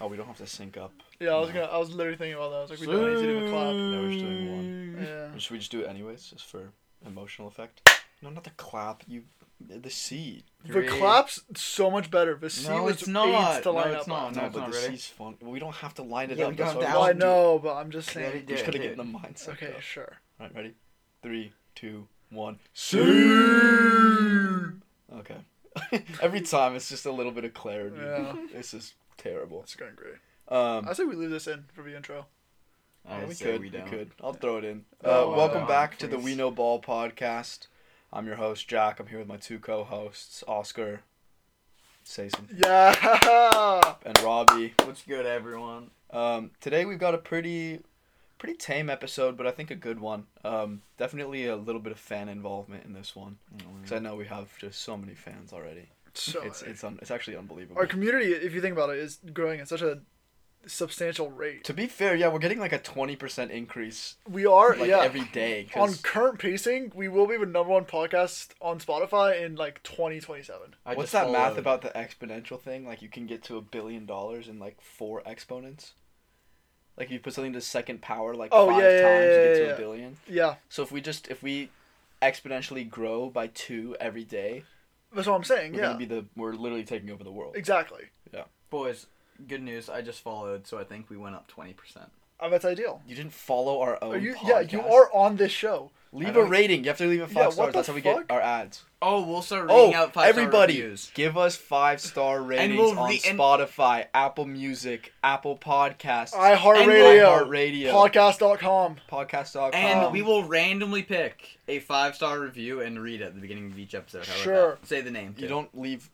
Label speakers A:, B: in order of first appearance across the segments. A: Oh, we don't have to sync up.
B: Yeah, I was
A: No.
B: gonna. I was literally thinking about that. I was like, we don't need to do a clap.
A: No, we're just doing one.
B: Yeah.
A: Should we just do it anyways, just for emotional effect? No, not the clap. You, the C.
B: The clap's so much better. The C
C: No,
B: was
C: it's not.
B: AIDS to
C: No,
B: line
C: it's
B: up
C: not.
B: on.
C: No,
A: no,
C: it's
A: but
C: not
A: the
C: ready.
A: C's fun. We don't have to line it
C: Yeah,
A: up.
C: we don't
A: that's
C: have
A: why
B: I
C: to
A: we-
C: do it.
B: know, but I'm just
C: Let it
B: saying.
A: We
C: do
A: just
C: it,
A: gotta
C: do
A: get
C: it.
A: in the mindset.
B: Okay,
A: though.
B: sure.
A: Right, ready? Three, two, one. Okay. Every time it's just a little bit of clarity.
B: Yeah.
A: This is terrible.
B: That's going great.
A: Um,
B: I say we leave this in for the intro.
C: I
A: we
C: say
A: could.
C: we
A: We,
C: don't.
A: could. I'll throw it in. Uh,
B: Oh,
A: welcome
C: wow.
A: back to the We
C: Please.
A: Know Ball podcast. I'm your host Jack. I'm here with my two co-hosts Oscar, Sason,
B: Yeah.
A: and Robbie.
C: What's good, everyone?
A: Um, today we've got a pretty, pretty tame episode, but I think a good one. Um, definitely a little bit of fan involvement in this one
C: Mm-hmm.
A: because I know we have just so many fans already.
B: So
A: It's it's un- it's actually unbelievable.
B: our community, if you think about it, is growing at such a substantial rate.
A: To be fair, yeah, we're getting like a twenty percent increase
B: We are,
A: like
B: yeah.
A: every day. 'cause-
B: on current pacing, we will be the number one podcast on Spotify in like 2027.
C: I
A: What's
C: just
A: that math
C: followed.
A: about the exponential thing? Like you can get to a billion dollars in like four exponents. Like if you put something to second power like
B: Oh,
A: five
B: yeah, yeah,
A: times, you get
B: yeah,
A: to
B: yeah,
A: a
B: yeah.
A: billion.
B: Yeah,
A: So if we just if we exponentially grow by two every day,
B: that's what I'm saying.
A: we're
B: yeah,
A: gonna be the we're literally taking over the world.
B: exactly.
C: Boys, good news. I just followed, so I think we went up twenty percent.
B: Uh, that's ideal.
A: You didn't follow our own.
B: Are you?
A: podcast.
B: Yeah, you are on this show.
C: I
A: Leave a
C: don't-
A: rating. You have to leave it
B: Yeah,
A: five
B: what
A: stars.
B: the
A: That's how we
B: fuck?
A: get our ads.
C: Oh, we'll start
A: Oh,
C: reading out five
A: everybody,
C: reviews.
A: give us five star ratings
C: we'll
A: on
C: re- and-
A: Spotify, Apple Music, Apple Podcasts,
B: iHeartRadio,
A: iHeartRadio,
B: podcast.com.
A: podcast.com.
C: And
B: Um,
C: we will randomly pick a five star review and read at the beginning of each episode. How about
B: Sure.
C: that? Say the name.
A: you
C: too.
A: don't leave.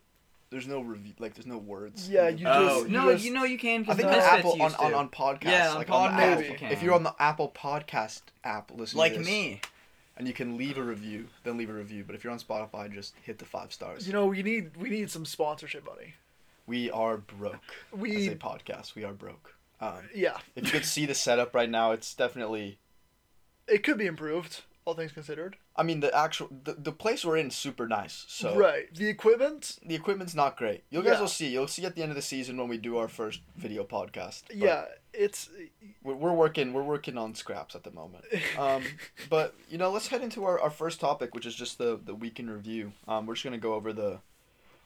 A: There's no review. Like there's no words.
B: Yeah,
A: in the-
B: you
C: Oh
B: just-
C: no,
B: just-
C: you know you can. 'cause
A: I think
C: the
A: on
C: Misfits
A: Apple on,
C: used
A: on,
C: to.
A: on podcasts.
C: Yeah, on
A: like on
C: pod-
A: the Apple-
B: maybe.
A: If you're on the Apple Podcast app, listen. to
C: like
A: this,
C: me.
A: and you can leave a review. Then leave a review. But if you're on Spotify, just hit the five stars.
B: You know, we need we need some sponsorship money.
A: we are broke. as a
B: We
A: podcast, we are broke. Um,
B: yeah,
A: if you could see the setup right now, it's definitely.
B: it could be improved, all things considered.
A: I mean, the actual the, the place we're in is super nice. So
B: right, the equipment.
A: the equipment's not great. You guys
B: Yeah.
A: will see. You'll see at the end of the season when we do our first video podcast. but-
B: Yeah, it's
A: we're, we're working we're working on scraps at the moment um, but you know let's head into our, our first topic which is just the the week in review um, we're just going to go over the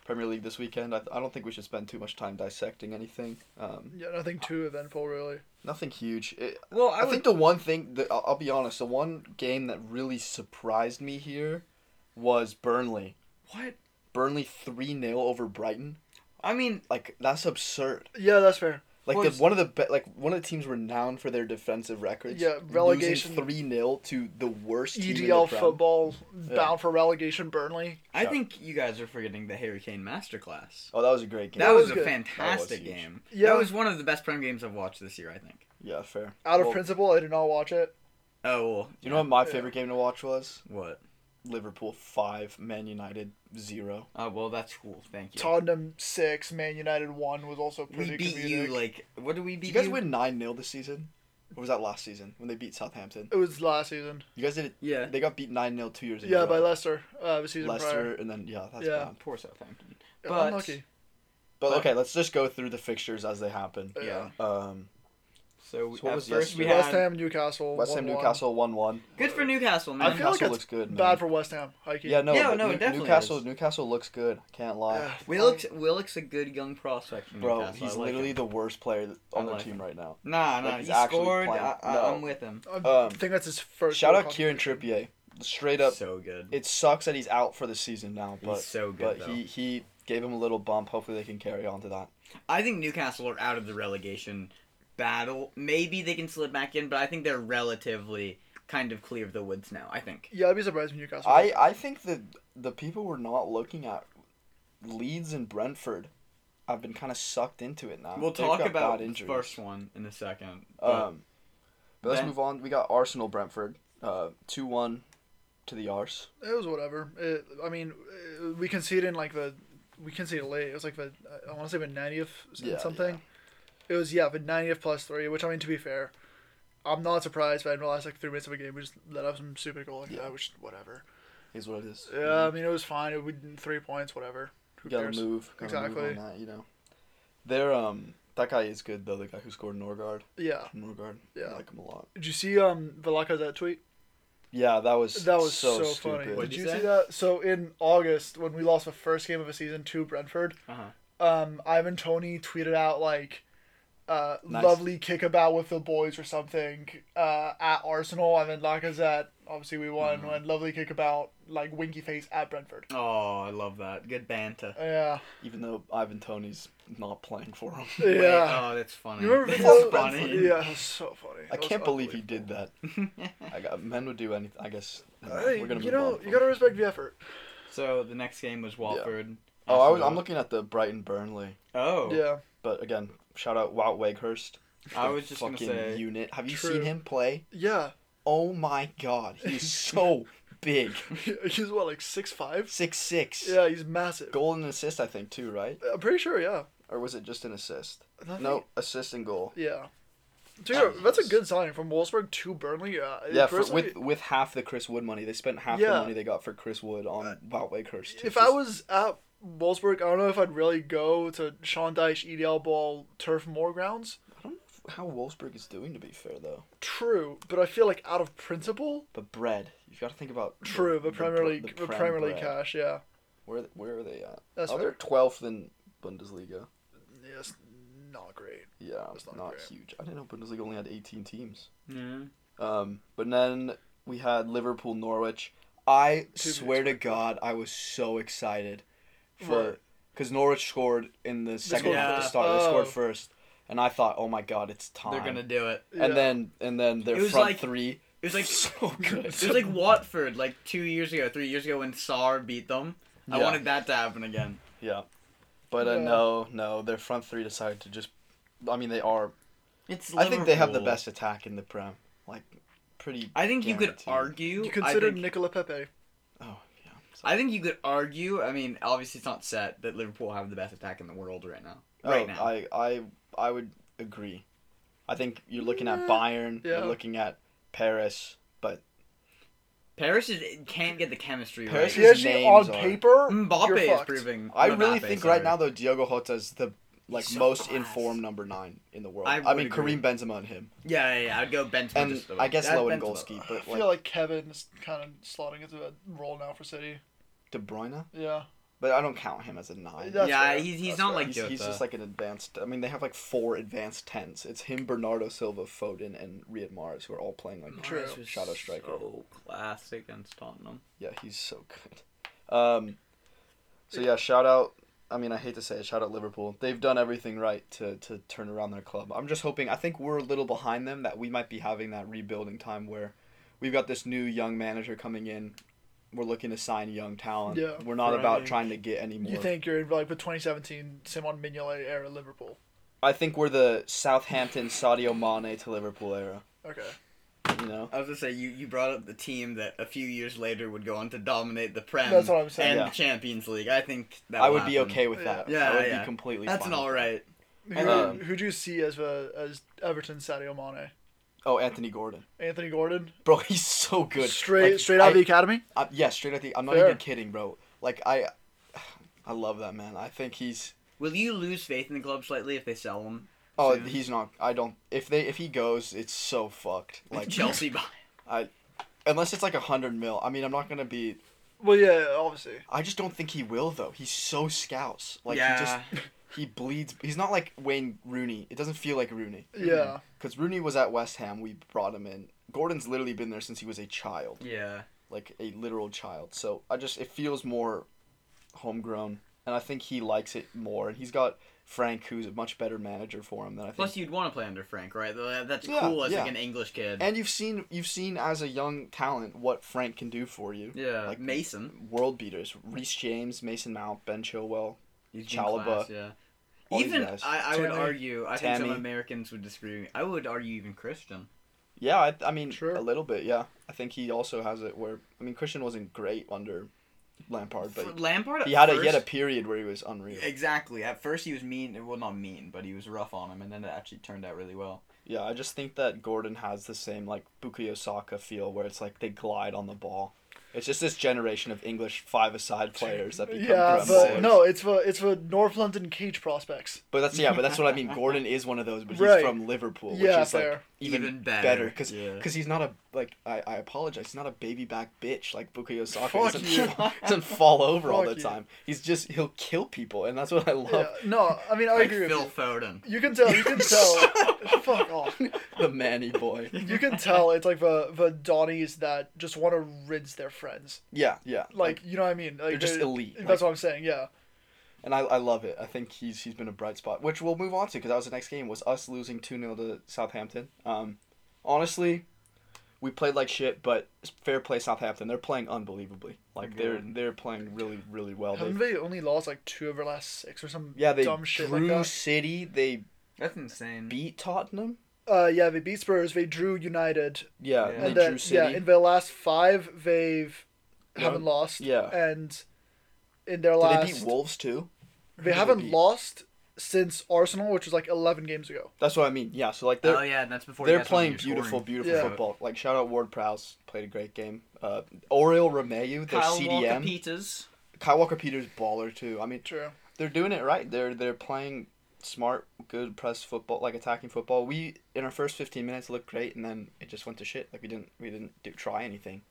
A: premier league this weekend I, I don't think we should spend too much time dissecting anything um,
B: yeah nothing too eventful really.
A: nothing huge it,
C: Well,
A: i, think the one thing that I'll, I'll be honest the one game that really surprised me here was burnley
C: what?
A: burnley 3-0 over brighton
C: I mean,
A: like that's absurd
B: Yeah, that's fair.
A: like
C: Well,
A: the,
C: it's-
A: one of the be- like one of the teams renowned for their defensive records.
B: Yeah, relegation-
A: three 0 to the worst team in the
B: EDL
A: Prem.
B: E football bound for relegation. Burnley.
C: I
A: Yeah.
C: think you guys are forgetting the Harry Kane masterclass.
A: Oh, that was a great game.
C: That was,
B: was
C: a
B: good.
C: fantastic
A: That was huge.
C: game.
B: Yeah.
C: That was one of the best prem games I've watched this year, I think.
A: yeah, fair.
B: Out of
A: Well,
B: principle, I did not watch it.
C: Oh, well,
A: You know what my favorite game to watch was?
C: what?
A: Liverpool five, Man United zero.
C: Oh, well, that's cool. Thank you.
B: Tottenham six, Man United one was also pretty.
C: we beat
B: comedic.
C: you like what did we beat
A: Did you guys win nine 0 this season? Or was that last season when they beat Southampton?
B: It was last season.
A: You guys did it.
C: Yeah.
A: They got beat nine 0 two years ago.
B: Yeah, by Leicester. Uh, the season
A: Leicester,
B: prior.
A: and then yeah, that's
B: Yeah.
A: bad.
C: Oh, Poor Southampton.
B: Yeah,
C: But
B: Unlucky.
A: But okay, let's just go through the fixtures as they happen.
B: Yeah.
C: yeah.
A: Um,
C: So,
A: So what
C: at
A: was
C: first we
A: yesterday?
C: had
B: West Ham, Newcastle.
A: West Ham,
B: 1-1.
A: Newcastle one one.
C: good for Newcastle, man.
B: I feel like
A: Newcastle
B: that's
A: looks good, man.
B: bad for West Ham. Hikey.
A: Yeah, no,
C: Yeah,
A: but
C: no, it
A: New-
C: definitely
A: Newcastle,
C: is.
A: Newcastle looks good. Can't lie,
B: Ugh.
C: Willock's Willock's a good young prospect. From
A: bro.
C: Newcastle.
A: he's
C: I like
A: literally
C: him.
A: the worst player
C: I
A: on the
C: like
A: team
C: him.
A: right now.
C: nah nah.
A: like, he's
C: he
A: actually
C: scored.
A: playing-
C: I, I,
A: no.
C: I'm with him.
B: I
A: Um,
B: think that's his first.
A: Shout
B: World
A: out Kieran
B: Cup.
A: Trippier. Straight up,
C: so good.
A: it sucks that he's out for the season now, but
C: so good,
A: but
C: though.
A: he he gave him a little bump. Hopefully, they can carry on to that.
C: I think Newcastle are out of the relegation battle. Maybe they can slip back in, but I think they're relatively kind of clear of the woods now. I think.
B: Yeah, I'd be surprised if Newcastle.
A: I I think that the people we're not looking at Leeds and Brentford. I've been kind of sucked into it now.
C: We'll
A: They've
C: talk
A: got
C: about
A: bad
C: the
A: injuries.
C: first one in a second. but-
A: Um, but let's
C: Then-
A: move on. We got Arsenal Brentford, uh, two one, to the Ars.
B: it was whatever. It, I mean, uh we conceded in like the we conceded late. It was like the I want to say the ninetieth
A: Yeah,
B: something. It was yeah the ninetieth plus three. Which I mean to be fair, I'm not surprised. But in the last like three minutes of a game, we just let up some stupid goal. Like
A: Yeah.
B: that, which whatever.
A: Is what it is.
B: Yeah, I mean it was fine. It would three points, whatever. Who
A: You gotta
B: cares?
A: move. Gotta move
B: Exactly.
A: on that, you know. They're um That guy is good though. The guy who scored Norgard.
B: Yeah.
A: Norgard.
B: Yeah.
A: I like him a lot.
B: Did you see um Velaka's that tweet?
A: Yeah, that was
B: That was
A: so,
B: so,
A: stupid.
B: funny.
C: What'd
B: Did
C: he
B: you
C: say?
B: see that? So in August, when we lost the first game of the season to Brentford,
C: Uh-huh.
B: um, Ivan Tony tweeted out like, uh,
A: Nice.
B: "Lovely kickabout with the boys" or something uh, at Arsenal, and then Lacazette. Obviously, we won
A: Mm-hmm.
C: Mhm.
B: when lovely kickabout like winky face at Brentford.
C: Oh, I love that. Good banter.
B: Yeah,
A: Even though Ivan Tony's not playing for him.
B: yeah.
C: Wait, oh, that's funny.
B: you remember
C: that's
B: Vinny-
C: funny.
B: Yeah, that was so funny.
A: I
B: That was
A: can't believe he
B: unbelievable.
A: did that. I got, men would do anything. I guess.
B: Hey,
A: we're gonna
B: you
A: move
B: know,
A: on
B: you
A: from-
B: gotta respect the effort.
C: So the next game was Watford.
A: Oh, I was,
C: Arsenal.
A: I'm looking at the Brighton Burnley,
C: Oh,
B: Yeah,
A: but again, shout out Wout Weghurst.
C: I was just gonna
A: fucking
C: say.
A: unit. Have you
B: True.
A: seen him play?
B: yeah.
A: Oh my god, he's so big.
B: he's what like six five.
A: Six six.
B: Yeah, he's massive.
A: Goal and assist, I think too, right?
B: I'm pretty sure. Yeah.
A: Or was it just an assist?
B: Nothing-
A: No, assist and goal.
B: Yeah. Dude,
A: Um,
B: that's a good signing from Wolfsburg to Burnley. Uh,
A: Yeah, for,
B: personally,
A: with with half the Chris Wood money, they spent half the
B: Yeah. Uh,
A: money they got for Chris Wood on Wout Weghurst. It's
B: if I
A: just-
B: was at Wolfsburg, I don't know if I'd really go to Sean Dyche EDL Ball Turf Moor grounds.
A: I don't know how Wolfsburg is doing. To be fair, though,
B: True, but I feel like out of principle.
A: but bread, you've got to think about the-
B: True,
A: the
B: but Premier
A: bre-
B: League,
A: the
B: the
A: Prem
B: Premier League
A: bread.
B: cash, yeah.
A: Where where are they at?
B: That's
A: oh, they're
B: fair.
A: twelfth in Bundesliga.
B: Yeah, it's not great.
A: Yeah,
B: That's
A: not,
B: not great.
A: huge. I didn't know Bundesliga only had eighteen teams.
C: Yeah.
A: Um, but then we had Liverpool Norwich. I
B: Two minutes
A: swear to God, I was so excited for
B: Right.
A: because Norwich scored in the second
B: scored
A: half to
C: first.
A: start. They scored
B: Oh.
A: first, and I thought, oh my God, it's time.
C: They're gonna do it.
B: Yeah.
A: And then and then their
C: It was
A: front
C: like-
A: three.
C: It was like
A: so good.
C: it was like Watford like two years ago, three years ago when Saar beat them. I
A: Yeah.
C: wanted that to happen again.
A: Yeah, but uh,
B: Yeah.
A: no, no, their front three decided to just. I mean, they are.
C: It's.
A: I think they have the
C: Liverpool.
A: best attack in the Prem. Like, pretty.
C: I think you could
A: guaranteed.
C: argue.
B: You
C: I
B: considered
C: think-
B: Nicola Pepe.
A: Oh yeah. So-
C: I think you could argue. I mean, obviously it's not set that Liverpool have the best attack in the world right now. Right
A: oh,
C: now.
A: I I I would agree. I think you're looking at
B: Yeah.
C: Mm,
A: Bayern.
B: Yeah.
A: You're looking at Paris, but
C: Paris is, it can't get the chemistry
A: Paris
C: right.
A: is-
B: PSG
A: names
B: on
A: are-
B: paper, you're
C: Mbappe is
B: fucked.
C: proving.
A: I
C: not
A: really
C: Mbappe,
A: think
C: sorry.
A: right now though Diogo Jota is the like
C: He's so
A: most
C: class.
A: informed number nine in the world.
C: I
A: I,
C: would
A: mean
C: agree.
A: Karim Benzema and him,
C: Yeah, yeah, yeah. I'd go Benzema.
A: and
C: just over-
A: I guess
C: that
A: Lewandowski,
C: Benzema.
B: I
A: but like,
B: feel like Kevin's kind of slotting into a role now for City.
A: De Bruyne.
B: Yeah.
A: But I don't count him as a nine.
B: That's
C: yeah,
B: fair.
C: he's, he's
B: That's
C: not
B: fair.
C: like
A: he's,
C: Jota.
A: he's just like an advanced. I mean, they have like four advanced tens. It's him, Bernardo Silva, Foden, and Riyad Mahrez, who are all playing like
B: True.
C: Morris was
A: shadow striker.
C: So classic against Tottenham.
A: Yeah, he's so good. Um, so yeah, shout out. I mean, I hate to say it, shout out Liverpool. They've done everything right to to turn around their club. I'm just hoping. I think we're a little behind them. That we might be having that rebuilding time where we've got this new young manager coming in. We're looking to sign young talent.
B: Yeah.
A: we're not
C: Right.
A: about trying to get any more.
B: You think you're in like the 2017 Simon Mignolet era Liverpool.
A: I think we're the Southampton Sadio Mane to Liverpool era.
B: Okay.
A: You know.
C: I was gonna say you, you brought up the team that a few years later would go on to dominate the Prem.
B: That's what I'm saying.
C: And
A: Yeah.
C: the Champions League. I think that
A: I
C: will
A: would be
C: happen.
A: okay with that.
C: Yeah,
A: I would
C: yeah.
A: be completely
C: That's
A: fine
C: an
A: with
C: all
A: that.
C: right.
B: Who,
A: Um,
B: who do you see as the as Everton Sadio Mane?
A: Oh, Anthony Gordon.
B: Anthony Gordon,
A: Bro, he's so good.
B: straight
A: Like,
B: straight out of
A: I-
B: the academy.
A: I- yeah, straight out the I'm not
B: Fair.
A: even kidding, bro. Like I I love that man. I think he's
C: Will you lose faith in the club slightly if they sell him?
A: Oh,
C: Soon.
A: he's not I don't if they if he goes, it's so fucked. Like
C: Like Chelsea buy.
A: unless it's like a 100 mil. I mean, I'm not going to be
B: Well, yeah, obviously.
A: I just don't think he will though. He's so scouse. Like
C: yeah.
A: he just he bleeds. He's not like Wayne Rooney. It doesn't feel like Rooney.
B: Yeah,
A: Cuz Rooney was at West Ham. We brought him in. Gordon's literally been there since he was a child.
C: yeah.
A: like a literal child. So I just it feels more homegrown, and I think he likes it more. And he's got Frank, who's a much better manager for him than I think.
C: Plus, you'd want to play under Frank, right? That- That's
A: Yeah,
C: cool as
A: yeah.
C: like an English kid.
A: and you've seen you've seen as a young talent what Frank can do for you.
C: yeah,
A: like-
C: Mason.
A: World beaters: Reese James, Mason Mount, Ben Chilwell.
C: He's been
A: Chalaba.
C: class, yeah.
A: all these
C: even
A: guys.
C: I, I would
B: Tammy.
C: argue. I think some
A: Tammy.
C: Americans would disagree. with me. I would argue even Christian.
A: Yeah, I, I mean
B: Sure.
A: a little bit. Yeah, I think he also has it where I mean Christian wasn't great under Lampard,
C: For
A: but
C: Lampard. At
A: he had a,
C: first,
A: he had a period where he was unreal.
C: Exactly. At first, he was mean. Well, not mean, but he was rough on him, and then it actually turned out really well.
A: Yeah, I just think that Gordon has the same like Bukayo Saka feel where it's like they glide on the ball. It's just this generation of English five-a-side players that become
B: yeah,
A: Prem
B: but
A: bowlers.
B: no, it's for it's for North London cage prospects.
A: But that's yeah, but that's what I mean. Gordon is one of those, but he's
B: Right.
A: from Liverpool, which
B: Yeah,
A: is like
B: fair.
A: even,
C: Even better,
A: better because
C: yeah.
A: he's not a like I, I apologize, he's not a baby back bitch like Bukayo Saka.
B: Fuck
A: doesn't,
B: you.
A: doesn't fall over all
B: Fuck
A: the
B: you.
A: time. He's just he'll kill people, and that's what I love.
B: Yeah, no, I mean I
C: like
B: agree with
C: Phil
B: you.
C: Foden.
B: You can tell. You can tell. fuck off.
A: The Manny boy.
B: You can tell it's like the the Donnies that just want to rinse their friends.
A: Yeah, yeah.
B: Like you know what I mean? Like
A: They're just elite, like-
B: That's what I'm saying. Yeah.
A: and I, I love it. I think he's he's been a bright spot, which we'll move on to because that was the next game was us losing 2-0 to Southampton. Um, honestly, we played like shit, but fair play Southampton. They're playing unbelievably. Like they're they're playing really really well. They-
B: Haven't they only lost like two of their last six or some
A: yeah, they
B: dumb shit
A: drew
B: like that?
A: City. They
C: That's insane.
A: beat Tottenham.
B: Uh, yeah, they beat Spurs. They drew United.
A: Yeah,
C: Yeah.
A: they
B: and then
A: drew
B: yeah,
A: City.
B: in their last five, they've
A: No.
B: haven't lost.
A: Yeah.
B: And in their
A: Did
B: last,
A: they beat Wolves too?
B: they
A: Who did
B: haven't
A: beat?
B: lost since Arsenal, which was like 11 games ago.
A: That's what I mean. Yeah, so like they're
C: Oh yeah, that's before. you
A: they're
C: guys found
A: playing
C: your scoring.
A: beautiful, beautiful
B: Yeah.
A: football. Like shout out Ward Prowse played a great game. Uh, Oriel Romeu, their
C: Kyle
A: CDM.
C: Walker Peters.
A: Kyle Walker Peters baller too. I mean,
B: True.
A: they're doing it right. They're they're playing smart, good press football, like attacking football. We in our first fifteen minutes looked great, and then it just went to shit. Like we didn't we didn't do, try anything.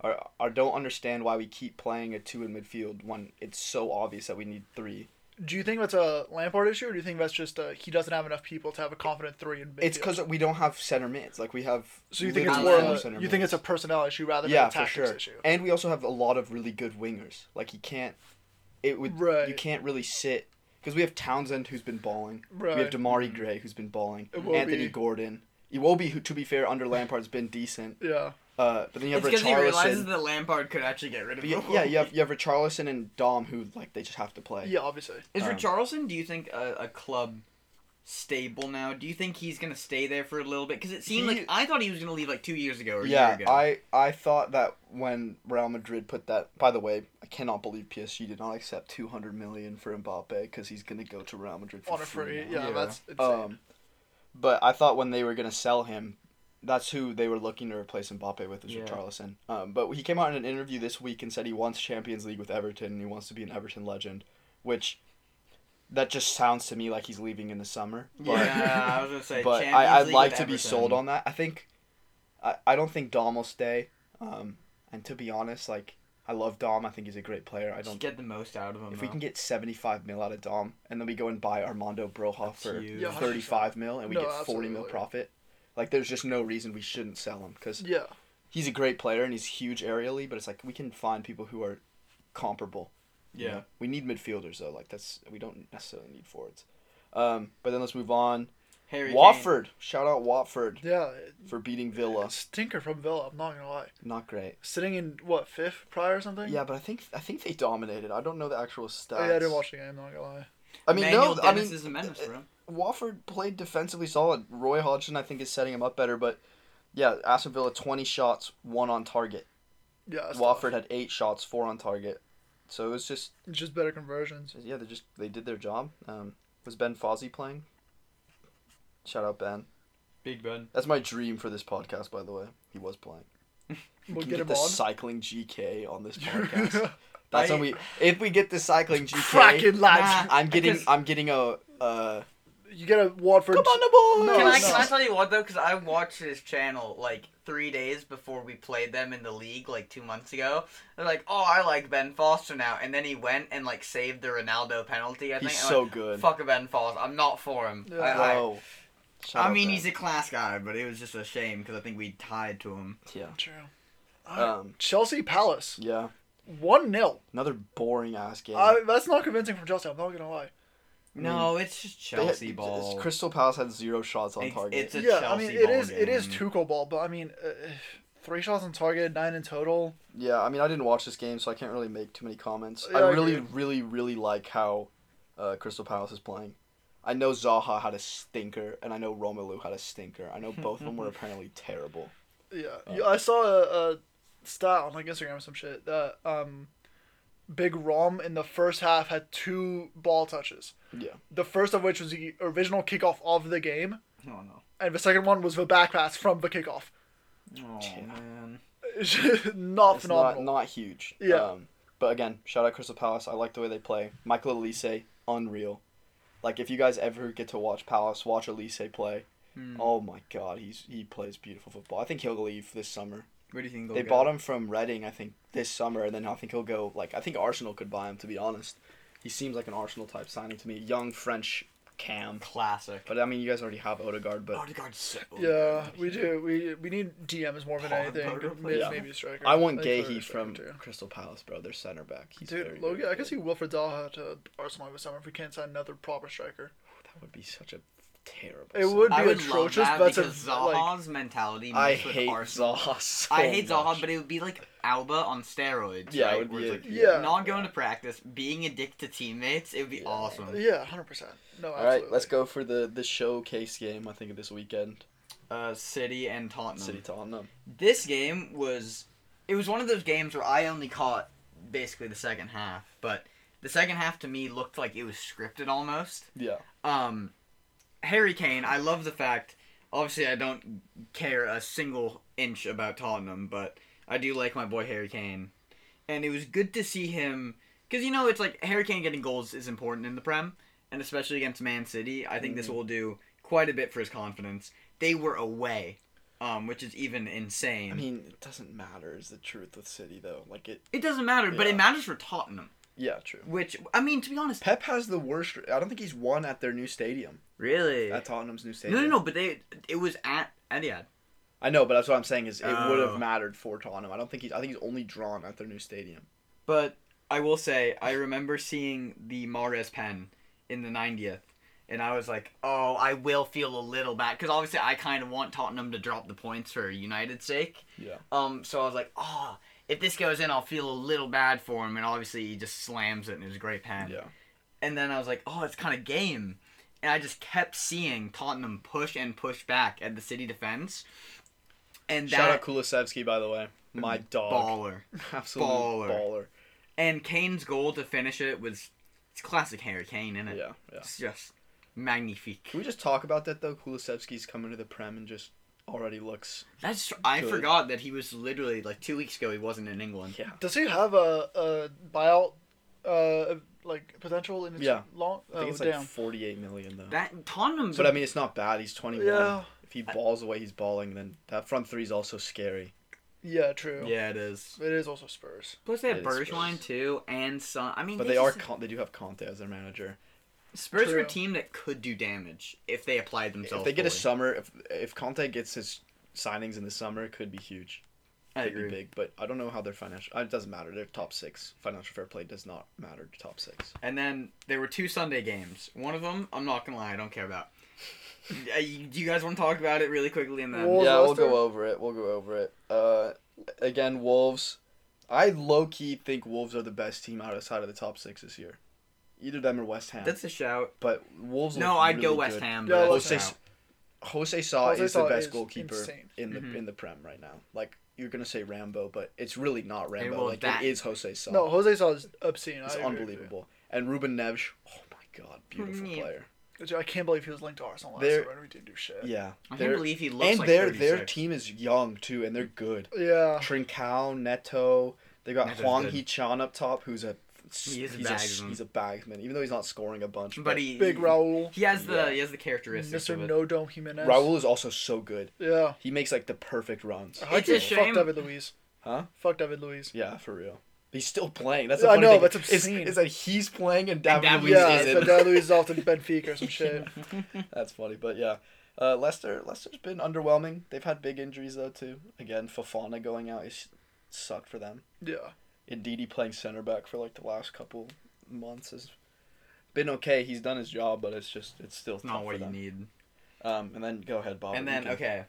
A: Or I don't understand why we keep playing a two in midfield when it's so obvious that we need three.
B: Do you think that's a Lampard issue, or do you think that's just uh, he doesn't have enough people to have a confident three in midfield?
A: It's because we don't have center mids. Like we have.
B: so you think it's more
A: literally
C: Literally
B: of
A: no
B: a-
A: center
B: you think it's
A: mids.
B: a personnel issue rather than
A: yeah
B: a
A: for
B: tactics
A: sure.
B: issue.
A: And we also have a lot of really good wingers. Like you can't. It would you
B: Right.
A: can't really sit because we have Townsend who's been balling. We have
B: Right.
C: Mm-hmm.
A: Damari Gray who's been balling.
B: Iwobi.
A: Anthony Gordon. Iwobi, who to be fair under Lampard's been decent.
B: Yeah.
A: Uh, but then you have
C: It's because he realizes
A: Richarlison.
C: that Lampard could actually get rid of
A: But you-
C: him.
A: yeah, you have you have Richarlison and Dom who like they just have to play.
B: Yeah, obviously.
C: Is
A: Um,
C: Richarlison? Do you think a, a club stable now? Do you think he's gonna stay there for a little bit? Because it seemed
A: He-
C: like I thought he was gonna leave like two years ago or a
A: Yeah,
C: year ago.
A: I I thought that when Real Madrid put that. By the way, I cannot believe PSG did not accept two hundred million for Mbappe because he's gonna go to Real Madrid for
B: On a free.
A: now.
B: Yeah,
C: Yeah.
B: that's insane.
A: Um, but I thought when they were gonna sell him, that's who they were looking to replace Mbappe with was
C: Yeah.
A: Richarlison. Um, but he came out in an interview this week and said he wants Champions League with Everton and he wants to be an Everton legend, which that just sounds to me like he's leaving in the summer. But,
C: yeah, I was gonna say.
A: but
C: Champions
A: I, I'd
C: League
A: like
C: with
A: to be
C: Everton.
A: sold on that. I think, I, I don't think Dom will stay. Um, and to be honest, like I love Dom. I think he's a great player. I
C: Just
A: don't.
C: get the most out of him.
A: If we
C: though.
A: can get seventy five mil out of Dom, and then we go and buy Armando Broja
C: That's
A: for
C: huge.
B: Yeah,
A: thirty five mil, and we
B: No,
A: get forty mil
B: absolutely.
A: profit, like there's just no reason we shouldn't sell him because
B: yeah.
A: he's a great player and he's huge aerially. But it's like we can find people who are comparable. you
C: yeah.
A: know? we need midfielders though. Like that's we don't necessarily need forwards. Um, but then let's move on.
C: Harry Kane.
A: Watford, shout out Watford
B: Yeah.
A: for beating Villa.
B: Stinker from Villa. I'm not gonna lie.
A: Not great.
B: Sitting in what fifth prior or something.
A: Yeah, but I think I think they dominated. I don't know the actual stats.
B: Oh, yeah, I didn't watch the game. I'm not gonna lie.
A: I mean, uh,
C: Emmanuel
A: no.
C: Dennis
A: I mean,
C: is a menace, bro.
A: Wofford played defensively solid. Roy Hodgson, I think, is setting him up better. But yeah, Aston Villa twenty shots, one on target.
B: Yeah. that's tough.
A: Wofford had eight shots, four on target. So it was just
B: It's just better conversions.
A: yeah, they just they did their job. Um, was Ben Fozzie playing? Shout out Ben.
C: Big Ben.
A: That's my dream for this podcast, by the way. He was playing. Can
B: We'll get
A: get
B: him
A: the
B: on.
A: cycling GK on this podcast.
B: Cracking
A: That's
C: I-
A: when we. If we get the cycling GK,
B: lads.
A: I'm getting.
C: Because-
A: I'm getting a. Uh,
B: You get a Watford.
A: the
B: No,
C: Can I,
B: Oh, no.
C: can I tell you what though? Because I watched his channel like three days before we played them in the league like two months ago. They're like, oh, I like Ben Foster now, and then he went and like saved the Ronaldo penalty. I
A: He's
C: think I'm
A: so
C: like,
A: good.
C: Fuck Ben Foster. I'm not for him.
B: Yeah.
C: I, I,
A: Whoa. Shout
C: I
A: out
C: mean,
A: Ben.
C: he's a class guy, but it was just a shame because I think we tied to him.
A: yeah.
B: True. Uh,
A: Um,
B: Chelsea Palace
A: yeah.
B: one 0
A: Another boring ass game.
C: Oh,
B: That's not convincing from Chelsea. I'm not gonna lie.
C: No, it's just
A: They had-
C: Chelsea ball.
A: Crystal Palace had zero shots on
C: It's-
A: target.
C: it's a-
B: yeah,
C: Chelsea
B: I mean it
C: ball
B: is it is
C: game.
B: Tuchel ball, but I mean, uh, three shots on target, nine in total.
A: yeah, I mean, I didn't watch this game, so I can't really make too many comments.
B: Yeah,
A: I
B: I
A: really,
B: agree.
A: really, really like how uh, Crystal Palace is playing. I know Zaha had a stinker, and I know Romelu had a stinker. I know both of them were apparently terrible.
B: Yeah,
A: Uh,
B: Yeah, I saw a, a stat on like Instagram or some shit that um, Big Rom in the first half had two ball touches.
A: Yeah.
B: The first of which was the original kickoff of the game,
C: Oh no.
B: and the second one was the back pass from the kickoff.
C: Oh
A: Yeah.
C: man.
B: not
A: It's
B: phenomenal.
A: not not huge.
B: Yeah.
A: Um, but again, shout out Crystal Palace. I like the way they play. Michael Elise, unreal. Like if you guys ever get to watch Palace, watch Elise play.
C: Hmm.
A: Oh my God, he's he plays beautiful football. I think he'll leave this summer.
C: Where do you think
A: they bought him from Reading, I think, this summer, and then I think he'll go. Like I think Arsenal could buy him. To be honest, he seems like an Arsenal type signing to me. Young French cam.
C: Classic.
A: But I mean, you guys already have Odegaard, but
C: Odegaard's so
B: yeah, we do. We we need DMs more than
C: Pogba
B: anything.
C: replacement.
B: Mid,
A: Yeah.
B: Maybe a striker.
A: I want
B: Like, for a
A: Gahey
B: striker,
A: from
B: too.
A: Crystal Palace, bro. Their center back. He's very,
B: Dude,
A: very
B: Logan, I
A: good.
B: guess you Wilfred Zaha to Arsenal over summer if we can't sign another proper striker.
A: That would be such a terrible.
B: It
A: sign.
B: would be
C: I would love
B: atrocious,
C: that
B: but it's a-
C: because
B: like-
C: Zaha's mentality.
A: I
C: mixed with
A: hate
C: Arsenal.
A: Zaha. So
C: I hate Zaha,
A: much.
C: but it would be like Alba on steroids.
A: Yeah, it
C: right?
A: would
C: Where
A: be
C: it's
A: a-
C: like
B: Yeah.
C: not going to practice, being a dick to teammates. It would be
A: Yeah.
C: awesome.
B: Yeah, hundred percent. No,
A: Um, All
B: absolutely.
A: right, let's go for the the showcase game. I think of this weekend,
C: Uh, City and Tottenham.
A: City Tottenham.
C: This game was, it was one of those games where I only caught basically the second half, but the second half to me looked like it was scripted almost.
A: Yeah,
C: Um, Harry Kane, I love the fact. Obviously, I don't care a single inch about Tottenham, but I do like my boy Harry Kane, and it was good to see him because you know it's like Harry Kane getting goals is important in the Prem, and especially against Man City. I think this
A: Mm.
C: will do quite a bit for his confidence. They were away, um, which is even insane.
A: I mean, it doesn't matter. Is the truth with City though? Like it.
C: it doesn't matter, but
A: Yeah.
C: it matters for Tottenham.
A: Yeah, true.
C: Which I mean, to be honest,
A: Pep has the worst. I don't think he's won at their new stadium.
C: really.
A: At Tottenham's new
C: No,
A: stadium.
C: no, no. But they, it was at Etihad.
A: I know, but that's what I'm saying is it would
C: Oh.
A: have mattered for Tottenham. I don't think he's. I think he's only drawn at their new stadium.
C: But I will say, I remember seeing the Mares pen in the 90th, and I was like, oh, I will feel a little bad. Because obviously, I kind of want Tottenham to drop the points for United's sake.
A: Yeah.
C: Um, so I was like, oh, if this goes in, I'll feel a little bad for him. And obviously, he just slams it, and it was a great pen.
A: Yeah.
C: And then I was like, oh, it's kind of game. And I just kept seeing Tottenham push and push back at the City defense. And
A: Shout
C: that Mm,
A: out Kulisevsky, by the way. My dog.
C: baller.
A: Absolute
C: Baller.
A: baller.
C: And Kane's goal to finish it was it's classic Harry Kane, isn't it?
A: Yeah. Yeah.
C: It's just magnifique.
A: Can we just talk about that though? Kulisevsky's coming to the Prem and just already looks.
C: That's tr- I
A: Good.
C: forgot that he was literally like two weeks ago he wasn't in England.
A: Yeah.
B: Does he have a, a buyout, uh, like potential in his
A: Yeah.
B: long?
A: I think
B: oh
A: it's like
B: damn.
A: 48 million though.
C: That Tottenham's
A: but I mean, it's not bad. He's 21.
B: Yeah.
A: If he balls the way he's balling, then that front three is also scary.
B: yeah, true.
C: yeah, it is.
B: It is also Spurs.
C: Plus they have
A: It is
C: Bergwijn
A: Spurs.
C: too and Son. I mean,
A: But
C: they,
A: they are
C: just-
A: Con- they do have Conte as their manager.
C: Spurs are a
B: True.
C: team that could do damage if they apply themselves.
A: if they get a
C: fully.
A: summer, if if Conte gets his signings in the summer, it could be huge.
C: I
A: Could
C: agree.
A: be big. But I don't know how their financial. uh, It doesn't matter. Their top six financial fair play does not matter to top six.
C: And then there were two Sunday games. One of them, I'm not gonna lie, I don't care about. Uh, you- Do you guys want to talk about it really quickly? And then
B: Well, Wolves
A: yeah, we'll
B: Leicester?
A: go over it. We'll go over it. Uh, again, Wolves. I low key think Wolves are the best team outside of the top six this year. Either them or West Ham.
C: that's a shout.
A: but Wolves.
C: No,
A: look
C: I'd go
A: really
C: West
A: good.
C: Ham.
B: Yeah,
C: but
B: West
A: Jose,
C: that's a
B: Ham.
C: shout.
A: Jose Sa
B: Jose
A: is
B: Sa
A: the best
B: is
A: goalkeeper
B: insane.
A: in the
C: Mhm.
A: in the Prem right now. Like you're gonna say Rambo, but it's really not Rambo.
C: well,
A: like
C: that-
A: it is Jose Sa.
B: No, Jose Sa is obscene.
A: it's
B: I agree.
A: unbelievable. And Ruben Neves, oh my god, beautiful
C: Yeah.
A: player.
B: Dude, I can't believe he was linked to Arsenal last
A: They're-
B: year and we didn't do shit.
A: Yeah,
C: I can't
A: they're-
C: believe he looks
A: and
C: like
A: their
C: 36.
A: their team is young too, and they're good.
B: Yeah.
A: Trincao, Neto. They got
C: Neto's
A: Huang
C: good.
A: Hee Chan up top, who's a
C: He is a
A: he's
C: bagsman.
A: he's a bagsman, even though he's not scoring a bunch.
C: But he
B: Big Raul.
C: He has the
A: Yeah.
C: he has the characteristics
B: Mr.
C: of it.
B: No Dome Jimenez.
A: Raul is also so good.
B: Yeah.
A: He makes like the perfect runs.
B: I
C: It's a
B: think
C: shame-
B: Fuck David Luiz.
A: Huh?
B: Fuck David Luiz.
A: Yeah, for real. He's still playing. That's
B: Yeah,
A: the
B: I
A: funny
B: know,
A: thing.
B: that's
A: It's-
B: obscene.
A: It's, that he's playing and David
C: David
A: Luiz
C: Luiz
B: Yeah,
A: isn't.
B: but David Luiz is off to Benfica or some shit.
A: That's funny, but yeah. Uh, Leicester, Leicester's been underwhelming. They've had big injuries though too. Again, Fafana going out is sucked for them.
B: Yeah.
A: Indeedy playing center back for like the last couple months has been okay. He's done his job, but it's just it's still
C: It's not
A: tough for
C: what you
A: them.
C: need.
A: Um, and then go ahead, Bob.
C: and
A: you
C: then
A: can-
C: okay.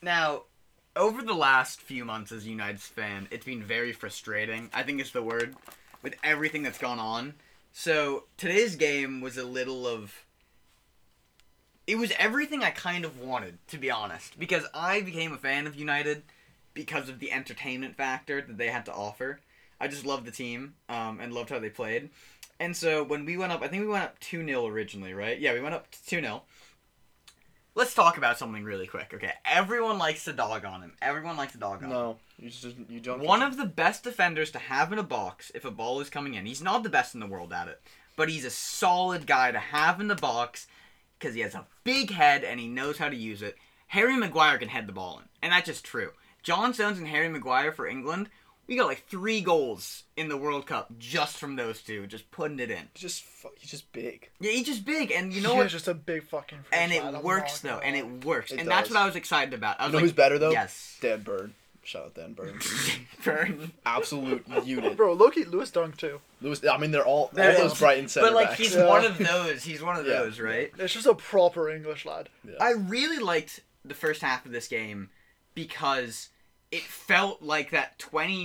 C: Now, over the last few months as a United's fan, it's been very frustrating. I think it's the word with everything that's gone on. So today's game was a little of. It was everything I kind of wanted, to be honest, because I became a fan of United because of the entertainment factor that they had to offer. I just loved the team um, and loved how they played. And so when we went up, I think we went up 2 0 originally, right? Yeah, we went up 2 0. Let's talk about something really quick, okay? Everyone likes to dog on him. Everyone likes to dog on him.
A: No, you just you don't.
C: One of the best defenders to have in a box if a ball is coming in. He's not the best in the world at it, but he's a solid guy to have in the box because he has a big head and he knows how to use it. Harry Maguire can head the ball in, and that's just true. John Stones and Harry Maguire for England, we got like three goals in the World Cup just from those two, just putting it in.
A: He's just fu- he's just big.
C: Yeah, he's just big, and you
B: You
C: know
B: know
C: what?
B: Just a big fucking. fish
C: And
B: lad,
C: it
B: I'm
C: works
B: not
C: though,
B: gonna
C: and
B: lie.
C: it works,
A: It
C: and that's
A: does.
C: what I was excited about. I
A: You
C: was
A: know
C: like,
A: who's better though?
C: Yes,
A: Dan Bird. Shout out Dan Bird.
C: Burn.
A: Absolute unit.
B: Bro, Loki Lewis dunk too.
A: Lewis. I mean, they're all
C: They're
A: all
C: all-
A: those Brighton center
C: But like
A: backs.
C: he's
B: Yeah.
C: one of those. He's one of
A: Yeah.
C: those, right?
B: It's just a proper English lad.
A: Yeah.
C: I really liked the first half of this game because it felt like that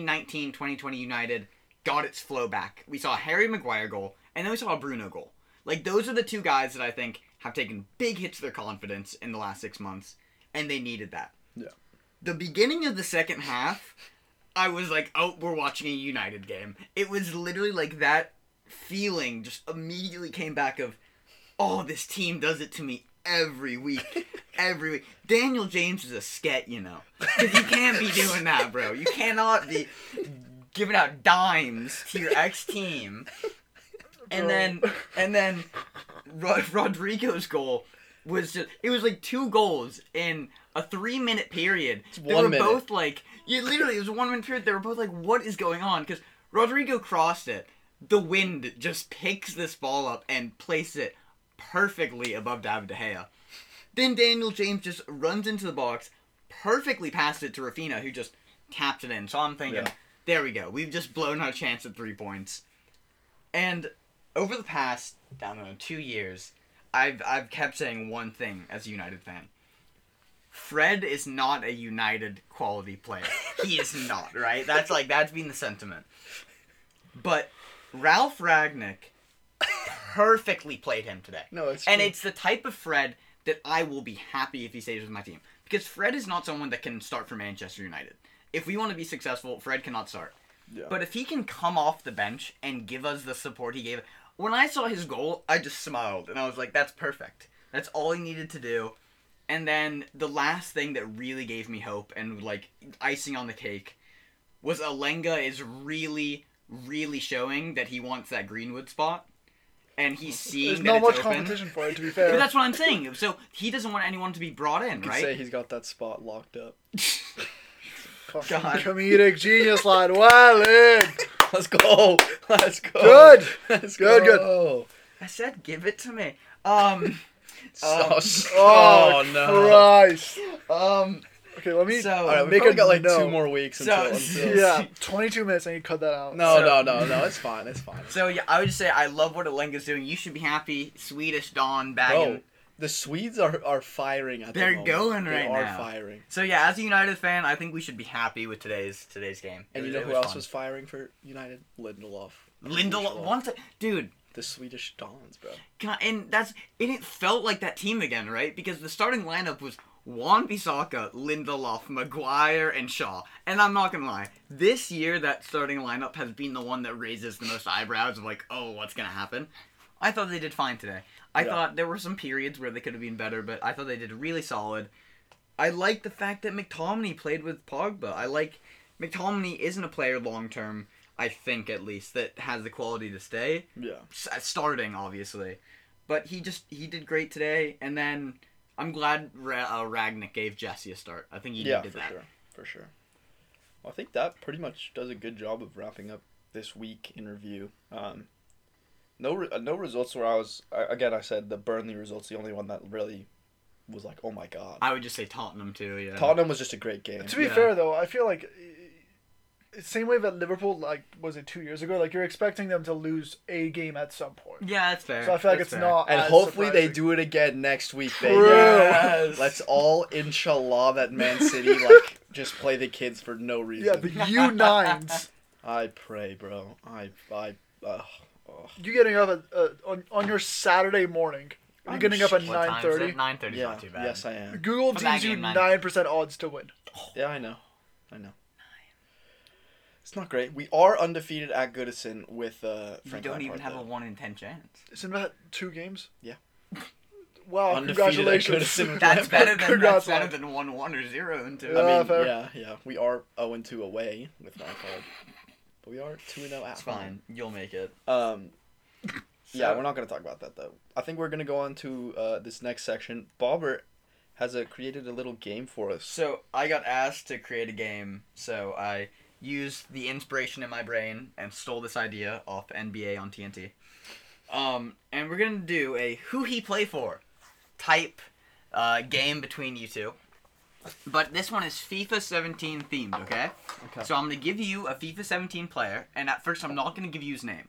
C: 2019-2020 United got its flow back. We saw a Harry Maguire goal and then we saw a Bruno goal. Like those are the two guys that I think have taken big hits to their confidence in the last 6 months and they needed that.
A: Yeah.
C: The beginning of the second half, I was like, "Oh, we're watching a United game." It was literally like that feeling just immediately came back of oh, this team does it to me every week. Every week. Daniel James is a sket, you know. 'Cause you can't be doing that, bro. You cannot be giving out dimes to your ex team. And
B: Bro.
C: then and then Rod- Rodrigo's goal was just it was like two goals in a three minute period. they
A: one
C: were
A: minute.
C: both like yeah, literally it was a one minute period. They were both like, what is going on? Because Rodrigo crossed it. The wind just picks this ball up and places it perfectly above David De Gea. Then Daniel James just runs into the box, perfectly passed it to Rafina, who just tapped it in. So I'm thinking,
A: Yeah.
C: there we go. We've just blown our chance at three points. And over the past, I don't know, two years, I've I've kept saying one thing as a United fan. Fred is not a United quality player. he is not, right? That's like that's been the sentiment. But Ralph Ragnick perfectly played him today.
A: no, it's
C: And
A: true.
C: it's the type of Fred that I will be happy if he stays with my team. Because Fred is not someone that can start for Manchester United. If we want to be successful, Fred cannot start.
A: Yeah.
C: But if he can come off the bench and give us the support he gave, when I saw his goal, I just smiled and I was like, that's perfect. That's all he needed to do. And then the last thing that really gave me hope and like icing on the cake was Alenga is really, really showing that he wants that Greenwood spot. And he's seeing
B: There's
C: that
B: not
C: it's
B: much
C: open.
B: competition for it, to be
C: But
B: fair.
C: that's what I'm saying. So he doesn't want anyone to be brought in,
A: you could say
C: right?
A: he's got that spot locked up.
B: Fucking
C: God.
B: Comedic genius lad, Walid.
A: Let's go. Let's go.
B: Good.
A: Let's
B: Good, good.
A: go.
C: I said, give it to me. Um,
A: So-
C: Um,
A: oh,
B: Oh,
A: no.
B: Christ.
C: um.
B: Okay, let me.
C: So
A: All right, we
B: Make
A: probably
B: a
A: got like
B: no.
A: two more weeks
C: So-
A: until. until
B: yeah, 22 minutes. I need to cut that out.
A: No,
C: So-
A: no, no, no. It's fine. It's fine.
C: so yeah, I would say I love what Alenga's doing. You should be happy, Swedish Dawn bagging.
A: Bro, the Swedes are, are firing at
C: They're
A: the moment.
C: going
A: they
C: right
A: are
C: now.
A: firing.
C: So yeah, as a United fan, I think we should be happy with today's today's game.
A: And
C: It-
A: you know
C: it
A: who else
C: fun.
A: was firing for United? Lindelof.
C: Lindelof? Once, I- dude,
A: The Swedish Dons, bro.
C: Can I- and that's and it felt like that team again, right? Because the starting lineup was Juan Bisaka, Lindelof, Maguire, and Shaw. And I'm not gonna lie, this year that starting lineup has been the one that raises the most eyebrows of like, oh, what's gonna happen? I thought they did fine today. I
A: Yeah.
C: thought there were some periods where they could have been better, but I thought they did really solid. I like the fact that McTominay played with Pogba. I like McTominay isn't a player long term. I think at least that has the quality to stay
A: Yeah.
C: s- starting obviously, but he just he did great today. And then I'm glad Ra- uh, Ragnick gave Jesse a start. I think he
A: Yeah,
C: needed
A: for
C: that.
A: sure. For sure. Well, I think that pretty much does a good job of wrapping up this week in review. Um, no, re- uh, no results where I was. I, again, I said the Burnley results. The only one that really was like, oh my god.
C: I would just say Tottenham too. Yeah.
A: Tottenham was just a great game.
B: To be
C: Yeah.
B: fair, though, I feel like eh, same way that Liverpool, like, was it two years ago? Like, you're expecting them to lose a game at some point.
C: Yeah, that's fair.
B: So I feel like
C: That's
B: it's
C: fair.
B: not.
A: And
B: as
A: hopefully they
B: surprising.
A: do it again next week,
B: True.
A: baby.
C: Yes.
A: Let's all inshallah that Man City like just play the kids for no
B: Yeah,
A: reason.
B: the U nines.
A: I pray, bro. I I uh,
B: you getting up at, uh, on on your Saturday morning. You're
A: I'm
B: getting up at
A: sh-
B: nine thirty.
C: Nine thirty.
A: yeah.
C: Not too bad.
A: Yes, I am.
B: Google
C: For that
B: gives you
C: game, nine.
B: nine percent odds to win.
A: Yeah, I know. I know. It's not great. We are undefeated at Goodison with uh.
C: you
A: Frank
C: don't
A: Lampard,
C: even have a
A: though.
C: one in ten chance.
B: Isn't that two games?
A: Yeah.
B: Wow,
A: Undefeated at
B: congratulations.
A: Goodison with
C: That's
A: Lampard.
C: better than that's
B: Congrats,
C: better
B: lad.
C: than one one or zero and two.
A: I
B: Yeah,
A: mean,
B: fair.
A: yeah, yeah. We are 0 and 2 away with Nightfall. But we are 2 and 0 at
C: It's fine. You'll make it.
A: Um, yeah,
B: So-
A: we're not going to talk about that, though. I think we're going to go on to uh, this next section. Bobber has uh, created a little game for us.
C: So I got asked to create a game, so I used the inspiration in my brain and stole this idea off NBA on TNT. Um, and we're gonna do a who he play for type uh, game between you two. But this one is FIFA 17 themed, okay?
A: Okay.
C: So I'm gonna give you a FIFA 17 player, and at first I'm not gonna give you his name.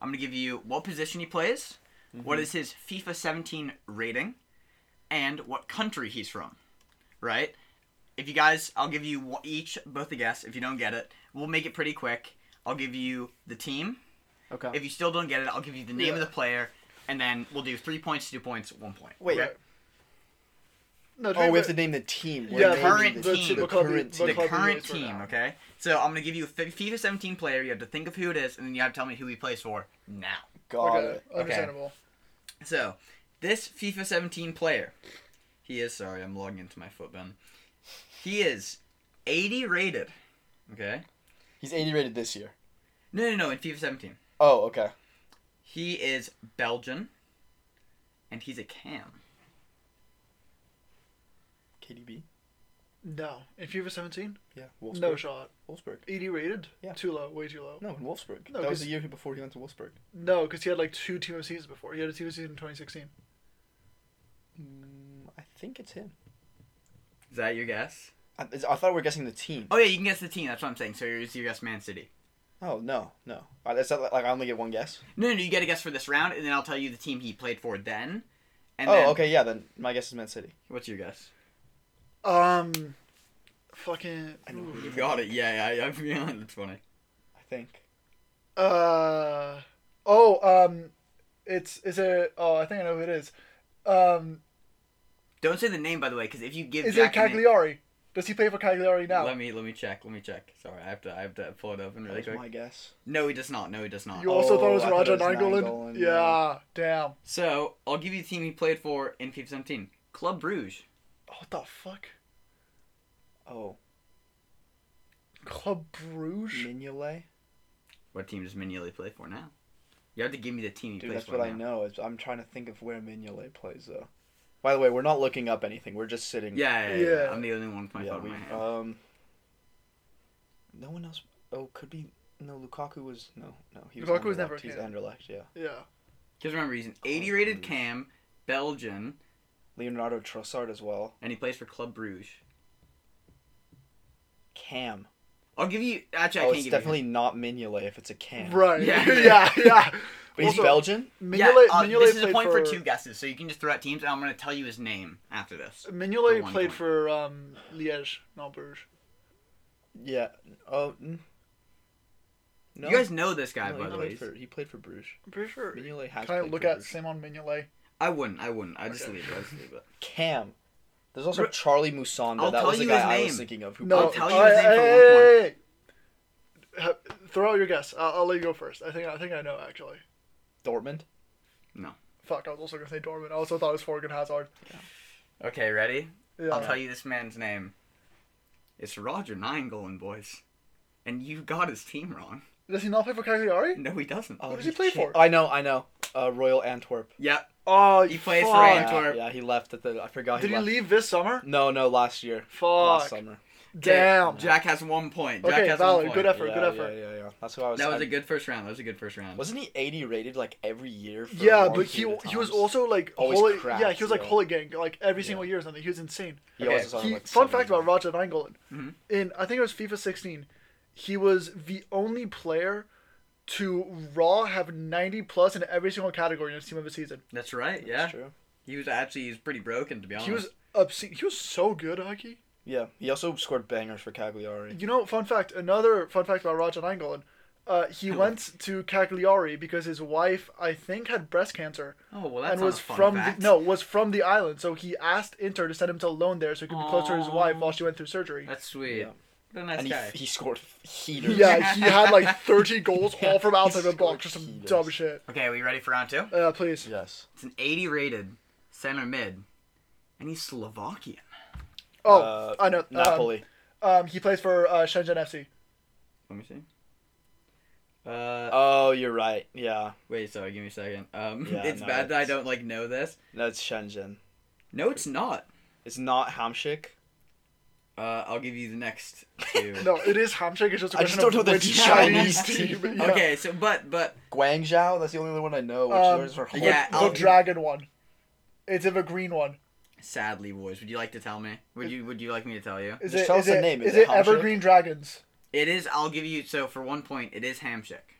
C: I'm gonna give you what position he plays, what is his FIFA 17 rating, and what country he's from. Right? If you guys, I'll give you one- each both a guess. If you don't get it, we'll make it pretty quick. I'll give you the team.
A: Okay.
C: If you still don't get it, I'll give you the name of
B: Yeah.
C: the player, and then we'll do three points, two points, one point.
A: Wait.
C: okay?
B: No,
A: oh, we have
B: Drew,
A: to name the team.
B: Yeah,
A: naming
C: current
A: the
C: team.
A: The
B: The club-
A: current
B: the
A: team.
C: the
B: club
C: current
B: he's with right
C: team,
B: now.
C: okay? So I'm gonna give you a fi- FIFA 17 player. You have to think of who it is, and then you have to tell me who he plays for now.
A: Got
B: Okay,
A: it.
B: understandable.
C: So, this FIFA 17 player, he is, sorry, I'm logging into my footbin. He is 80 rated. Okay?
A: He's 80 rated this year.
C: No, no, no, in FIFA 17.
A: Oh, okay.
C: He is Belgian, and he's a cam.
A: KDB?
B: No, in FIFA 17,
A: Yeah. Wolfsburg.
B: no shot.
A: Wolfsburg.
B: 80 rated,
A: Yeah.
B: too low, way too low.
A: No, in Wolfsburg.
B: No,
A: that was
B: 'cause-
A: the year before he went to Wolfsburg.
B: No, because he had like two team of seasons before. He had a team of season in 2016.
A: Mm, I think it's him.
C: Is that your guess?
A: I, Uh, I thought we were guessing the team.
C: Oh, yeah, you can guess the team. That's what I'm saying. So, yours your guess Man City.
A: Oh no, no. Uh, Is that like like, I only get one guess?
C: No, no, you get a guess for this round, and then I'll tell you the team he played for then. And
A: oh,
C: then,
A: okay, yeah. Then my guess is Man City.
C: What's your guess?
B: Um, fucking.
A: I know who
B: ooh.
A: you-
C: got it. Yeah, yeah, I'm feeling it's funny.
A: I think.
B: Uh, oh, um, it's is it? Oh, I think I know who it is. Um,
C: Don't say the name, by the way, because if you give
B: is it
C: Jack the name-
B: Cagliari? Does he play for Cagliari now?
C: Let me let me check. Let me check. Sorry, I have to I have to pull it up and
A: That
C: really
A: was
C: quick.
A: my guess.
C: No, he does not. No, he does not.
B: You also
A: Oh,
B: thought it was
A: I thought
B: Roger
A: it was
B: Nainggolan?
A: Nainggolan,
B: Yeah,
A: yeah.
B: damn.
C: So I'll give you the team he played for in FIFA 17. Club Bruges.
B: Oh, what the fuck?
A: Oh,
B: Club Bruges?
A: Mignolet.
C: What team does Mignolet play for now? You have to give me the team he
A: Dude,
C: plays
A: that's
C: for
A: what I
C: now.
A: know. It's, I'm trying to think of where Mignolet plays though. By the way, we're not looking up anything. We're just sitting.
C: Yeah, yeah, yeah, yeah.
B: Yeah.
C: I'm the only one with my
A: Yeah.
C: phone
A: We,
C: in my hand.
A: um. No one else. Oh, could be. No, Lukaku was no, no. He was
B: Lukaku was never
A: Anderlecht. He's
B: Canada.
A: Anderlecht. Yeah.
B: Yeah.
C: Just remember, he's an
A: Club
C: 80 rated
A: Bruges.
C: cam, Belgian,
A: Leonardo Trossard as well.
C: and he plays for Club Bruges.
A: Cam.
C: I'll give you. Actually, I
A: oh,
C: can't
A: it's
C: give
A: definitely not Mignolet if it's a cam.
B: Right.
C: Yeah.
B: Yeah, yeah, yeah.
A: But he's
B: Also,
A: Belgian.
C: you. Yeah,
B: Mignolet,
C: uh,
B: Mignolet
C: this is a
B: played
C: point for...
B: for
C: two guesses, so you can just throw out teams, and I'm going to tell you his name after this.
B: Mignolet
C: for one
B: played
C: point.
B: for um, Liège, not Bruges.
A: Yeah. Oh. mm. No.
C: You guys know this guy,
A: No,
C: by
A: he
C: the
A: played
C: way.
A: for he played for Bruges.
B: I'm pretty sure.
A: Mignolet has
B: Can I
A: played
B: look
A: for
B: at
A: Bruges.
B: Simon Mignolet?
C: I wouldn't. I wouldn't. I just
B: Okay.
C: leave it. I just leave it.
A: Cam. There's also
C: Bru-
A: Charlie Musonda.
C: I'll
A: that
C: tell
A: was the
C: you
A: guy
C: his
A: I
C: name.
A: was thinking of. Who
B: No,
C: I'll
A: played
C: tell
A: for
C: you his
B: I-
C: name for
B: I-
C: one
B: I- I- I- Throw out your guess. I'll, I'll let you go first. I think I think I know actually.
A: Dortmund.
B: Fuck, I was also gonna say Dortmund. I also thought it was Forgan Hazard.
C: Okay, ready?
B: Yeah.
C: I'll tell you this man's name. It's Roger Nainggolan, boys. And you got his team wrong.
B: Does he not play for Cagliari?
C: No, he doesn't.
A: Oh,
B: What does he play
A: can't-
B: for?
A: I know, I know. Uh, Royal Antwerp.
C: Yep.
B: Oh,
C: He plays for
B: fuck.
C: Antwerp.
A: Yeah, yeah, he left at the. I forgot.
B: Did
A: he
B: he
A: left.
B: leave this summer?
A: No, no, last year. Last
B: Fuck.
A: summer.
B: Damn.
C: Jack has one point. Jack
B: Okay,
C: has
B: valid.
C: one point.
B: Good effort.
A: yeah,
B: good effort.
A: Yeah, yeah, yeah. That's what I was.
C: That was
A: I-
C: a good first round. That was a good first round.
A: Wasn't he 80 rated like every year? For a
B: Yeah,
A: long
B: but he
A: period of
B: he was
A: times?
B: also like
A: Always
B: holy
A: cracked,
B: yeah he was like
A: yeah.
B: holy gang like every
A: Yeah.
B: single year or something. He was insane.
A: He always
C: Okay,
A: was on,
B: He-
A: like, seven
B: fun fact
A: or
B: about Roger Nainggolan.
C: Mhm.
B: In I think it was FIFA 16, he was the only player to raw have 90 plus in every single category in his team of the season.
C: That's right.
A: eight.
C: Yeah.
A: That's true.
C: He was actually he was pretty broken to be honest.
B: He was obscene. He was so good at hockey.
A: Yeah, he also scored bangers for Cagliari.
B: You know, fun fact. Another fun fact about Roger Nainggolan. Uh, he
C: Oh.
B: went to Cagliari because his wife, I think, had breast cancer
C: Oh well, that's
B: and
C: not
B: was
C: a fun
B: from
C: fact.
B: the, no was from the island. So he asked Inter to send him to loan there so he could be closer to his
C: Aw.
B: wife while she went through surgery.
C: That's sweet.
A: Yeah.
C: What a nice
A: and he,
C: guy.
A: he scored heaters.
B: Yeah, he had like 30 goals all from outside the
A: scored
B: box or some
A: heaters.
B: dumb shit.
C: Okay, are we ready for round two?
B: Uh, please.
A: Yes.
C: It's an 80 rated center mid, and he's Slovakian.
B: Oh,
A: Uh,
B: I know. um,
A: Napoli.
B: Um, he plays for uh, Shenzhen FC.
C: Let me see. Uh,
A: oh, you're right. Yeah,
C: wait, sorry, give me a second. Um,
A: Yeah,
C: it's
A: no,
C: bad that I
A: it's-
C: don't like know this.
A: that's Shenzhen.
C: No, it's not.
A: It's not Hamshik.
C: Uh, I'll give you the next two.
B: No, it is Hamshik. It's just a
A: I just
B: question
A: don't know
B: of
A: the
B: which
A: Chinese
B: Chinese team.
A: team.
B: yeah.
C: Okay, so but but
A: Guangzhou. That's the only one I know. Which
B: Um,
A: is for
B: the,
C: Yeah,
B: the
C: I'll-
B: dragon one. It's of a green one.
C: sadly, boys, would you like to tell me? Would you would you like me to tell you?
B: Is
A: Just
B: it,
A: tell
B: is
A: us the
B: it-
A: name. Is
B: is
A: it
B: it
A: Hamshik?
B: Evergreen Dragons?
C: It is. I'll give you. So for one point, it is Hamshik,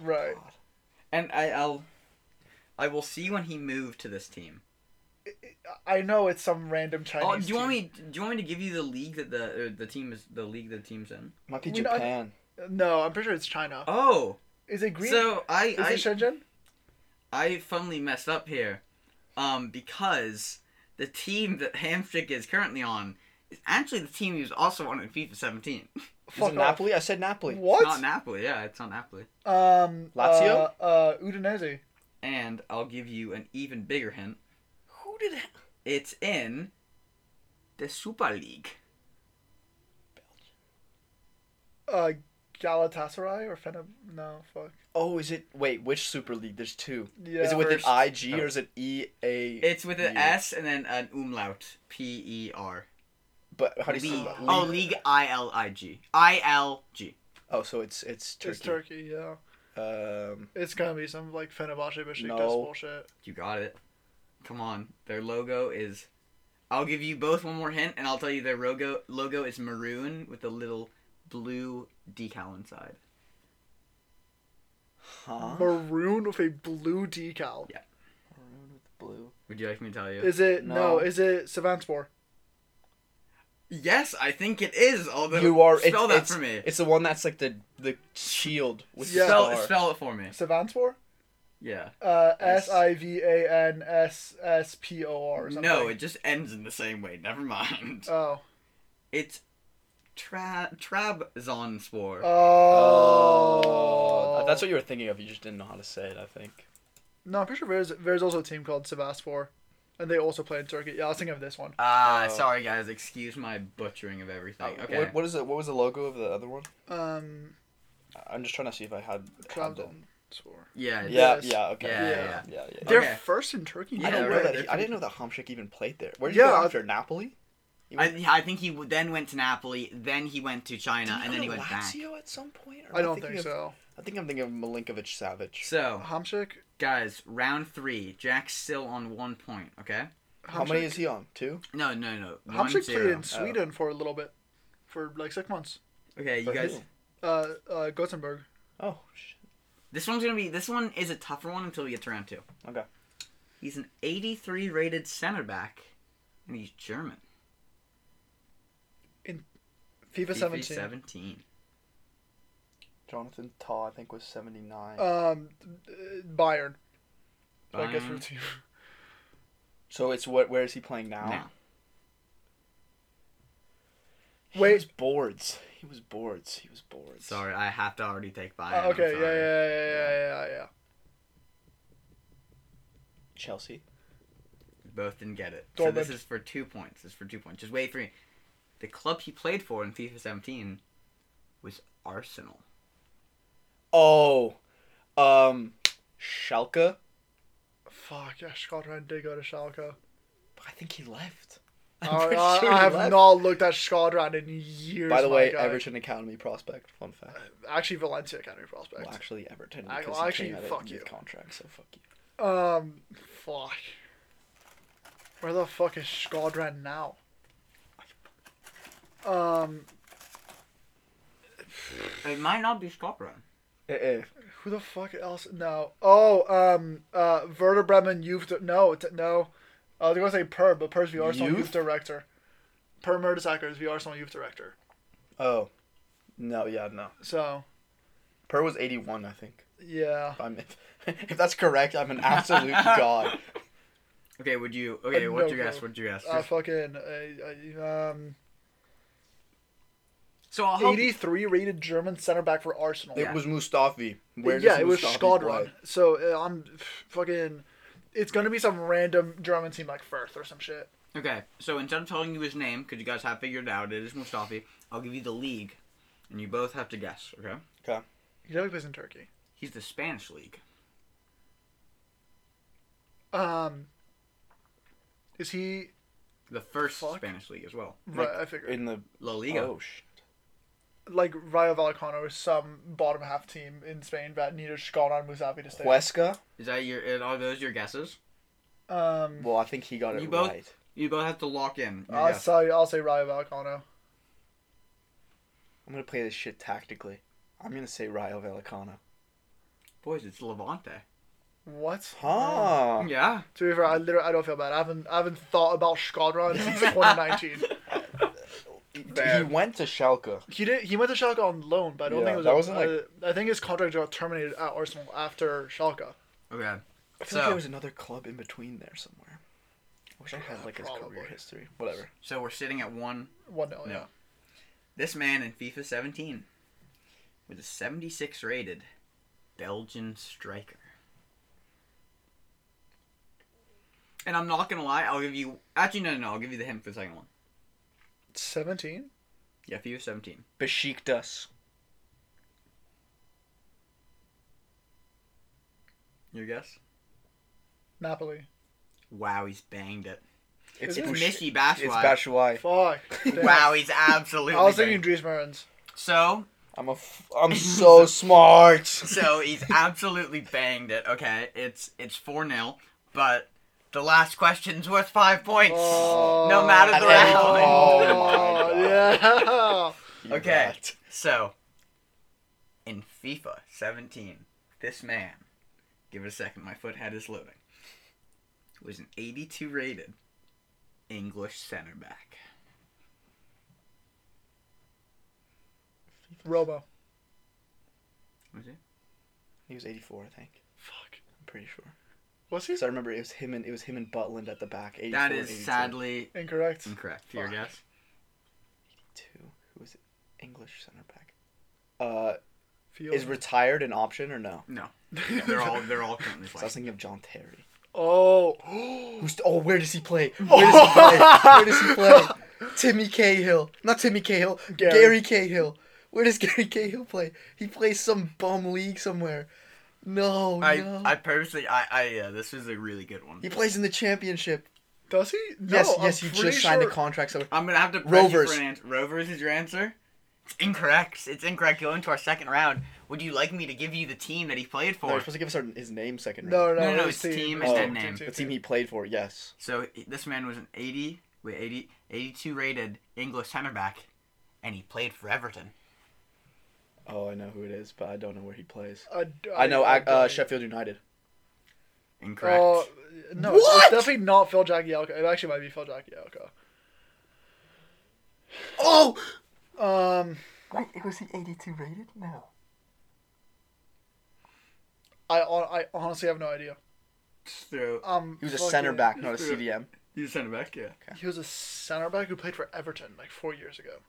B: Right.
C: and I, I'll I will see when he moved to this team.
B: I know it's some random Chinese.
C: Oh, do you want
B: team.
C: me? Do you want me to give you the league that the uh, the team is the league the team's in?
A: Might be
B: We don't-
A: Japan.
B: No, I'm pretty sure it's China.
C: Oh,
B: Is it green?
C: so I
B: is
C: I,
B: it Shenzhen?
C: I funnily messed up here, um, because the team that Hamshik is currently on is actually the team he was also on in FIFA 17.
A: Is it
B: Fuck off.
A: Napoli? I said Napoli.
C: It's not
B: What?
C: Napoli. Yeah, it's not Napoli.
B: Um,
A: Lazio?
B: Uh, uh, Udinese.
C: And I'll give you an even bigger hint.
A: Who did that?
C: It's in the Super League.
B: Uh, Galatasaray or Fener? No, fuck.
A: Oh, is it? Wait, which Super League? There's two.
B: Yeah.
A: is it with
C: First-
A: an IG or is it E A?
C: It's with an
A: Yeah.
C: S and then an umlaut. P E R.
A: But how do you
C: League.
A: spell that?
C: Oh, League I L I G. I L G.
A: Oh, so it's it's Turkey.
B: It's Turkey. Yeah.
A: Um,
B: It's gonna be some like Fenerbahce Besiktas
A: No.
B: bullshit.
C: You got it. Come on. Their logo is. I'll give you both one more hint, and I'll tell you their logo. Logo is maroon with a little blue decal inside.
A: huh?
B: Maroon with a blue decal.
A: Maroon with blue.
C: Would you like me to tell you?
B: Is it no.
A: No.
B: Is it Savanspor?
C: yes, I think it is. Although
A: You are it's,
C: spell that
A: it's-
C: for me.
A: It's the one that's like the the shield with
B: Yeah.
A: the
C: Spell,
A: star.
C: spell it for me.
B: Savanspor?
C: Yeah.
B: Uh,
A: S-
B: S I V A N S S P O R. or something.
C: No, it just ends in the same way. Never mind.
B: Oh.
C: It's tra- Trabzonspor.
B: uh, Oh.
A: Oh, that's what you were thinking of. You just didn't know how to say it. I think.
B: No, I'm pretty sure there's there's also a team called Sevaspor, and they also play in Turkey. Yeah, I was thinking of this one.
C: Ah,
A: Oh.
C: sorry guys. Excuse my butchering of everything. Oh,
B: uh,
C: Okay.
A: What, what is it? What was the logo of the other one?
B: Um,
A: I'm just trying to see if I had. had them.
B: Trabzonspor.
C: Yeah.
A: Yeah.
B: Yes.
A: Yeah. Okay.
C: Yeah,
B: yeah.
A: Yeah. yeah.
B: They're
C: Okay.
B: first in Turkey.
A: I
C: Yeah,
A: didn't
B: no
A: know
C: right,
B: way.
A: that.
C: they're
A: He, I didn't know that Hamshik even played there. Where did he
B: Yeah,
A: go
B: I-
A: after Napoli? He went-
C: I, I think he w- then went to Napoli, then he went to China,
A: did
C: and
A: go
C: then he
A: to
C: went back.
A: Lazio at some point. Or am
B: I don't
A: thinking
B: think
A: of-
B: so.
A: I think I'm thinking of Milinkovic Savage.
C: So,
B: Hamshik.
C: guys, round three. Jack's still on one point, okay?
A: How many is he on? Two.
C: No, no, no. One,
B: Hamshik played
C: zero.
B: in Sweden for a little bit, for like six months.
C: Okay, you
A: For
C: guys.
A: who?
B: Uh, uh, Gothenburg.
A: Oh shit.
C: This one's gonna be. This one is a tougher one until we get to round two.
A: Okay.
C: He's an 83 rated center back, and he's German.
B: FIFA 17.
C: 17.
A: Jonathan Tah, I think, was 79.
B: Um, uh, Bayern. I guess
C: Bayern.
B: we're team.
A: so it's what? Where is he playing now?
C: Now.
A: He
B: Wait.
A: was boards. He was boards. He was boards.
C: Sorry, I have to already take Bayern.
B: Uh,
C: I'm
B: okay, yeah,
C: sorry.
B: yeah, yeah, yeah, yeah, yeah.
A: Chelsea.
C: We both didn't get it. So
B: Dortmund.
C: this is for two points. This is for two points. Just wait for me. The club he played for in FIFA 17 was Arsenal.
A: Oh, um, Schalke.
B: Fuck, yeah, Scotland did go to Schalke.
A: But I think he left.
B: Uh,
A: pretty
B: I-
A: sure
B: I
A: he
B: have
A: left.
B: not looked at Scotland in years.
A: By the
B: my
A: way,
B: guy.
A: Everton Academy prospect. Fun fact.
B: actually Valencia Academy prospect.
A: Well, actually, Everton.
B: I-
A: Because
B: well,
A: he
B: actually,
A: came out of
B: fuck
A: youth
B: you.
A: Contract. So fuck you.
B: Um, fuck. Where the fuck is Skadran now? Um,
C: It might not be Scotland.
A: Eh, eh.
B: who the fuck else? No. Oh, um, uh, Werder Bremen youth. Di- no, t- no. I was gonna say Per, but Per's the Arsenal youth,
A: Youth?
B: director. Per Mertesacker is the Arsenal youth director.
A: Oh, no. Yeah, no.
B: So
A: Per was 81, I think.
B: yeah.
A: If I'm if, if that's correct, I'm an absolute god.
C: Okay, would you? Okay,
B: Uh,
C: what'd
B: no,
C: you guess?
B: no.
C: What'd you guess?
B: Uh, fucking uh, uh, um,
C: so I'll help.
B: 83 rated German center back for Arsenal.
A: It was Mustafi. Where
B: yeah,
A: does
B: it was
A: Mustafi
B: Skadron.
A: play?
B: So uh, I'm f- fucking it's gonna be some random German team like Firth or some shit.
C: Okay, so instead of telling you his name, because you guys have figured it out, it is Mustafi, I'll give you the league, and you both have to guess, okay?
B: You know he plays in Turkey.
C: He's the Spanish league.
B: Um, is he?
C: The first
B: Fuck.
C: Spanish league as well.
B: Right,
A: Like,
B: I figured
A: in the
C: La Liga.
A: oh shit.
B: like Rayo Vallecano is some bottom half team in Spain that needed Shkon Musavi to stay.
A: Huesca.
C: Is that your, are those your guesses?
B: Um,
A: Well, I think he got it
C: You both-
A: right.
C: You both have to lock in. your
B: I'll
C: guess.
B: say I'll say Rayo Vallecano.
A: I'm gonna play this shit tactically. I'm gonna say Rayo Vallecano.
C: Boys, it's Levante.
B: What?
A: Huh.
C: Yeah.
B: To be fair, I literally I don't feel bad. I haven't I haven't thought about Shkodran since 2019.
A: He went to Schalke.
B: he did he went to Schalke on loan, but I don't
A: Yeah,
B: think it was.
A: that
B: a-
A: wasn't, like-
B: uh, I think his contract got terminated at Arsenal after Schalke.
C: Okay.
A: I feel like
C: So-
A: there was another club in between there somewhere. I wish I had like his career
B: Probably.
A: history. Whatever.
C: So we're sitting at one.
B: One 0
C: Yeah.
B: yeah.
C: This man in FIFA 17 was a 76 rated Belgian striker. And I'm not gonna lie, I'll give you. Actually, no, no, no. I'll give you the hint for the second one.
B: Seventeen.
C: Yeah, FIFA 17.
A: Besiktas.
C: Your guess?
B: Napoli.
C: Wow, he's banged it.
A: It's,
B: Is it?
A: Bush-
C: Missy
A: It's
C: Bashwai.
A: Bashwai.
B: Fuck. Damn.
C: Wow, he's
B: I
C: absolutely.
B: was
C: banged.
B: thinking Dries Mertens.
C: So,
A: I'm a. F- I'm so smart.
C: so he's absolutely banged it. Okay, it's it's four 0 but the last question's worth five points, no matter the
A: Oh.
C: round.
A: Oh my
B: yeah.
A: You
C: Okay.
A: rat.
C: So, in FIFA 17, this man, give it a second, my foot head is loading, was an 82 rated English center back.
B: Robo.
C: Was it?
A: He was 84, I think.
B: Fuck.
A: I'm pretty sure.
B: Was he
A: So I remember it was him and it was him and Butland at the back. 84,
C: That is
A: 82.
C: sadly
B: incorrect?
A: Mm.
C: incorrect. Your
B: Fuck.
C: guess?
A: Two. Who was it? English center back. Uh,
B: Field.
A: is retired an option or no?
C: No. They're all they're all currently
A: So I was
C: playing.
A: thinking of John Terry.
B: oh.
A: Who's, oh, where does he play? Where does he play? Where does he play? Timmy Cahill. Not Timmy Cahill. Gary.
B: Gary.
A: Cahill. Where does Gary Cahill play? He plays some bum league somewhere. No,
C: I,
A: no.
C: I purposely I I yeah this is a really good one.
A: he plays in the championship.
B: Does he? No,
A: yes,
B: I'm
A: yes, he
B: pretty
A: just signed a
B: sure-
A: contract. So
C: I'm gonna have to press you
A: Rovers.
C: for an answer. Rovers is your answer. It's incorrect. It's incorrect. Go into our second round. Would you like me to give you the team that he played
A: no, you're
C: for?
A: supposed to give us our, his name second. round.
B: No, no,
C: No, no,
B: it was
C: it's team
A: and then
C: name.
A: the team he played for. Yes.
C: So he- this man was an 80, wait, 80, 82 rated English center back, and he played for Everton.
A: Oh, I know who it is, but I don't know where he plays.
B: I,
A: I know I, uh,
B: don't-
A: Sheffield United.
C: Incorrect.
B: Oh, no, it's-
A: What?
B: it's definitely not Phil Jagielka. It actually might be Phil Jagielka.
A: Oh,
B: Um,
A: wait, was he 82 rated? No.
B: I hon- I honestly have no idea.
C: Just throw.
B: Um,
A: He was a
B: fucking-
A: center back, not a
C: Just threw it.
A: CDM.
C: uh, He's a center back, yeah.
B: He was a center back who played for Everton like four years ago.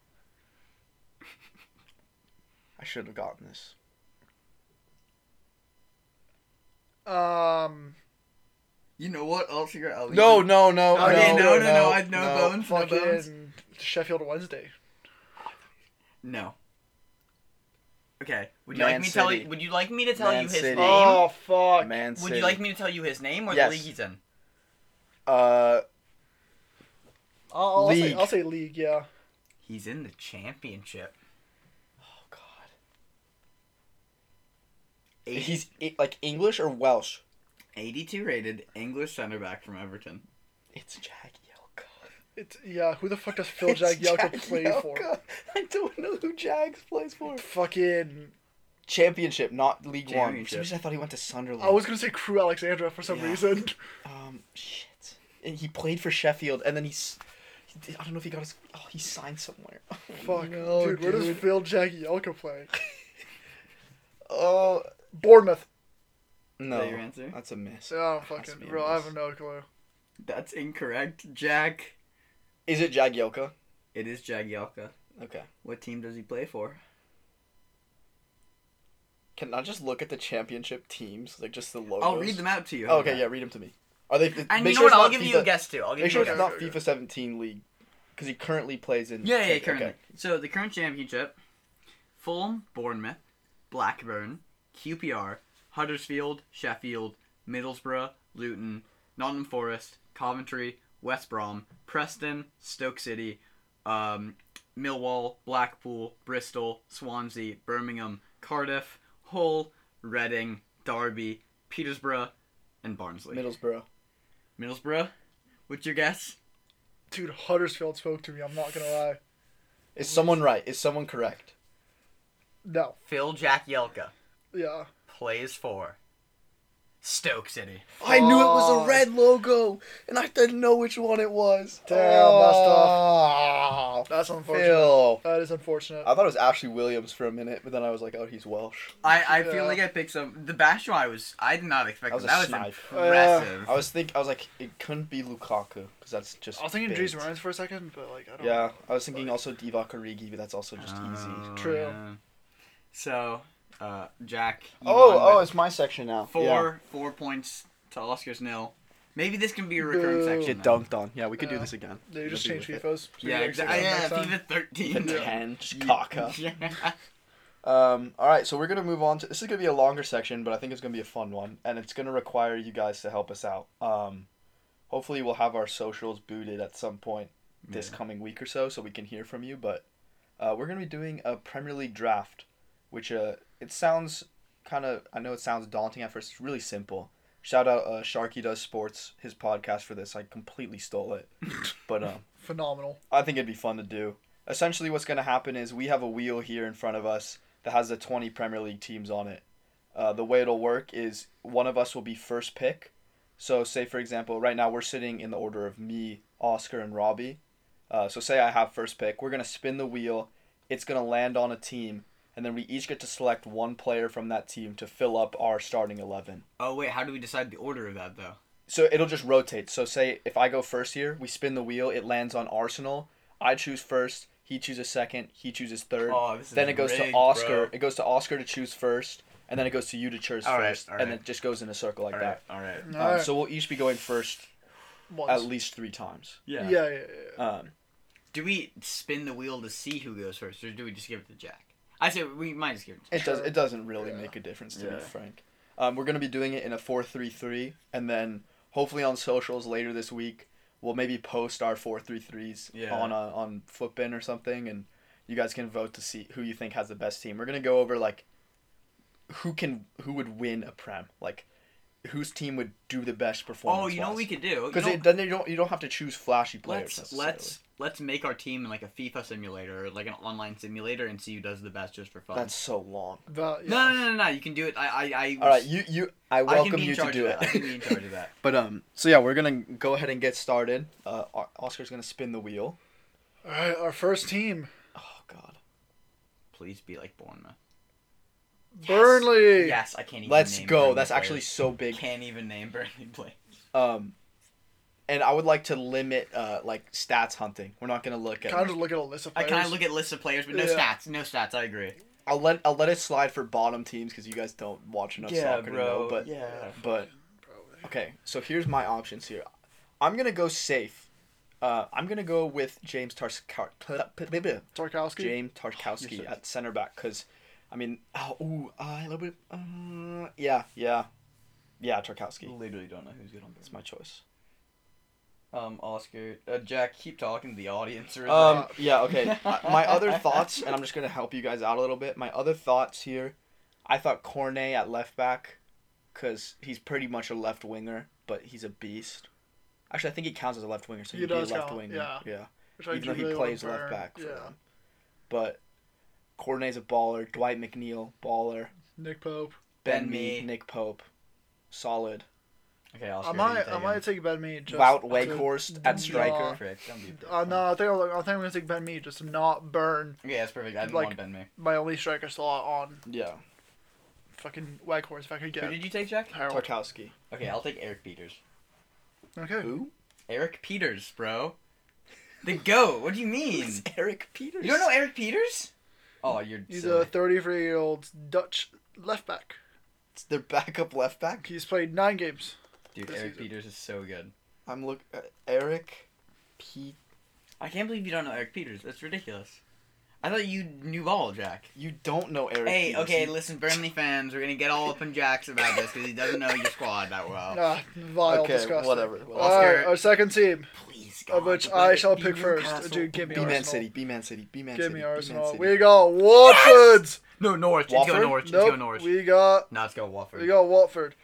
A: I should have gotten this.
B: Um,
C: You know what? I'll figure out.
A: No, no, no,
C: Okay,
A: no,
C: Oh, no, no, no, I- no bones. No bones.
B: fucking Sheffield Wednesday.
C: No. Okay. Would you
A: Man
C: like me to tell
A: City.
C: you? Would you like me to tell
A: Man
C: you his
A: City.
C: name?
B: Oh fuck!
A: Man
C: would you like me to tell you his name or
A: Yes.
C: the league he's in?
A: Uh,
B: I'll, I'll say
A: League.
B: I'll say league. Yeah.
C: He's in the championship.
A: oh God.
C: Eighty-
A: He's i- like English or Welsh.
C: 82 rated English center back from Everton.
A: It's Jagielka.
B: It's yeah. Who the fuck does Phil Jagielka play for?
A: I don't know who Jags plays for.
B: Fucking.
A: Championship, not League One. For some
C: Championship.
A: reason, I thought he went to Sunderland.
B: I was gonna say Crew Alexandra for some
A: Yeah.
B: reason.
A: Um, shit. And he played for Sheffield, and then he's. He, did- I don't know if he got his. Oh, he signed somewhere.
B: Fuck,
A: No,
B: dude, Where does
A: dude.
B: Phil Jagielka play? Uh,
A: Oh
B: Bournemouth.
A: no,
C: that your answer?
A: that's a miss.
B: So I
A: Has
B: don't
A: to
B: fucking
A: be a
B: bro. I
A: miss.
B: have no clue.
C: That's incorrect, Jack.
A: Is it Jagielka?
C: It is Jagielka.
A: Okay.
C: What team does he play for?
A: Can I just look at the championship teams, like just the logos?
C: I'll read them out to you.
A: Oh, okay, yeah, read them to me. Are they? f-
C: And
A: make
C: you know
A: sure
C: what?
A: it's
C: I'll
A: not
C: give
A: FIFA,
C: you a guess too. I'll give
A: Make sure
C: you
A: it's
C: a guess.
A: not
B: Okay, okay.
A: FIFA 17 league, because he currently plays in.
C: Yeah, yeah,
A: Okay.
C: currently. So the current championship: Fulham, Bournemouth, Blackburn, QPR, Huddersfield, Sheffield, Middlesbrough, Luton, Nottingham Forest, Coventry, West Brom, Preston, Stoke City, um, Millwall, Blackpool, Bristol, Swansea, Birmingham, Cardiff, Hull, Reading, Derby, Petersburg, and Barnsley.
A: Middlesbrough.
C: Middlesbrough. What's your guess?
B: Dude, Huddersfield spoke to me. I'm not gonna lie.
A: Is someone right? Is someone correct?
B: No.
C: Phil Jack Yelka.
B: Yeah.
C: plays for Stoke City.
A: I knew it was
C: Oh.
B: Fuck.
A: a red logo, and I didn't know which one it was. Oh.
B: Damn, that's
A: tough.
B: That's unfortunate.
A: Phil.
B: That is unfortunate.
A: I thought it was Ashley Williams for a minute, but then I was like, oh, he's Welsh.
C: I, I
B: Yeah.
C: feel like I picked some. The Bashaw I was I did not expect
A: That was
C: that.
A: a
C: That was
A: snipe. Uh,
C: impressive.
A: I was think I was like, it couldn't be Lukaku because that's just.
B: I was thinking
A: big.
B: Jason Ryan's for a second, but like I don't.
A: Yeah, I was thinking also Divock Origi, but that's also just easy.
C: Oh,
B: True.
C: yeah. So, uh, Jack. you
A: Oh,
C: won
A: oh,
C: with
A: it's my section now.
C: four
A: Yeah.
C: four points to Oscar's nil. Maybe this can be a recurring
B: Boo.
C: section.
A: Get
C: then.
A: dunked on. Yeah, we could do
B: Yeah.
A: this again.
B: They just
A: We'll be with
B: changed FIFA's.
C: Yeah, exactly. Yeah,
B: Next time.
C: FIFA
A: it.
C: thirteen.
A: The ten, just cock up.
C: Yeah.
A: Um, all right, so we're gonna move on to this is gonna be a longer section, but I think it's gonna be a fun one, and it's gonna require you guys to help us out. Um, hopefully, we'll have our socials booted at some point this
C: Yeah.
A: coming week or so, so we can hear from you. But uh, we're gonna be doing a Premier League draft, which uh, it sounds kind of I know it sounds daunting at first. It's really simple. Shout out uh, Sharky does sports his podcast for this. I completely stole it, but um,
B: Phenomenal.
A: I think it'd be fun to do. Essentially, what's going to happen is we have a wheel here in front of us that has the 20 Premier League teams on it. Uh, the way it'll work is one of us will be first pick. So, say for example, right now we're sitting in the order of me, Oscar, and Robbie. Uh, so, say I have first pick. We're going to spin the wheel. It's going to land on a team. And then we each get to select one player from that team to fill up our starting 11
C: Oh wait, how do we decide the order of that though?
A: so it'll just rotate. So say if I go first here, we spin the wheel, it lands on Arsenal. I choose first, he chooses second, he chooses third.
C: Oh, this is
A: then it goes to
C: rigged,
A: Oscar.
C: bro.
A: It goes to Oscar to choose first, and then it goes to you to choose
C: All right,
A: first,
C: all
A: and
C: right.
A: then it just goes in a circle like
C: All right,
A: that.
C: all right.
B: All
A: Um,
B: right.
A: So we'll each be going first at
B: Once.
A: least three times.
B: Yeah, yeah, yeah. yeah.
A: Um,
C: Do we spin the wheel to see who goes first, or do we just give it to Jack? I say we might just give it to
A: it does.
B: Sure.
A: It doesn't really
B: Yeah.
A: make a difference to
C: Yeah.
A: be frank. Um, we're gonna be doing it in a four-three-three, and then hopefully on socials later this week we'll maybe post our four-three-threes
C: Yeah.
A: on uh, on Footbin or something, and you guys can vote to see who you think has the best team. We're gonna go over like who can who would win a prem, like whose team would do the best performance.
C: Oh, you know what we could do?
A: because
C: You know-
A: it doesn't. You don't you don't have to choose flashy players.
C: let's
A: necessarily.
C: let's let's make our team in like a FIFA simulator, or like an online simulator, and see who does the best just for fun.
A: That's so long.
B: That- yeah.
C: no, no, no, no, no. You can do it. I, I, I
A: All right, you you I
C: I
A: welcome
C: can be in
A: you to
C: charge
A: do
C: of
A: it.
C: that. I can be in charge of that.
A: But um, so yeah, we're gonna go ahead and get started. Uh, O- Oscar's gonna spin the wheel.
B: All right, our first team,
A: Oh God.
C: Please be like Bournemouth.
B: Burnley.
C: Yes, I can't. even
A: Let's
C: name
A: go.
C: Burnley
A: That's actually
C: players.
A: so big.
C: Can't even name Burnley play.
A: Um, and I would like to limit uh like stats hunting. We're not gonna look at.
B: Kind of look at a list of
C: I
B: players.
C: kind of look at lists of players, but no
B: Yeah.
C: stats. No stats. I agree.
A: I'll let I'll let it slide for bottom teams because you guys don't watch enough soccer to know. But
C: yeah.
A: but
B: Probably.
A: okay, so here's my options here. I'm gonna go safe. Uh, I'm gonna go with James Tarskowski.
B: Tarkowski.
A: James Tarkowski
C: sir.
A: at center back because, I mean, oh, ooh, uh, a little bit, uh, yeah, yeah, yeah, Tarkowski.
C: Literally don't know who's good on Burnley.
A: That's my choice.
C: Um, Oscar, uh, Jack, keep talking to the audience. Or
A: Um, yeah, okay. Uh, my other thoughts, and I'm just gonna help you guys out a little bit. My other thoughts here, I thought Cornet at left back, because he's pretty much a left winger, but he's a beast. Actually, I think he counts as a left winger, so
B: He
A: he'd be a
B: does
A: left
B: count,
A: winger.
B: yeah.
A: yeah.
B: Which I
A: even
B: do
A: though he
B: really
A: plays
B: wanna
A: left
B: burn.
A: back for
B: yeah.
A: them. But Cornet's a baller. Dwight McNeil, baller.
B: Nick Pope.
A: Ben,
C: Ben
A: Mee,
C: Mee.
A: Nick Pope, solid.
C: okay, Oscar,
B: I might, I might take Ben Mead. Just
A: Wout
B: to-
A: Weghorst at striker.
C: Prick, don't be a prick.
B: Uh, no, I think I'm, I think I'm gonna take Ben Mead just to not burn
C: Okay, that's perfect. I didn't
B: Like-
C: want Ben May.
B: my only striker slot on
A: Yeah.
B: fucking Weghorst if I could
C: Who
B: get.
C: did you take, Jack?
B: Harold.
A: Tarkowski.
C: Okay, I'll take Eric Peters.
B: Okay.
A: Who?
C: Eric Peters, bro. The goat. What do you mean?
A: It's Eric Peters.
C: You don't know Eric Peters? Oh, you're.
B: He's
C: silly.
B: a 33 year old Dutch left back.
A: It's their backup left back.
B: He's played nine games.
C: Dude,
B: This
C: Eric
B: season.
C: Peters is so good.
A: I'm look uh, Eric P.
C: I can't believe you don't know Eric Peters. That's ridiculous. I thought you knew all, Jack.
A: You don't know Eric.
C: Hey,
A: Peters.
C: okay,
A: You-
C: listen, Burnley fans, we're gonna get all up in Jack's about this because he doesn't know your squad that well.
B: Ah, vile,
A: Oh. Okay,
B: disgusting.
A: whatever, whatever.
B: All right,
C: Oscar-
B: our second team,
C: Please,
B: of which I shall pick first. Dude, give me
A: B Man
B: Arsenal.
A: City, B Man City, B Man City,
B: Give me
A: B-Man
B: Arsenal.
A: City.
B: We got Watford.
C: No, Norwich. Let's
A: Watford?
C: go Norwich. Let's
B: Nope.
C: go Norwich.
B: We got
C: No, let's go Watford.
B: we got Watford.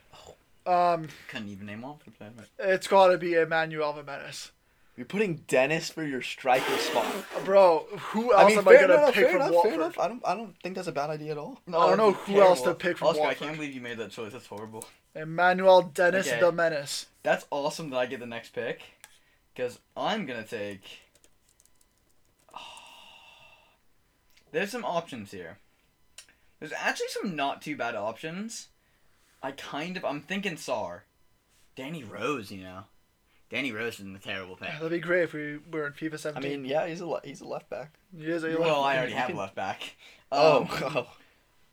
A: Oh.
B: Um,
C: Couldn't even name Watford. Then, but...
B: it's gotta be Emmanuel Jimenez,
A: You're putting Dennis for your striker spot.
B: bro. Who else am I
A: fair-
B: gonna
A: no, no,
B: pick
A: fair
B: from
A: enough,
B: Watford?
A: Fair enough. I don't. I don't think that's a bad idea at all.
C: No,
B: I don't know
C: that's
B: who else
C: terrible.
B: to pick from
C: Oscar, I
B: Watford.
C: can't believe you made that choice. That's horrible.
B: Emmanuel Dennis
C: Okay.
B: the Menace.
C: That's awesome that I get the next pick, because I'm gonna take. There's some options here. There's actually some not too bad options. I kind of I'm thinking Sar, Danny Rose, you know, Danny Rose isn't a terrible pick.
B: That'd be great if we were in FIFA
A: I
B: 17.
A: mean, yeah, he's a le- he's a left back.
B: you guys are like,
C: Well, I already
A: you
C: have
A: can-
C: left back.
A: Oh,
C: Um,
A: oh,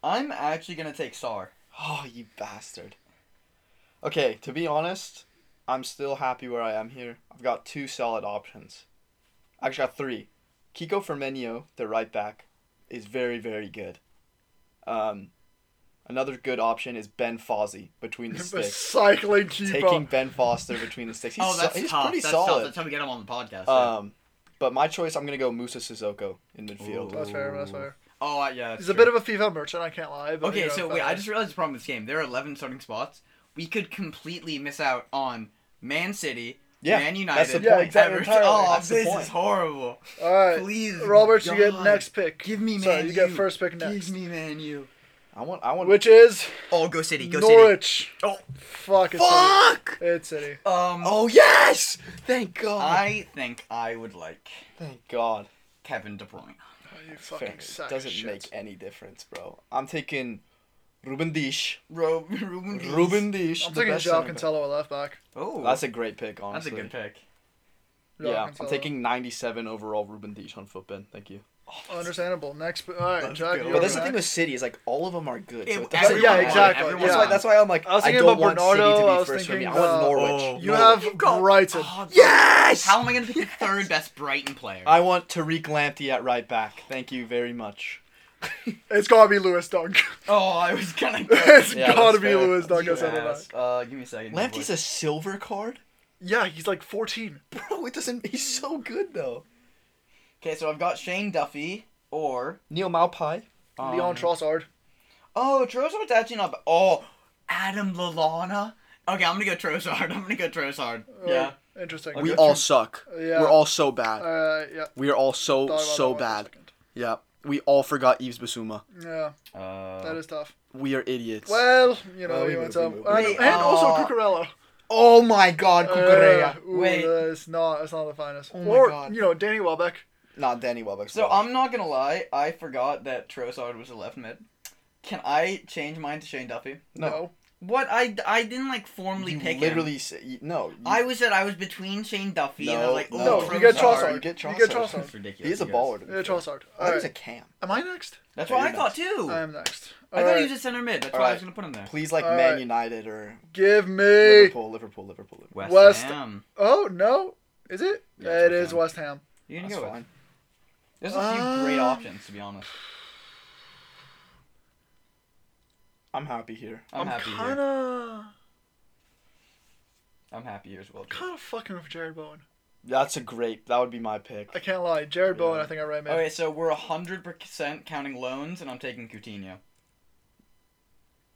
C: I'm actually gonna take Sar.
A: oh, you bastard. Okay, to be honest, I'm still happy where I am here. I've got two solid options. I actually got three. Kiko Firmino, the right back, is very very good. Um, another good option is Ben Fozzie between the sticks.
B: recycling keeper.
A: Taking Ben Foster between the sticks. He's,
C: oh,
A: so-
C: that's
A: he's
C: tough.
A: pretty
C: that's tough.
A: solid.
C: That's how we get him on the podcast. yeah.
A: Um, but my choice, I'm gonna go Musa Sissoko in midfield.
C: Ooh.
B: That's fair. That's fair.
C: oh, uh, yeah. that's
B: He's a
C: true.
B: bit of a FIFA merchant. I can't lie. But
C: Okay,
B: you know,
C: so
B: fair.
C: wait, I just realized the problem with this game. There are 11 starting spots. We could completely miss out on Man City,
A: Yeah,
C: Man United.
A: that's the
B: Yeah, point. exactly,
C: Everton.
B: entirely.
C: Oh,
A: That's the
C: this
A: point.
C: is horrible.
B: All right,
C: Please,
B: Robert, you get
C: God.
B: next pick.
C: Give me Man
B: Sorry, you get
C: U.
B: first pick next.
C: Give me Man U.
A: I want. I want.
B: Which is
C: Oh, go City, go
B: Norwich.
C: Oh.
B: fuck
C: City.
B: it's City.
C: Fuck!
B: It's City.
C: Um,
A: Oh yes! Thank God.
C: I think I would like
A: Thank God.
C: Kevin De Bruyne.
B: Oh, you
A: Fair.
B: fucking sack
A: It
B: of
A: doesn't
B: shit.
A: make any difference, bro. I'm taking Ruben Dish.
C: Ro- Ruben. Dias.
A: Ruben Dish.
B: I'm
A: the
B: taking
A: best
B: Joao
A: center back.
B: Cancelo at left back.
C: Oh,
A: That's a great pick,
C: that's a
A: honestly.
C: good pick.
B: Joao
A: Yeah, I'm
B: Cancelo.
A: taking 97 overall Ruben Dish on Footbin. Thank you.
B: Understandable. Next, p- all right,
C: Let's
B: Jack.
C: go.
B: you
C: But
B: are
A: But that's the
B: next.
A: thing with City is like all of them are good. So
C: It-
A: it doesn't
B: everyone- yeah,
A: matter.
B: exactly,
A: That's
C: yeah.
A: why. That's why I'm like.
B: I was
A: I,
B: thinking
A: don't
B: about
A: want
B: Bernardo,
A: City to
B: I
A: be
B: was
A: first for me. I
B: thinking,
A: want
B: uh,
A: Norwich.
B: You have
C: You've got-
B: Brighton.
C: Oh,
A: Yes!
C: How am I going to pick the third best Brighton player?
A: I want Tariq Lamptey at right back. Thank you very much.
B: It's gotta be Lewis Dunk.
C: oh, I was gonna go.
B: it's
A: Yeah,
B: gotta
A: that's
B: be
A: fair.
B: Lewis Dunk
C: You
B: as center back.
C: ass. Uh, give me a
B: Oh,
C: second.
A: Lamptey's a silver card,
B: Yeah, he's like 14.
A: bro. It doesn't. He's so good though.
C: Okay, so I've got Shane Duffy or
A: Neil Maupai. Um,
B: Leon Trossard.
C: oh Trossard's actually not. ba- Oh, Adam Lalana. Okay, I'm gonna go Trossard. I'm gonna go Trossard. Yeah.
B: Uh, Interesting.
A: We all suck.
B: Yeah.
A: We're all so bad.
B: Uh, yeah.
A: we are all
B: thought
A: so
B: about
A: so
B: that one
A: bad.
B: for
A: Yeah. We all forgot Eves Basuma.
B: a second. Yeah,
C: Uh,
B: that is tough.
A: We are idiots.
B: Well, you know,
A: Well, we
B: you
A: move,
B: went
A: we
B: up.
A: move.
B: And,
C: Wait,
B: and also
C: uh,
B: Cucurella. Uh,
A: Oh my God, Cucurella.
B: ooh,
C: Wait.
B: uh, it's not. It's not the finest.
A: Oh my
B: or
A: God.
B: you know, Danny Welbeck.
A: Not Danny Welbeck.
C: so I'm not gonna lie. I forgot that Trossard was a left mid. Can I change mine to Shane Duffy?
A: no.
C: What I, I didn't like formally
A: You
C: pick him.
A: literally say, you- no. you-
C: I was that I was between Shane Duffy and I
A: No,
C: was like,
A: no,
C: oh,
B: you
A: Trossard.
B: get Trossard.
A: You get
B: You get
A: Trossard.
B: Trossard.
C: That's ridiculous.
A: he is a
C: you guys.
A: baller. To be
B: Yeah,
A: fair.
B: Trossard.
A: I thought
B: All
A: he was a
B: right.
A: cam.
B: Am I next?
C: That's
A: Yeah,
C: what I
A: you're
C: thought too.
B: I am next.
C: I thought
B: Alright,
C: he was a center mid. That's why I was
A: Alright.
C: gonna put him there.
A: Please like
B: All
A: Man
B: right.
A: United or
B: Give me.
A: Liverpool, Liverpool, Liverpool. Liverpool.
C: West,
B: West-
C: Ham.
B: Oh no, is it?
C: Yeah,
B: Yeah,
C: it's
B: it is West
C: West
B: Ham.
C: You can
A: That's
C: go with.
A: fine. Uh,
C: There's a few great
B: Um,
C: options to be honest.
A: I'm happy here.
C: I'm, happy here.
B: kinda,
C: I'm happy here as well. Jack.
B: kinda fucking with Jared Bowen.
A: That's a great. That would be my pick.
B: I can't lie, Jared
A: Yeah.
B: Bowen. I think I right made.
C: Okay, so we're hundred percent counting loans, and I'm taking Coutinho.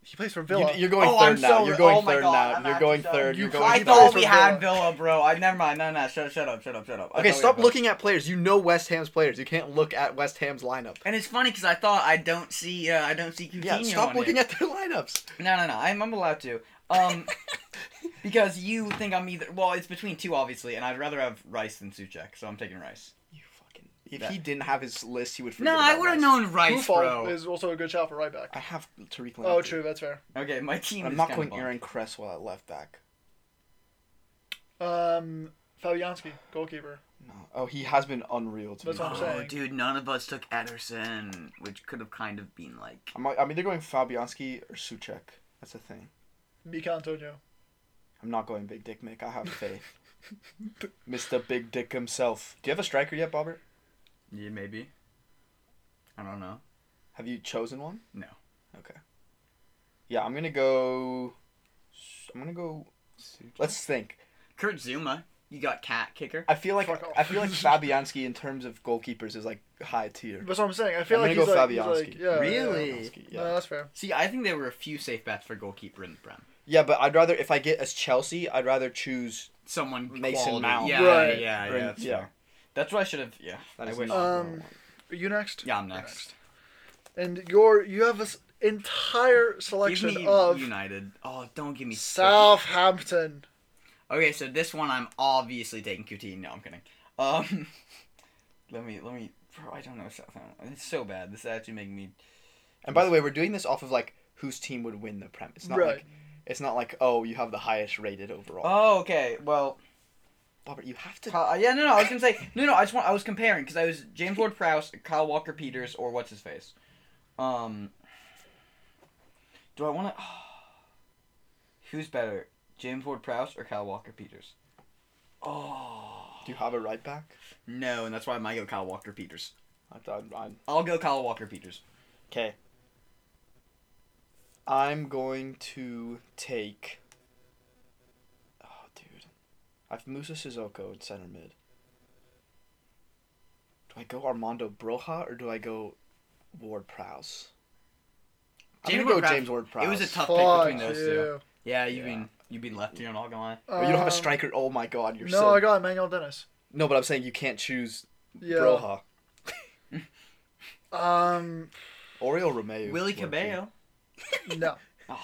B: He plays for
A: You,
B: Villa.
A: you're going
C: Oh,
A: 3rd
C: I'm
A: now.
C: so-
A: you're going
C: oh my
A: third
C: God,
A: now.
C: I'm
A: you're going
C: actually
A: third.
B: done.
A: You're
B: You
A: going
C: I
B: He plays
C: thought
B: for
C: we
B: Villa.
C: had Villa, bro. I never mind. No, no, shut, shut up, shut up, shut up. I
A: Okay,
C: thought we
A: stop
C: had Villa.
A: looking at players. You know West Ham's players. You can't look at West Ham's lineup.
C: And it's funny because I thought I don't see, uh, I don't see Coutinho.
A: Yeah, stop
C: on
A: looking
C: here.
A: at their lineups.
C: No, no, no. I'm, I'm allowed to. Um, because you think I'm either. Well, it's between two, obviously, and I'd rather have Rice than Suchek, so I'm taking Rice.
A: You fucking. If
C: That-
A: he didn't have his list, he would. forget
C: No, I
A: about
C: would have
A: Rice.
C: known Rice,
B: Buffon
C: bro.
B: is also a good shot for right back.
A: I have Tariq. Lamptey.
B: Oh, true. That's fair.
C: Okay, my team.
A: I'm
C: is
A: not
C: kinda
A: going
C: bummed.
A: Aaron Cresswell at left back.
B: Um, Fabianski, goalkeeper.
A: No. Oh, he has been unreal. To
B: That's
A: be
B: what I'm
A: fair.
B: saying.
C: Oh, dude, none of us took Ederson, which could have kind of been like.
A: I'm, I'm either going Fabianski or Suchek. That's the thing.
B: Mika Antonio.
A: I'm not going Big Dick Mick. I have faith. Mr. Big Dick himself. Do you have a striker yet, Bobber?
C: Yeah, maybe. I don't know.
A: Have you chosen one?
C: No.
A: Okay. Yeah, I'm gonna go. I'm gonna go. Let's think.
C: Kurt Zuma, you got cat kicker.
A: I feel like
B: Fuck off.
A: I feel like Fabianski in terms of goalkeepers is like high tier.
B: That's what I'm saying. I feel
A: I'm
B: like he's,
A: gonna
B: like,
A: go
B: he's like,
A: Fabianski.
B: yeah,
C: Really?
B: Yeah.
A: Fabianski,
B: No,
A: Yeah.
B: that's fair.
C: See, I think there were a few safe bets for goalkeeper in the Prem.
A: yeah, but I'd rather if I get as Chelsea, I'd rather choose
C: Someone
A: Mason
C: quality.
A: Mount.
C: Yeah,
B: Right.
C: yeah, yeah,
A: Right,
C: That's,
A: yeah.
C: fair. that's what I should have. Yeah,
A: That
C: I
A: is
C: wish.
A: not what I
B: Um,
A: want.
B: Are you next?
C: yeah, I'm
B: You're
C: next.
B: And your you have this entire
C: Give
B: selection
C: me
B: of
C: United. Oh, don't give me City.
B: Southampton.
C: Okay, so this one I'm obviously taking Coutinho. No, I'm kidding. Um, let me let me. Bro, I don't know Southampton. It's so bad. This is actually making me.
A: And by the way, we're doing this off of like whose team would win the prem. It's not
B: Right.
A: like it's not like oh you have the highest rated overall.
C: Oh, okay. Well,
A: Robert, you have to.
C: Kyle, uh, yeah, no, no. I was gonna say no, no. I just want. I was comparing because I was James Ward Prowse, Kyle Walker Peters, or what's his face. Um. Do I want to? who's better, James Ward Prowse or Kyle Walker Peters? Oh.
A: Do you have a right back?
C: No, and that's why I might go Kyle Walker Peters.
A: I thought I'm
C: I'll go Kyle Walker Peters.
A: okay. I'm going to take. Oh, dude, I've Musa Sissoko in center mid. Do I go Armando Broja or do I go Ward Prowse? I'm
C: James
A: gonna go
C: Ward-Prowse-
A: James Ward Prowse.
C: It was a tough
B: Fuck
C: pick between those two.
B: you.
C: Yeah, you've
A: Yeah.
C: been you've been left here. I'm not gonna lie.
A: Oh, you don't have
B: Um,
A: a striker. Oh my God, you're
B: no,
A: so
B: I got Emmanuel Dennis.
A: No, but I'm saying you can't choose
B: Yeah.
A: Broha.
B: Um,
A: Oriol Romeo.
C: Willie
A: would be-
C: Cabello.
B: no.
C: Oh.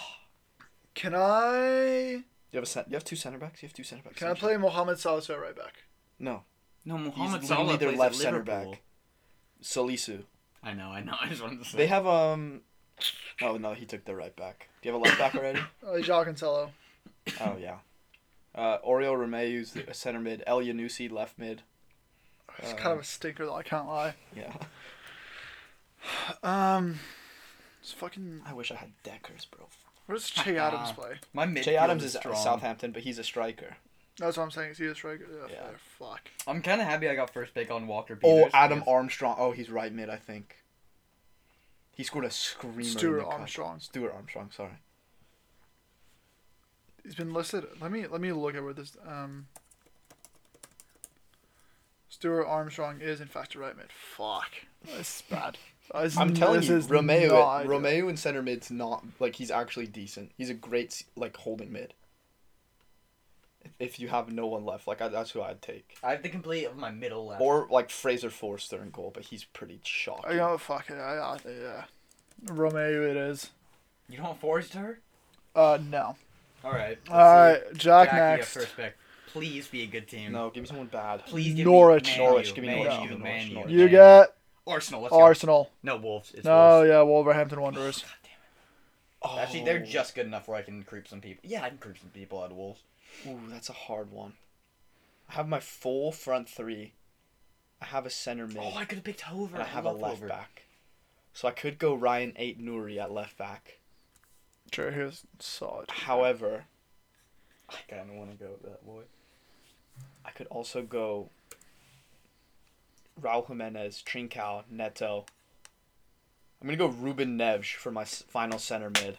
B: Can I
A: You have a cent- you have two center backs. You have two center backs.
B: can I
A: don't you?
B: play Mohamed Salah at right back?
A: No,
C: No,
A: Mohamed
C: Mohamed
A: he's
C: Salah
A: literally their
C: plays
A: left
C: at
A: center
C: Liverpool.
A: back. Solisu.
C: I know, I know. I just wanted to say.
A: They have um. Oh no, he took the right back. Do you have a left back already?
B: Uh, Joao Cancelo.
A: oh yeah. Uh, Oriol Romeu's the center mid. El Yanusi left mid.
B: It's
A: Uh,
B: kind of a stinker though. I can't lie.
A: Yeah.
B: Um, it's fucking.
A: I wish I had Deckers, bro.
B: What does Che
A: Ah.
B: Adams play?
C: My midfield
A: Jay Adams is
C: strong.
A: Southampton, but he's a striker.
B: That's what I'm saying. Is he a striker? Yeah.
A: Yeah.
B: fair. Fuck.
C: I'm kind of happy I got first pick on Walker Peters.
A: Oh, Adam
C: because-
A: Armstrong. Oh, he's right mid, I think. He scored a screamer. in
B: Stuart
A: the cup.
B: Armstrong.
A: Stuart Armstrong. Sorry.
B: He's been listed. Let me let me look at where this um. Stuart Armstrong is in fact a right mid. Fuck. This is bad. This-
A: I'm telling
B: this
A: you,
B: is
A: Romeo,
B: not
A: at,
B: ideal.
A: Romeo in center mid's not like he's actually decent. He's a great s- like holding mid. If- If you have no one left, like I, that's who I'd take.
C: I have the complete of my middle left.
A: Or like Fraser Forster in goal, but he's pretty shocking.
B: I know. Fuck it. I, I think yeah. Romeo it is.
C: you don't want Forrester?
B: Uh no.
C: All right.
B: All right, Jack,
C: Jack, you have
B: next.
C: first pick. Please be a good team.
A: No, give me someone bad.
C: Please give
B: Norwich.
C: me Man
A: Norwich,
C: U,
A: give me
C: Man
A: Norwich,
C: U,
A: give me
C: Man
A: Norwich,
C: U,
A: Norwich.
B: You
C: Man U.
B: get
C: Arsenal. Let's go.
B: Arsenal.
C: No Wolves. It's
B: No,
C: Wolves.
B: yeah, Wolverhampton Wanderers.
C: God damn it.
A: Oh,
C: Actually, they're just good enough where I can creep some people. Yeah, I can creep some people out of Wolves.
A: Ooh, that's a hard one. I have my full front three. I have a center mid,
C: Oh, I could have picked Hover.
A: and I have a
C: love
A: left
C: Hover.
A: back. So I could go Ryan Eight Nuri at left back.
B: Sure, he was solid.
A: However,
C: I kind of want to go with that boy.
A: I could also go Raul Jimenez, Trincao, Neto. I'm gonna go Ruben Neves for my s- final center mid.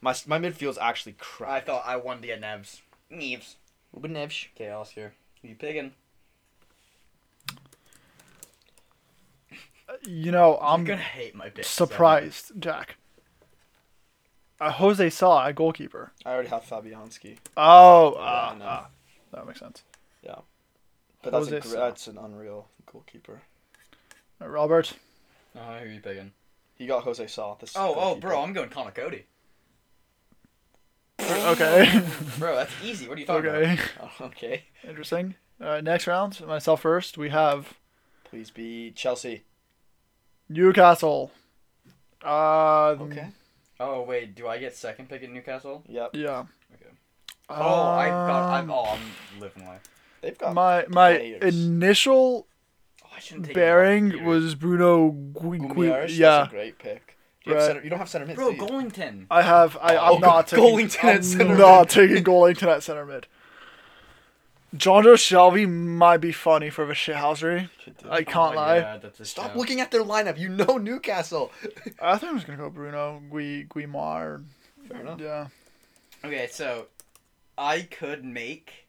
A: My s- my midfield's actually
C: I
A: crap.
C: thought I wanted to get Nevs. Neves.
A: Ruben Neves.
C: Okay, Oscar. You picking?
B: You know,
C: I'm
B: I'm
C: gonna hate my pick.
B: surprised, Jack. Uh, Jose Saw, a goalkeeper.
A: I already have Fabianski,
B: Oh,
A: Yeah,
B: uh,
A: I know.
B: uh, that makes sense.
A: but that's a
B: Jose
A: gr-
B: Sa-
A: that's an unreal goalkeeper.
B: Uh, Robert,
C: Oh, who are you picking?
A: He got Jose Sa. This
C: Oh, oh,
A: goalkeeper.
C: bro, I'm going Connor Cody.
B: okay,
C: Bro, that's easy. What are you talking about?
B: okay,
A: Oh, okay.
B: interesting. All right, next round, myself first. We have
A: Please be Chelsea.
B: Newcastle. Uh,
A: Okay.
C: Oh wait, do I get second pick at Newcastle?
A: Yep.
B: Yeah.
C: Okay. Oh, I got.
B: Um,
C: I'm. Oh, I'm living life.
A: They've got
B: my my
A: players.
B: initial
C: Oh, I shouldn't take.
B: bearing
C: Maguire.
B: was Bruno Gui- Gui-
A: Guimaraes, That's
B: Yeah,
A: a great pick. You, have
B: Right.
A: center, you don't have center mid.
C: Bro,
A: do you?
C: Golington.
B: I have. I,
A: Oh,
B: I'm not taking.
A: Golington at
B: I'm
A: center
B: not
A: mid.
B: taking Golington at center mid. John Joe Shelby might be funny for the shithousery. I can't
C: Oh,
B: lie.
A: Stop looking at their lineup. You know Newcastle.
B: I think I'm just gonna go Bruno Gui Guimar.
A: Fair enough.
B: Yeah.
C: Okay, so I could make.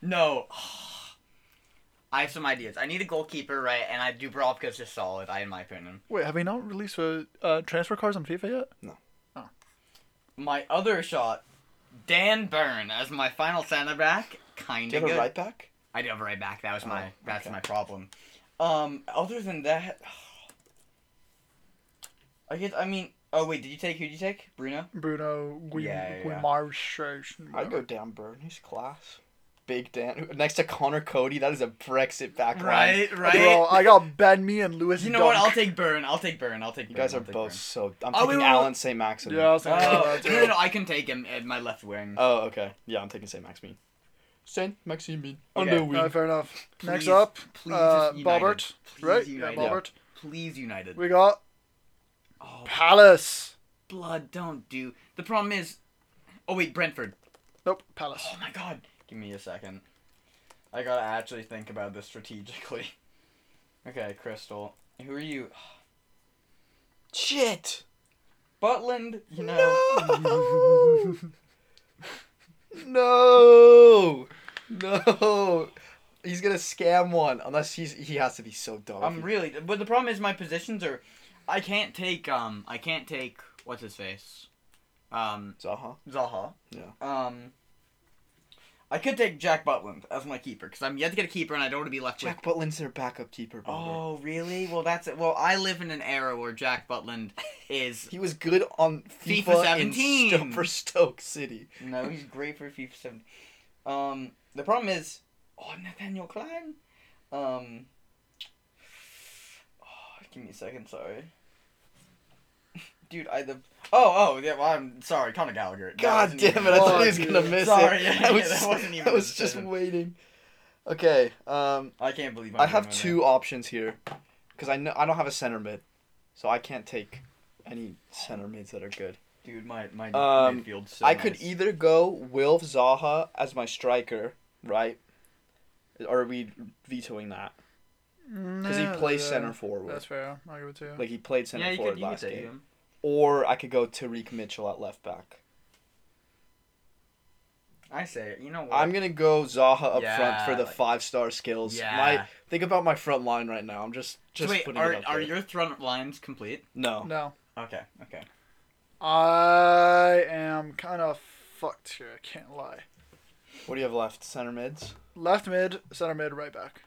C: No. I have some ideas. I need a goalkeeper, right? And I Dubrovka's just solid, I in my opinion.
B: Wait, have we not released the uh, transfer cards on FIFA yet?
C: My other shot, Dan Byrne as my final center back, kind
A: Do you
C: of
A: have
C: good.
A: a right back?
C: I do have a right back. That was my
A: Oh,
C: that's
A: okay.
C: my problem. Um, other than that, I guess I mean. Oh wait, did you take who? Did you take Bruno?
B: Bruno Gui
C: Yeah, yeah, yeah.
B: Guimar. Sh-
A: I'd go Dan Burn. He's class. Big Dan. Next to Connor Cody, that is a Brexit back line.
C: right.
B: Bro, I got Ben Me and Lewis.
C: you know what?
B: Dunk.
C: I'll take Byrne. I'll take Byrne. I'll take.
A: You guys
C: Byrne,
A: are
C: I'll take
A: both so. I'm
C: Oh, wait,
A: taking
C: wait,
A: Alan St. Maximin.
B: Yeah, I was
C: Byrne.
B: thinking
C: Oh,
B: about that
C: no, no,
B: too.
C: no, I can take him at my left wing.
A: Oh, okay. Yeah, I'm taking St. Maximin. St. Maximin. On
C: Okay.
A: the wing.
B: Alright, Uh, fair enough. Next
C: Please-
B: up,
C: please,
B: uh,
C: United.
B: Bobbert.
C: Please,
B: Right? Yeah,
C: United.
B: Bobbert.
C: Please, United.
B: We got
C: Oh,
B: Palace.
C: blood, don't do. The problem is. Oh, wait, Brentford.
B: Nope, Palace.
C: Oh, my God. Give me a second. I gotta actually think about this strategically. Okay, Crystal. Who are you?
A: Shit!
C: Butland, you know.
A: No! no! No! He's gonna scam one unless he's he has to be so dumb.
C: I'm really. But the problem is my positions are. I can't take, um. I can't take. What's his face? Um.
A: Zaha.
C: Zaha.
A: Yeah.
C: Um. I could take Jack Butland as my keeper because I'm yet to get a keeper and I don't want to be left with
A: Jack Butland's their backup keeper. Robert.
C: Oh, really? Well, that's it. Well, I live in an era where Jack Butland is.
A: He was good on
C: FIFA
A: FIFA,
C: 17.
A: in Sto- for Stoke City.
C: no, he's great for FIFA 7. Um, the problem is. Oh, Nathaniel Klein? Um. Oh, give me a second, sorry. Dude, I the. Oh, oh, yeah, well, I'm sorry, Conor Gallagher. That
A: God
C: wasn't
A: damn it!
C: even-
A: I thought
B: Oh,
A: he was gonna
B: dude.
A: miss
C: Sorry,
A: it.
C: yeah,
A: I
C: yeah,
A: was,
C: that wasn't even
A: I
C: a
A: was just
C: decision.
A: waiting. Okay, um,
C: I can't believe I'm
A: I have
C: doing that.
A: two options here, because I know I don't have a center mid, so I can't take any center mids that are good.
C: Dude, my, my
A: Um,
C: midfield's so
A: I could
C: nice.
A: either go Wilf Zaha as my striker, right? Or are we vetoing that? Because he plays center forward.
B: uh, That's fair. I'll give it to you.
A: Like he played center
C: Yeah, you
A: forward
C: could, you could
A: last
C: take
A: game.
C: him.
A: Or I could go Tariq Mitchell at left back.
C: I say it. You know what?
A: I'm gonna go Zaha up
C: Yeah,
A: front for the
C: like-
A: five star skills.
C: Yeah.
A: My think about my front line right now. I'm just
C: So
A: just
C: wait,
A: putting
C: are,
A: it up
C: are
A: there.
C: your front lines complete?
A: No.
B: No,
C: Okay, okay.
B: I am kind of fucked here. I can't lie.
A: What do you have left? Center mids.
B: Left mid, center mid, right back.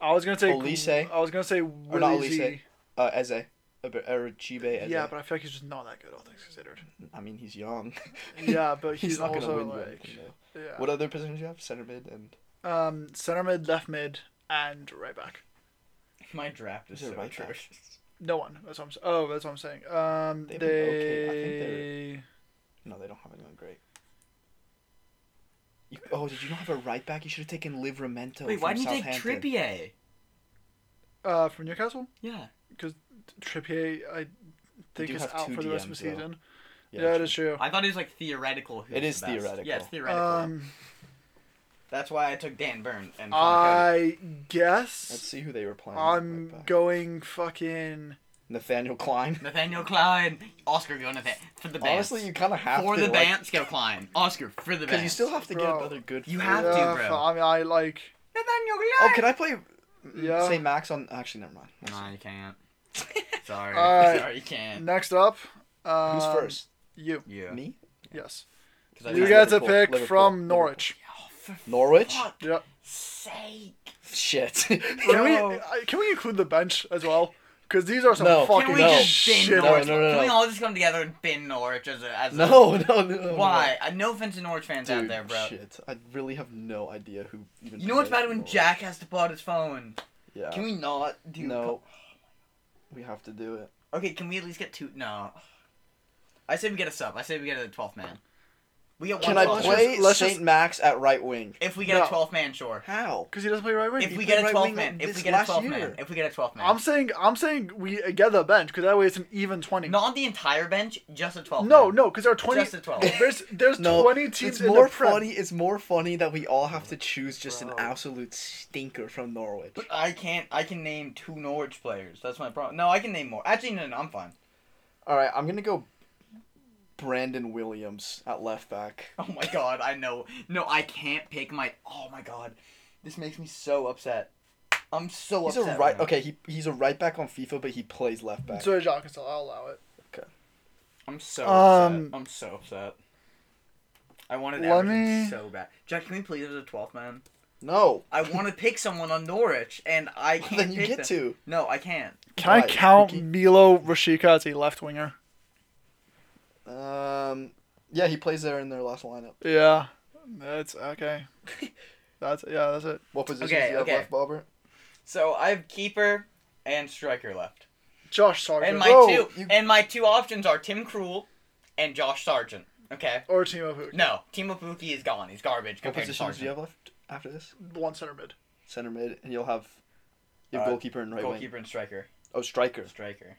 B: I was gonna take
A: Olise?
B: I was gonna say
A: Or not
B: Willie Z.
A: Uh, Eze, Ab- Arachibe Eze.
B: Yeah, but I feel like he's just not that good, all things considered.
A: I mean he's young.
B: Yeah, but he's,
A: he's not gonna
B: also
A: win. you
B: like
A: anything, though.
B: yeah.
A: What other positions do you have? Center mid and
B: Um, center mid, left mid, and right back.
C: My draft is
A: Is it
C: so
A: right back?
C: atrocious.
B: No one. That's what I'm. s- Oh, that's what I'm saying. Um,
A: They've
B: they.
A: been okay. I think they're- no, they don't have anyone great. You, oh, did you not have a right back? You should have taken Livramento.
C: Wait,
A: from
C: why didn't you take
A: Southampton.
C: Trippier?
B: Uh, from Newcastle,
C: Yeah.
B: Trippier. I think
A: do
B: is
A: have
B: out
A: two
B: for the rest of the
A: DMs, though.
B: season.
A: Yeah,
B: Yeah, it is true.
C: I thought it was like theoretical. Who's
A: It is
C: the best.
A: theoretical.
C: Yeah, it's theoretical.
B: Um,
C: That's why I took Dan Byrne and
B: uh,
C: Connor
B: I
A: Let's
B: guess
A: see who they were playing. at
B: I'm
A: right back.
B: going fucking.
A: Nathaniel Klein.
C: Cody. Nathaniel Klein, Oscar go Nathan for the band.
A: Honestly, you kind of have
C: for
A: to
C: the
A: like,
C: Bants, go Klein. Oscar for the
A: Because
C: band.
A: you still have to get
B: Bro.
A: another good.
C: You
A: forward.
C: have to,
B: Yeah,
C: bro.
B: f- I mean, I like.
C: Nathaniel
A: Oh,
C: Klein.
A: can I play?
B: Yeah.
A: Say Max on. Actually, never mind.
C: No, you can't. Sorry.
B: Alright.
C: Sorry, you can't.
B: Next up. Um,
A: Who's first?
B: You.
C: Yeah.
A: Me.
B: Yes.
C: 'Cause I
B: You
C: just-
B: get to
A: Liverpool,
B: pick
A: Liverpool,
B: from
A: Liverpool.
B: Norwich.
C: Oh, for
A: Norwich.
C: fuck's
B: Yep.
C: sake.
A: Shit.
B: Can we
C: No.
B: I- can we include the bench as well? Because these are some
A: No. Can
B: fucking
C: Can we
A: no.
C: just bin
B: shit.
A: No,
C: Norwich?
A: no, no,
C: Can we
A: no.
C: all just come together and bin Norwich as a as a-
A: no, no, no.
C: Why? Uh, no offense to Norwich fans
A: Dude,
C: out there, bro.
A: shit. I really have no idea who even.
C: You know what's
A: played
C: bad when
A: Norwich.
C: Jack has to pull out his phone?
A: Yeah.
C: Can we not do?
A: No. We have to do it.
C: Okay, can we at least get two? No. I say we get a sub. I say we get a twelfth man. We get
A: Can
C: one.
A: I
B: Let's
C: twelfth-
B: just-
A: play
B: let's
A: Saint
B: just-
A: Max at right wing?
C: If we get
B: No.
C: a twelfth man, sure.
A: How?
B: Because he doesn't play right wing.
C: If
B: He
C: we
B: played
C: get a
A: right
C: twelfth
A: wing
C: man, if
A: this
C: we get a
A: last
C: twelfth
A: year.
C: man, if we get a twelfth man,
B: I'm saying I'm saying we get the bench because that way it's an even twenty.
C: not the entire bench, just a twelfth.
B: no,
C: man.
B: no, because there are twenty.
C: just a twelve.
B: There's there's
A: No,
B: twenty teams
A: It's
B: in
A: more
B: the Prem.
A: funny. It's more funny that we all have to choose just an
C: Oh, Bro.
A: absolute stinker from Norwich.
C: But I can't. I can name two Norwich players. That's my problem. No, I can name more. Actually, no, no, I'm fine.
A: All right, I'm gonna go. Brandon Williams at left back.
C: Oh my god, I know. No, I can't pick my. Oh my god, this makes me so upset. I'm so
A: He's
C: upset.
A: a right.
C: now.
A: Okay, he he's a right back on FIFA, but he plays left back.
B: So Jacques, so I'll allow it.
C: I'm so
B: Um,
C: upset. I'm so upset. I wanted
B: let
C: Everton
B: me-
C: so bad. Jack, can we please have the twelfth man?
A: No,
C: I want to pick someone on Norwich, and I can't.
A: then you
C: pick
A: get
C: them.
A: to.
C: No, I can't.
B: Can I
A: Right,
B: count
A: Ricky.
B: Milo Rashika as a left winger?
A: Um, yeah, he plays there in their last lineup.
B: Yeah, that's okay. That's yeah, that's it.
A: What position
C: Okay,
A: do you have
C: okay.
A: left, Bobber?
C: So I have keeper and striker left.
B: Josh Sargent
C: And my
A: Whoa,
C: two
A: you-
C: and my two options are Tim Krul and Josh Sargent. Okay.
B: or Timo Puk.
C: No, Timo Pukki is gone. He's garbage
A: What
C: compared to
A: positions do you
C: Sargent.
A: have left after this?
B: One center mid.
A: Center mid, and you'll have your
C: Uh,
A: goalkeeper and right wing.
C: Goalkeeper and striker.
A: Oh, striker.
C: Striker.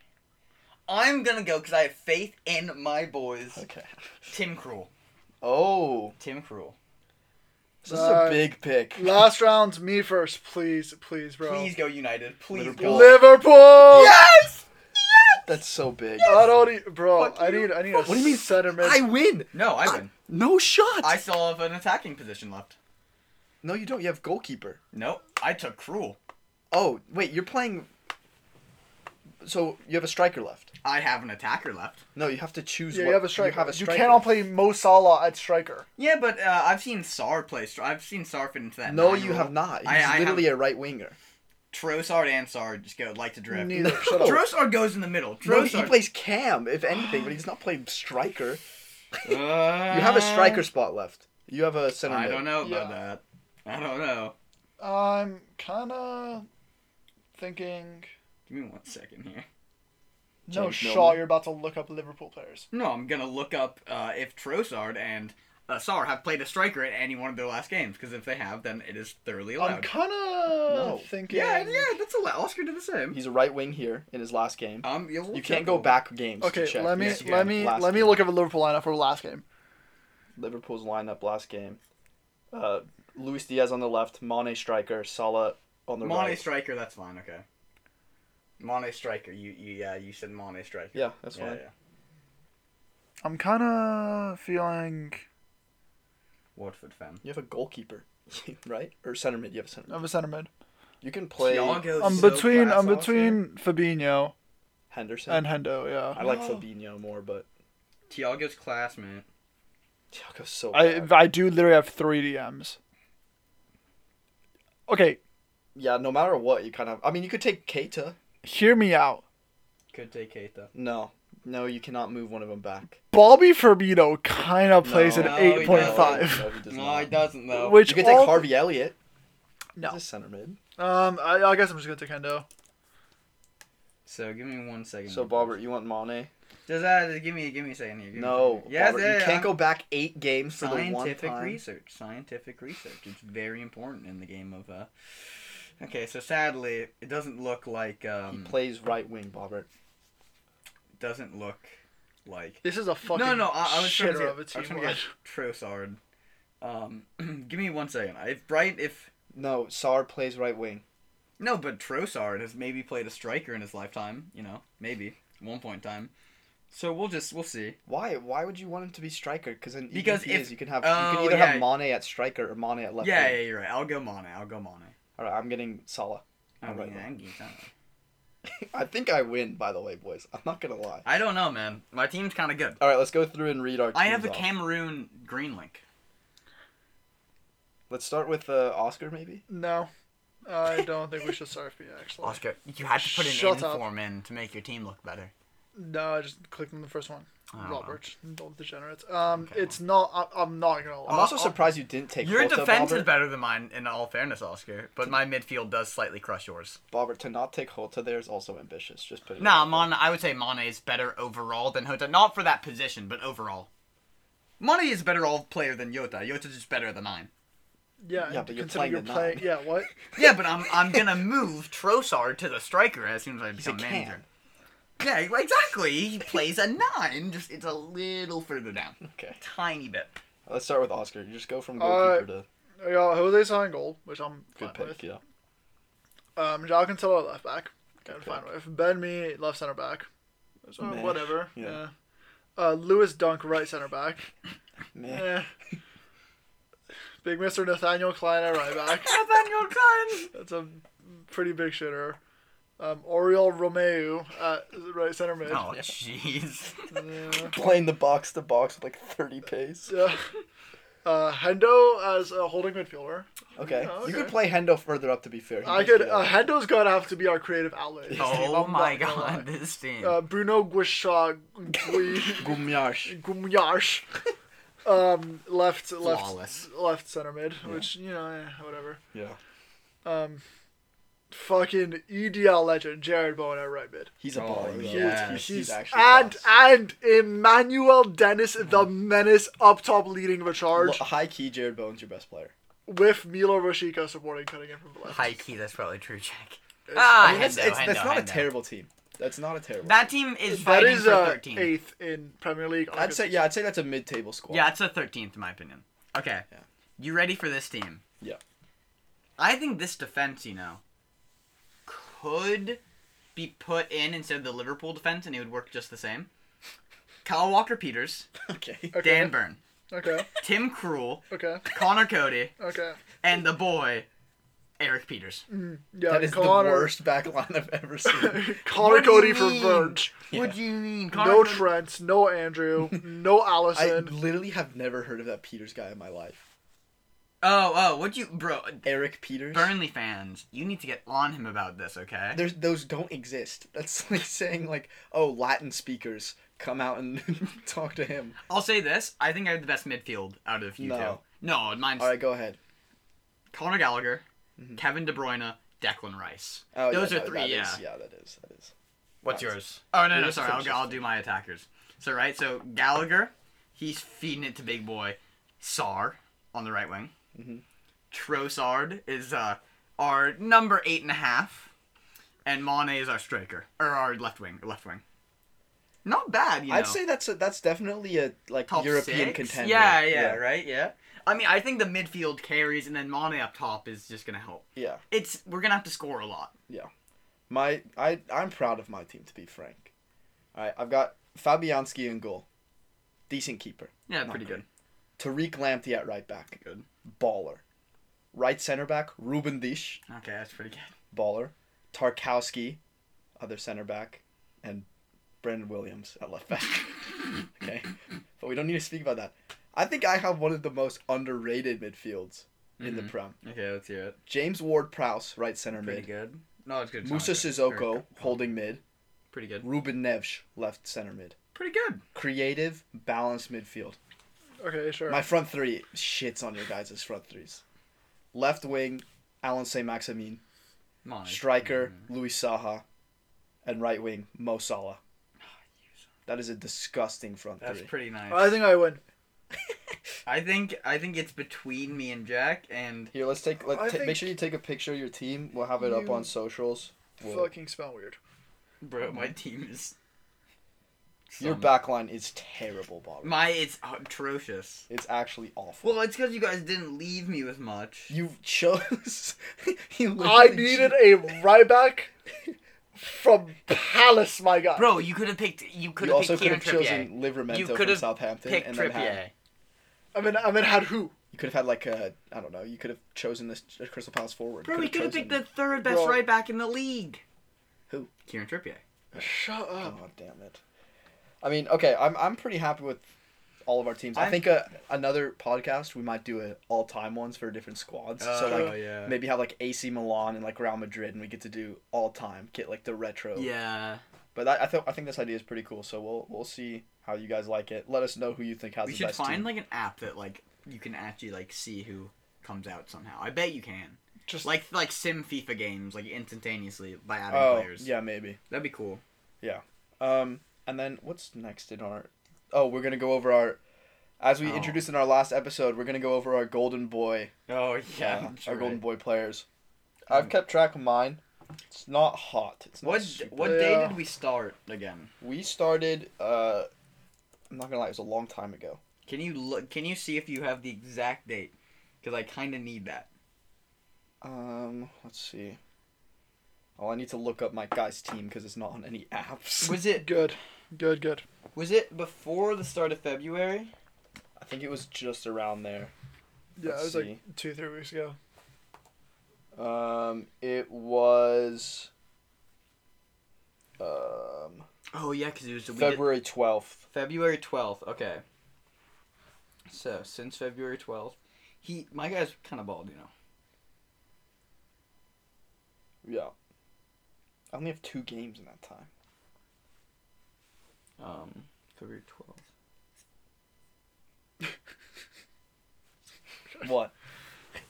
C: I'm gonna go because I have faith in my boys.
A: Okay.
C: Tim Krul.
A: Oh,
C: Tim Krul.
A: this is a
B: Uh,
A: big pick.
B: Last round, me first, please, please, bro.
C: Please go United. Please
A: Liverpool.
C: go.
B: Liverpool.
C: Yes.
A: That's so big.
B: I don't need, bro.
C: Fuck
B: I
C: you.
B: need, I need a
A: What do you mean?
B: center mid.
A: I win.
C: No, I win.
A: No shot.
C: I still have an attacking position left.
A: No, you don't. You have goalkeeper.
C: Nope. I took Krul.
A: Oh, wait. You're playing. So you have a striker left.
C: I have an attacker left.
A: No, you have to choose.
B: yeah,
A: what,
B: you have a striker. You,
A: have a striker.
B: cannot play Mo Salah at striker.
C: Yeah, but uh, I've seen Sar play. stri- I've seen Sar fit into that.
A: No,
C: nine
A: you
C: role.
A: have not. He's
C: I- I have-
A: literally a right winger.
C: Trossard and Sar just go like to drift.
B: Neither.
A: No.
B: Shut up.
C: Trossard goes in the middle.
A: No, he
C: Trossard.
A: plays cam, if anything, but he's not playing striker. You have a
B: Uh,
A: striker spot left. You have a center.
C: Uh, I
A: mid.
C: don't know about
B: Yeah.
C: that. I don't know.
B: I'm kind of thinking.
C: Give me one second here.
B: No
A: James
B: Shaw,
A: Milner.
B: you're about to look up Liverpool players.
C: No, I'm gonna look up uh, if Trossard and uh, Sar have played a striker at any one of their last games. Because if they have, then it is thoroughly
B: I'm
C: allowed.
B: kind
A: No.
B: of thinking.
C: yeah, yeah, that's allowed. Oscar did the same.
A: He's a right wing here in his last game.
C: Um, yeah, we'll
A: You
C: check
A: can't go
C: over.
A: back games. to
B: Okay,
A: check.
B: let me
A: Yes, you
B: let
A: can.
B: me
A: Last
B: let me
A: game.
B: look at the Liverpool lineup for last game.
A: Liverpool's lineup last game. Uh, Luis Diaz on the left, Mane striker, Salah on the
C: Mane
A: right.
C: striker. That's fine. Okay. Mane striker. You you yeah. You said Mane striker.
A: yeah, that's
C: yeah,
A: fine.
C: yeah.
B: I'm kind of feeling.
C: Watford fan.
A: You have a goalkeeper, right? Or center mid. You have a center mid.
B: I'm a center mid.
A: You can play
C: Thiago
B: I'm
C: so
B: between
C: class
B: I'm
C: last year.
B: between Fabinho
A: Henderson.
B: and Hendo. Yeah,
A: I like
C: No.
A: Fabinho more, but
C: Tiago's classmate.
A: Thiago's so
B: I
A: bad.
B: I do literally have three DMs. Okay,
A: yeah, no matter what, you kind of. I mean, you could take Keita.
B: hear me out.
C: Could take Keita.
A: No, no, you cannot move one of them back.
B: Bobby Firmino kind of plays
A: No,
B: at
C: he
B: eight point
A: doesn't.
B: five.
A: No, he does
C: No,
A: not.
C: he doesn't though.
B: Which
A: you could
B: all-
A: take Harvey Elliott.
B: No.
A: He's a center mid.
B: Um, I, I guess I'm just gonna take Hendo.
C: So give me one second.
A: So,
C: here,
A: Bobber, you want Mane?
C: please. Just, uh, just give me give me a second here. give me a
A: No,
C: second. Yes,
A: Bobber,
C: yeah,
A: you
C: yeah,
A: can't
C: I'm-
A: go back eight games for the one
C: Scientific
A: time.
C: research. Scientific research. It's very important in the game of. Uh... Okay, so sadly, it doesn't look like.
A: He
C: Um,
A: plays right wing, Bobber.
C: doesn't look like.
B: This is a fucking
C: no, no, I, I was trying to
B: shitter
C: get,
B: of a
C: I was
B: team.
C: trying to get Trossard. Um, give me one second. If Bright, if
A: No, Sar plays right wing.
C: no, but Trossard has maybe played a striker in his lifetime. You know, maybe at one point in time. So we'll just we'll see.
A: Why? Why would you want him to be striker? Because then
C: Because
A: because is
C: if-
A: you can have you
C: oh,
A: can either have
C: yeah.
A: Mane at striker or Mane at left.
C: yeah,
A: wing.
C: yeah, you're right. I'll go Mane. I'll go Mane.
A: All right, I'm getting Salah.
C: I,
A: All right,
C: mean,
A: well.
C: I can get that.
A: I think I win. By the way, boys, I'm not gonna lie.
C: I don't know, man. My team's kind of good.
A: All right, let's go through and read our.
C: I have a
A: teams off.
C: Cameroon green link.
A: Let's start with uh, Oscar, maybe.
B: No, I don't think we should start me actually.
C: Oscar, you had to put an
B: Shut up.
C: inform in to make your team look better.
B: No, I just clicked on the first one.
C: Oh.
B: Robert, old degenerates. Um,
C: Okay.
B: it's not. I, I'm not gonna. Lie.
C: Uh,
A: I'm also
B: I'll-
A: surprised you didn't take.
C: Your
A: Jota,
C: defense
A: Bobber.
C: is better than mine, in all fairness, Oscar. But my midfield does slightly crush yours.
A: Bobber, to not take Holta there is also ambitious. Just put it.
C: Nah,
A: out there.
C: Mon. I would say Mane is better overall than Hota. Not for that position, but overall. Money is a better all player than Yota. Yota's just better at the nine.
B: Yeah,
A: Yeah,
B: and
A: but you're
B: considering
A: playing the nine.
B: Yeah, what?
C: Yeah, but I'm I'm gonna move Trossard to the striker as soon as I
A: a
C: become
A: can.
C: manager. Yeah, exactly. He plays a nine, just it's a little further down,
A: Okay.
C: tiny bit.
A: Let's start with Oscar. You just go from
B: Uh,
A: goalkeeper to
B: I got Jose signing goal, which I'm fine
A: good pick.
B: with.
A: Yeah.
B: Um, Jao Cancelo at left back. Kind of
A: Okay.
B: fine with. Ben Me left center back. So
A: Meh.
B: whatever.
A: Yeah.
B: Yeah. Uh, Lewis Dunk right center back.
A: Meh.
B: Eh. Big Mister Nathaniel Klein at right back.
C: Nathaniel Klein.
B: That's a pretty big shitter. Um, Oriol Romeu at right center mid.
C: Oh jeez. Oh
B: Yeah.
A: Playing the box to box with like thirty pace.
B: Yeah. Uh, Hendo as a holding midfielder.
A: Okay.
B: Yeah,
A: You could
B: okay.
A: play Hendo further up to be fair. He
B: I
A: does
B: could.
A: do that.
B: Uh, Hendo's gonna have to be our creative outlet. in this team,
C: Oh
B: I'm
C: my
B: not gonna lie.
C: god, this team.
A: Um,
B: Uh, Bruno Guisha Gui-
A: Gumyarsh.
B: Gumyash, um, left left
C: Flawless.
B: left center mid, which you know eh, whatever.
A: Yeah.
B: Um, fucking EDL legend Jared Bowen at right mid.
A: He's a
C: Oh,
A: baller.
C: yeah.
A: He's, he's,
B: He's,
A: he's actually
B: and
A: class.
B: and Emmanuel Dennis the menace up top leading the
A: Lo-
B: charge
A: high key, Jared Bowen's your best player.
B: with Milo Roshiko supporting cutting in from the left.
C: High key, that's probably true, Jack.
B: It's-
C: Ah,
A: I mean, that's,
C: Hendo,
A: it's, that's
C: Hendo,
A: not a
C: Hendo.
A: terrible team. That's not a terrible.
C: That team is
B: that
C: fighting
B: is
C: for
B: uh,
C: 13.
B: eighth in Premier League.
A: I'd say yeah. I'd say that's a mid-table squad.
C: Yeah, it's a 13th in my opinion. Okay.
A: Yeah.
C: You ready for this team?
A: Yeah.
C: I think this defense, you know, could be put in instead of the Liverpool defense and it would work just the same. Kyle Walker Peters,
A: Okay.
B: Okay.
C: Dan Byrne,
B: Okay,
C: Tim Krul,
B: okay,
C: Connor Cody,
B: okay.
C: and the boy, Eric Peters.
B: Yeah,
A: That is
B: Connor,
A: the worst back line I've ever seen.
B: Connor
C: What do you
B: Cody for
C: mean?
B: Verge.
A: Yeah.
C: What do you mean?
B: no
C: Cody-
B: Trent, no Andrew, no
A: I
B: Allison.
A: literally have never heard of that Peters guy in my life.
C: Oh, oh, what do you. Bro,
A: Eric Peters.
C: Burnley fans, you need to get on him about this, okay?
A: There's those don't exist. That's like saying like, oh, Latin speakers come out and talk to him.
C: I'll say this. I think I have the best midfield out of you
A: No.
C: two. No, mine's
A: All right, go ahead.
C: Conor Gallagher, Kevin De Bruyne, Declan Rice.
A: Oh,
C: Those
A: yeah,
C: are
A: no,
C: three,
A: that
C: yeah.
A: is- yeah, that is. That is.
C: What's
A: Nice.
C: yours? Oh, no,
A: We're
C: no,
A: just
C: sorry. I'll,
A: finishing
C: I'll do my attackers. So, right, so Gallagher, he's feeding it to Big Boy. Sar on the right wing.
A: Mhm.
C: Trossard is uh, our number eight and a half. And Mane is our striker. Or our left wing. Left wing. Not bad, you know.
A: I'd say that's a, that's definitely a like
C: top
A: European
C: six?
A: contender.
C: Yeah, yeah, right, yeah. I mean, I think the midfield carries, and then Mane up top is just gonna help.
A: Yeah.
C: It's we're gonna have to score a lot.
A: My I I'm proud of my team to be frank. All right, I've got Fabianski in goal, decent keeper.
C: Yeah,
A: Not
C: pretty
A: great.
C: good.
A: Tariq Lamptey at right back,
C: Good.
A: baller. Right center back Ruben Dish,
C: Okay, that's pretty good.
A: baller. Tarkowski, other center back, and Brandon Williams at left back. okay, but we don't need to speak about that. I think I have one of the most underrated midfields in the
C: Mhm.
A: Prem.
C: Okay, let's hear it.
A: James Ward-Prowse, right center
C: Pretty
A: mid.
C: good. No, it's good. It's
A: Musa
C: not good. Or-
A: Sissoko, holding mid.
C: Pretty good.
A: Ruben Neves, left center mid.
C: Pretty good.
A: Creative, balanced midfield.
B: okay, sure.
A: My front three shits on your guys' front threes. Left wing, Alan St. Maximin.
C: Mane.
A: Striker, Luis Saha. And right wing, Mo Salah. That is a disgusting front
C: That's
A: three.
C: pretty nice.
B: I think I win.
C: I think I think it's between me and Jack, and
A: Here, let's take.
B: I
A: Let, ta-
B: think
A: make sure you take a picture of your team. We'll have it up
B: you-
A: on socials. We'll-
B: Fucking smell weird.
C: bro, my team is.
A: your
C: Some-
A: back line is terrible, Bob.
C: My it's atrocious.
A: It's actually awful.
C: Well, it's because you guys didn't leave me with much.
A: you chose. you
B: I
A: literally
B: needed a right back from Palace, my guy.
C: Bro, you could have picked. You could
A: You
C: have
A: also
C: picked
A: could have
C: Kieran Trippier.
A: chosen Livermento
C: You
A: from
C: could have
A: Southampton,
C: picked
A: and then had
C: Trippier.
B: I mean, I mean, had who?
A: You could have had like a I don't know. You could have chosen this Crystal Palace forward.
C: Bro, he could have picked the third
B: best
C: best
B: Bro.
C: right
B: right
C: back in the league.
A: Who?
C: Kieran Trippier.
B: Shut
C: Oh.
B: up.
A: God damn it! I mean, okay, I'm I'm pretty happy with all of our teams. i
C: I'm-
A: think a, another podcast we might do a all time ones for different squads. so like
C: Uh, Oh, yeah.
A: maybe have like AC Milan and like Real Madrid, and we get to do all time, get like the retro.
C: Yeah.
A: But that, I think I think this idea is pretty cool. So we'll we'll see how you guys like it. Let us know who you think has
C: We
A: the
C: should
A: best
C: find
A: team.
C: like an app that like you can actually like see who comes out somehow. I bet you can.
B: Just
C: Like like sim FIFA games like instantaneously by adding
A: oh
C: players.
A: yeah, maybe.
C: That'd be cool.
A: Um, and then what's next in our? Oh, we're gonna go over our As we
C: Oh.
A: introduced in our last episode, we're gonna go over our golden boy,
C: Oh
A: uh,
C: yeah.
A: our
C: that's right.
A: golden boy players.
C: Um,
A: I've kept track of mine. It's not hot. It's not
C: What
A: super-
C: what day
B: Yeah.
C: did we start again?
A: We started. Uh, I'm not gonna lie, it was a long time ago.
C: Can you look? Can you see if you have the exact date? Because I kind of need that.
A: Um, let's see. Oh, I need to look up my guy's team because it's not on any apps.
C: Was it
B: Good, good, good.
C: was it before the start of February?
A: I think it was just around there.
B: Yeah,
A: Let's
B: it was
A: see.
B: like two, three weeks ago.
A: Um, it was. Um,
C: Oh yeah, because it was the week.
A: February twelfth.
C: February twelfth. Okay. So since February twelfth, he my guy's kind of bald, you know.
A: Yeah. I only have two games in that time.
C: Um, February twelfth.
A: What?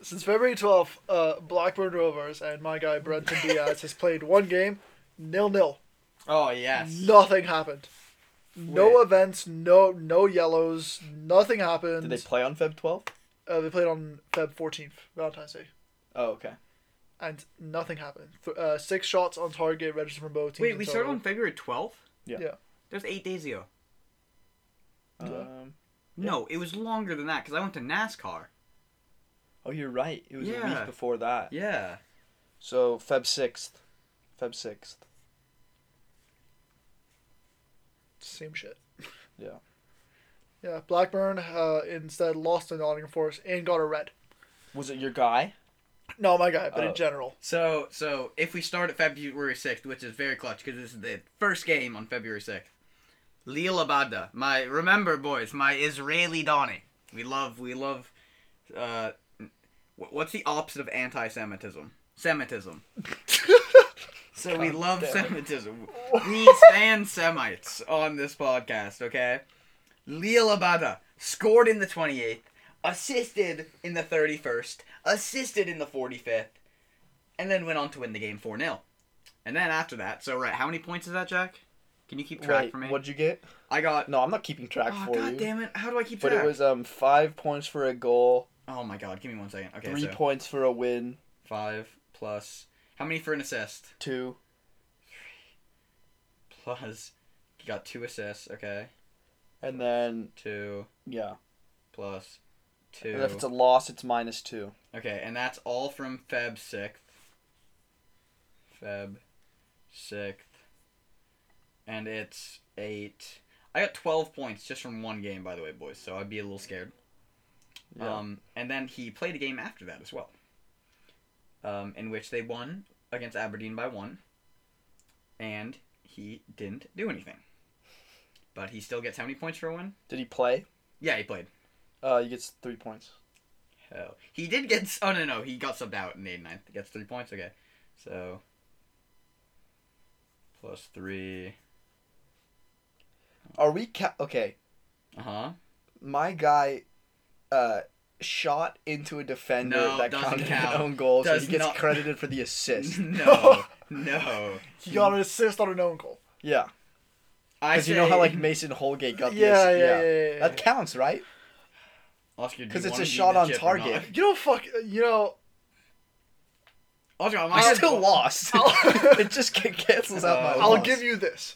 B: Since February 12th, uh, Blackburn Rovers and my guy Brenton Diaz has played one game, nil nil.
C: Oh yes.
B: Nothing happened. No
C: Wait.
B: events, no no yellows, nothing happened.
A: Did they play on Feb twelfth?
B: uh, they played on Feb 14th, Valentine's Day,
A: Oh, okay.
B: and nothing happened. Th- uh, six shots on target registered from both teams.
C: Wait,
B: in
C: we started
B: total.
C: on February twelfth.
A: Yeah.
B: Yeah.
C: That was eight days ago.
B: Yeah.
A: Um,
C: No, it was longer than that because I went to NASCAR.
A: oh, you're right. It was a
C: Yeah.
A: week before that.
C: Yeah.
A: So Feb sixth. Feb sixth.
B: Same shit.
A: Yeah.
B: Yeah, Blackburn uh, instead lost to Nottingham Forest and got a red.
A: Was it your guy?
B: No, my guy, but
A: Oh.
B: in general.
C: So, so if we start at February sixth, which is very clutch because this is the first game on February sixth, Lil Abada, my remember boys, my Israeli Donny. We love, we love. Uh, wh- what's the opposite of anti-Semitism? Semitism. So we
A: God
C: love
A: damn it.
C: Semitism. We stand Semites on this podcast, okay? Lil Abada scored in the 28th, assisted in the 31st, assisted in the 45th, and then went on to win the game 4 0. And then after that, so right, how many points is that, Jack? Can you keep track
A: Wait,
C: for me?
A: what'd you get?
C: I got.
A: No, I'm not keeping track
C: Oh,
A: for
C: God
A: you.
C: damn it. How do I keep
A: But
C: track?
A: it was um five points for a goal,
C: oh my god, give me one second. Okay,
A: three
C: so
A: points for a win,
C: 5 plus. How many for an assist?
A: two.
C: Plus. You got two assists, okay?
A: And then
C: Two.
A: yeah.
C: plus two.
A: And if it's a loss, it's minus two.
C: okay, and that's all from Feb sixth. Feb sixth, and it's eight. I got twelve points just from one game, by the way, boys. So I'd be a little scared.
A: Yeah.
C: Um, and then he played a game after that as well, um, in which they won against Aberdeen by one, and he didn't do anything. But he still gets how many points for a win?
A: Did he play?
C: Yeah, he played.
A: Uh, he gets three points.
C: Hell. He did get. s- Oh, no, no. He got subbed out in the 89th. He gets three points. Okay. So. Plus three.
A: Are we ca- okay?
C: Uh huh.
A: My guy, uh, shot into a defender
C: No,
A: that
C: doesn't
A: counted
C: count.
A: an own goal, so
C: Does
A: he gets
C: not-
A: credited for the assist.
C: No. no.
B: He got an assist on an own goal.
A: yeah,
C: I
A: because you know how like Mason Holgate got the
B: Yeah,
A: assist.
B: yeah, yeah, yeah,
A: That counts, right?
C: Oscar,
A: 'cause
C: because
A: it's a shot on target.
B: You know, fuck. You know,
C: Oscar, I'm
A: I
C: not-
A: still lost.
B: I'll-
A: it just ca- cancels out my.
C: Uh,
B: I'll
A: loss.
B: give you this.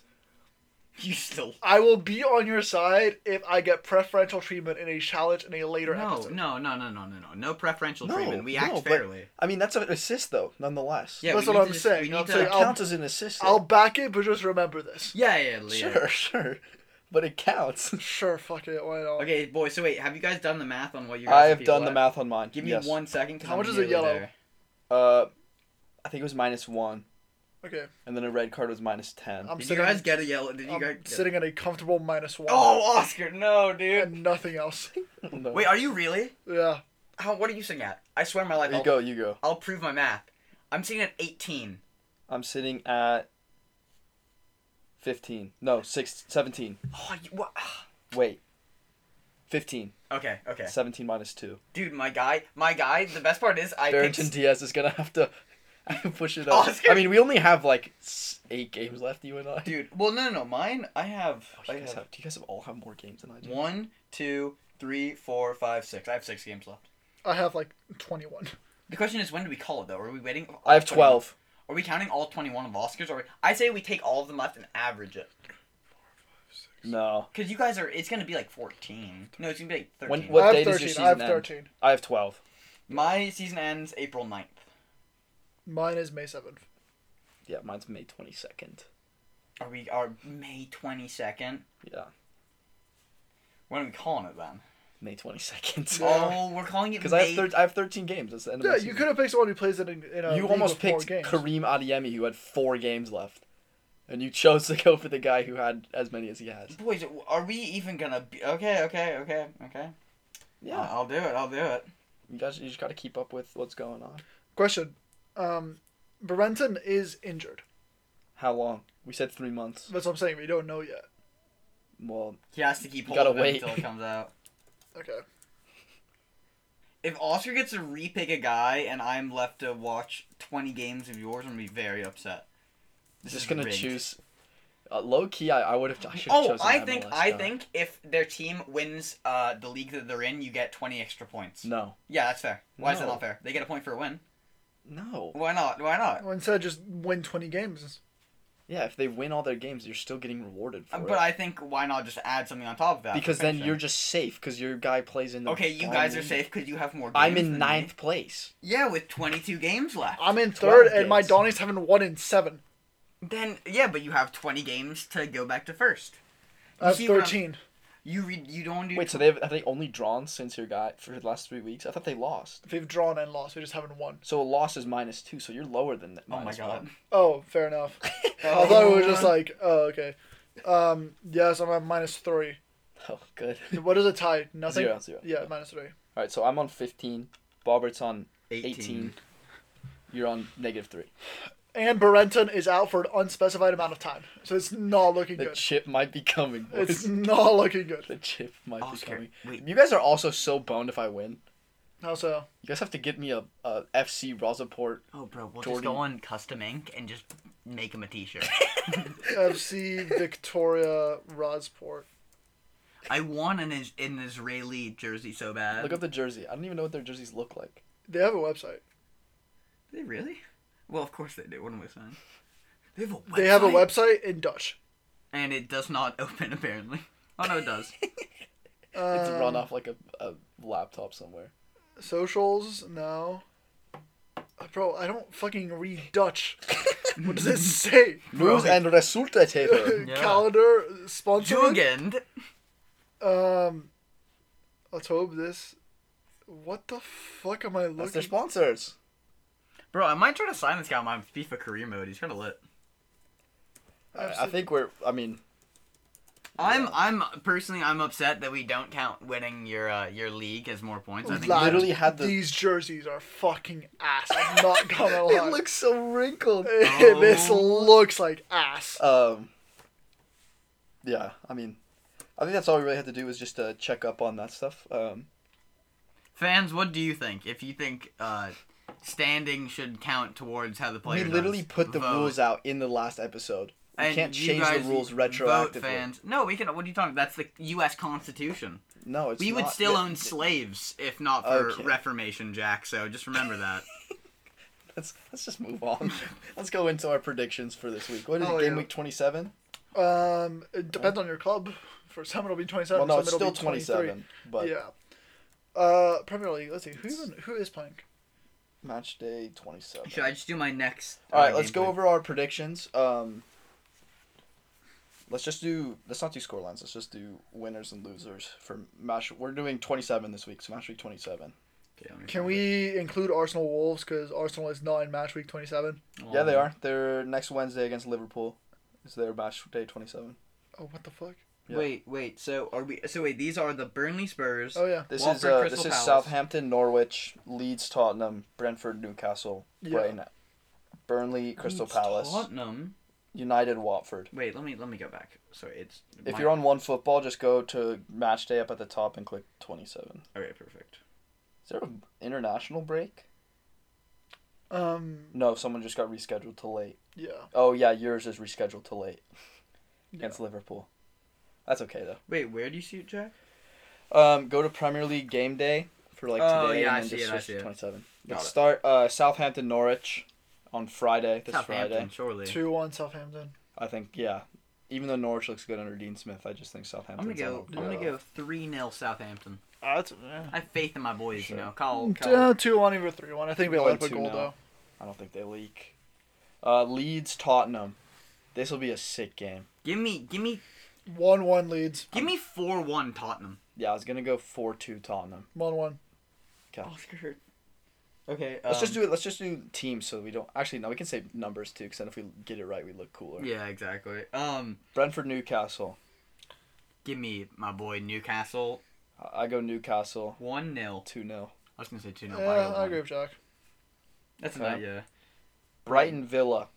C: You still.
B: I will be on your side if I get preferential treatment in a challenge in a later
C: No,
B: episode.
C: no, no, no, no, no, no. No preferential
A: No,
C: treatment. We
A: no,
C: act
A: but-
C: fairly.
A: I mean, that's an assist though, nonetheless.
C: Yeah,
B: That's what
C: we need
B: I'm
C: to just-
B: saying,
C: We
B: you know
C: need
B: what
A: So
B: I'm
A: it
C: to.
B: saying? I'll-
A: counts as an assist.
B: I'll back it, but just remember this.
C: Yeah, yeah, yeah.
A: sure, sure, but it counts.
B: Sure, fuck it, why not?
C: Okay, boy. So wait, have you guys done the math on what you? guys
A: I have
C: people
A: done the
C: at?
A: math on mine.
C: Give me
A: Yes.
C: one second. 'cause
B: How
C: I'm
B: much is a
C: nearly
B: yellow?
C: there.
A: Uh, I think it was minus one,
B: Okay,
A: and then a red card was minus ten.
B: I'm
C: Did you
B: sitting.
C: guys get a yellow? Did you
B: I'm
C: guys get-
B: sitting at a comfortable minus one.
C: Oh, Oscar, no, dude.
B: and nothing else.
A: No.
C: Wait, are you really?
B: Yeah,
C: How, what are you sitting at? I swear my life.
A: you
C: I'll,
A: go, you go.
C: I'll prove my math. I'm sitting at 18.
A: I'm sitting at fifteen. No, six, 17.
C: Oh, you, what?
A: Wait, 15.
C: Okay, okay.
A: Seventeen minus two.
C: Dude, my guy, my guy. The best part is I picked.
A: Barrington Diaz is gonna have to push it up.
C: Oscar-
A: I mean, we only have like s- eight games left. You and I.
C: Dude, well, no, no, no. Mine, I have.
A: Oh,
C: I
A: you guys
C: have
A: have, do you guys have all have more games than I do?
C: one, two, three, four, five, six. I have six games left.
B: I have like 21.
C: The question is, when do we call it though? Are we waiting? for all
A: I have
C: 21?
A: twelve.
C: Are we counting all twenty-one of Oscars? Or we- I say we take all of them left and average it,
A: No,
C: because you guys are. It's gonna be like fourteen. No, it's gonna be like
A: When-
C: thirteen.
A: What
B: I have
A: day does your
B: I have
A: season end?
B: 13.
A: I have twelve.
C: My season ends April 9th.
B: Mine is May 7th.
A: Yeah, mine's May twenty second.
C: Are we? Are May twenty-second?
A: Yeah,
C: When are we calling it then?
A: May twenty second.
B: Yeah.
C: Oh, we're calling it.
A: Because I have
C: May-
A: thir- I have thirteen games. That's the end of
B: Yeah,
A: my
B: you
A: season.
B: could have picked someone who plays it in, in a
A: You
B: league
A: almost
B: with four
A: picked
B: games.
A: Kareem Adiemi, who had four games left, and you chose to go for the guy who had as many as he has.
C: Boys, are we even gonna be? Okay, okay, okay, okay.
A: Yeah,
C: I'll, I'll do it. I'll do it.
A: you guys, you just got to keep up with what's going on.
B: Question. Um, Berenton is injured.
A: How long? We said three months.
B: That's what I'm saying. We don't know yet.
A: Well,
C: He has to keep
A: You
C: hold
A: gotta
C: of it
A: wait.
C: until it comes out.
B: Okay.
C: If Oscar gets to repick a guy and I'm left to watch twenty games of yours, I'm gonna be very upset. This
A: just
C: is
A: gonna
C: rigged.
A: choose. Uh, low key, I, I would have. I should have
C: Oh,
A: chosen
C: I think
A: MLS
C: I
A: guy.
C: think if their team wins uh, the league that they're in, you get twenty extra points.
A: No,
C: Yeah, that's fair. Why is that
A: No.
C: not fair? They get a point for a win.
A: no.
C: Why not? Why not?
B: Well, instead, just win 20 games.
A: Yeah, if they win all their games, you're still getting rewarded for
C: Uh,
A: it.
C: But I think why not just add something on top of that?
A: because then
C: Perfection.
A: you're just safe because your guy plays in the.
C: okay. You
A: bottom
C: guys are
A: league.
C: safe because you have more. Games
A: I'm
C: than
A: in
C: me.
A: ninth place.
C: Yeah, with 22 games left.
B: I'm in third,
A: Twelve
B: and my
A: games.
B: Donnies haven't won in seven.
C: Then yeah, but you have 20 games to go back to first. You
B: I have
C: see what I'm-
B: 13.
C: You read. You don't do.
A: Wait, so they have, have they only drawn since your guy for the last three weeks? I thought they lost.
B: They've drawn and lost. We just haven't won.
A: So a loss is minus two. So you're lower than that.
C: oh my god.
B: Oh, fair enough.
C: Oh.
B: I thought it was just like, oh, okay. Um, yes, I'm at minus three.
A: Oh, good. All
B: What is a tie? Nothing?
A: Zero, zero.
B: Yeah, minus three.
A: right, so I'm on 15. Bobbert's on
C: 18.
A: 18. You're on negative three.
B: And Berenton is out for an unspecified amount of time. So it's not looking
A: The
B: good.
A: chip might be coming. boys.
B: It's not looking good.
A: The chip might
C: Oscar,
A: be coming.
C: wait.
A: You guys are also so boned if I win.
B: How so?
A: You guys have to get me a, a FC Rosaport.
C: Oh, bro, we'll
A: Jordan.
C: just go on custom ink and just make him a T-shirt.
B: FC Victoria Rosport.
C: I want an Is- an Israeli jersey so bad.
A: Look up the jersey. I don't even know what their jerseys look like.
B: They have a website.
C: They really? Well, of course they do. What am I saying? They have a website.
B: They have a website in Dutch.
C: and it does not open apparently. Oh no, it does.
A: It's
C: uh,
B: Um,
A: run off like a, a laptop somewhere.
B: Socials? No. Uh, Bro, I don't fucking read Dutch. what does it say?
A: News and resultaten.
C: Yeah.
B: Calendar? Sponsor?
C: Jugend.
B: Um, let's hope this. What the fuck am I looking
A: That's their sponsors.
C: Bro, I might try to sign this guy on my FIFA career mode. He's kind of lit.
A: I, I think we're. I mean,
C: I'm I'm personally I'm upset that we don't count winning your uh, your league as more points. I think
B: Lad,
A: literally had the-
B: These jerseys are fucking ass. I'm not gonna lie.
A: it looks so wrinkled.
B: this
C: Oh.
B: looks like ass.
A: Um. Yeah, I mean, I think that's all we really had to do was just uh, check up on that stuff. Um,
C: fans, what do you think? If you think uh, standing should count towards how the
A: we
C: player
A: literally
C: does,
A: put the
C: vote.
A: rules out in the last episode. We
C: And
A: can't
C: you
A: change the
C: guys
A: rules
C: Vote
A: retroactively.
C: fans. No, we can. What are you talking? That's the U.S. Constitution.
A: No, it's
C: we would
A: not-
C: still
A: that-
C: own slaves if not for
A: Okay.
C: Reformation, Jack. So just remember that.
A: Let's let's just move on. let's go into our predictions for this week. What is
B: Oh,
A: it? Game
B: yeah.
A: week twenty seven.
B: Um, it depends on your club. For some, it'll be
A: Well,
B: twenty-seven.
A: no,
B: some
A: it's
B: it'll
A: still
B: be
A: twenty
B: 23.
A: seven, but
B: yeah. Uh, Premier League. Let's see who even who is playing.
A: match day twenty seven.
C: Should I just do my next?
A: All right,
C: uh,
A: let's go
C: gameplay?
A: over our predictions. Um, let's just do. Let's not do score lines. Let's just do winners and losers for match. We're doing twenty seven this week, so match week twenty seven.
C: Okay, let me
B: Can
C: find it.
B: we include Arsenal Wolves because Arsenal is not in match week twenty-seven?
A: Yeah,
C: Oh.
A: they are. They're next Wednesday against Liverpool. Is their match day twenty seven?
B: Oh, what the fuck?
A: Yeah.
C: Wait, wait. So are we? So wait, these are the Burnley Spurs.
B: Oh yeah.
A: This is
C: Watford,
A: uh,
C: Crystal
A: this is
C: Palace.
A: Southampton, Norwich, Leeds, Tottenham, Brentford, Newcastle,
B: Yeah.
A: Brighton, Burnley, Crystal
C: It's
A: Palace,
C: Tottenham.
A: United, Watford.
C: Wait, let me let me go back. Sorry, it's.
A: If
C: my-
A: you're on one football, just go to match day up at the top and click twenty seven.
C: Okay, perfect.
A: Is there an international break?
B: Um.
A: No, someone just got rescheduled to late.
B: Yeah.
A: Oh yeah, yours is rescheduled to late
B: Yeah.
A: against Liverpool. That's okay though.
C: Wait, where do you see it, Jack?
A: Um, go to Premier League game day for like
C: Oh,
A: today
C: yeah, I
A: and
C: see
A: then
C: it, I
A: just switch
C: see
A: to
C: it.
A: twenty seven.
C: Got it.
A: Start uh, Southampton Norwich on Friday. This
C: Southampton,
A: Friday,
C: surely.
B: Two one Southampton.
A: I think. Yeah, even though Norwich looks good under Dean Smith, I just think
C: I'm
A: Southampton.
C: gonna go. I'm gonna go three 0 Southampton.
B: Uh, That's
C: I have faith in my boys.
A: Sure. Mm,
C: You know, Kyle. Kyle.
B: uh, two one over three one. I think we
A: Going
B: let up a
A: two
B: goal
A: now.
B: though.
A: I don't think they leak. Uh, Leeds Tottenham. This will be a sick game.
C: Give me, give me,
B: One one leads.
C: give me four one Tottenham.
A: Yeah, I was gonna go four two Tottenham.
B: One one.
C: Oscar. Okay.
A: Let's just
B: Um,
A: do it. Let's just do teams so we don't actually. No, we can say numbers too, because then if we get it right, we look cooler.
C: Yeah, exactly. Um,
A: Brentford Newcastle.
C: give me my boy Newcastle
A: I- I go Newcastle
C: one 0
A: two 0
C: I was gonna say two 0
B: Yeah, Eh, I agree with Jack.
C: That's
A: Okay.
C: not yeah.
A: Brighton Villa.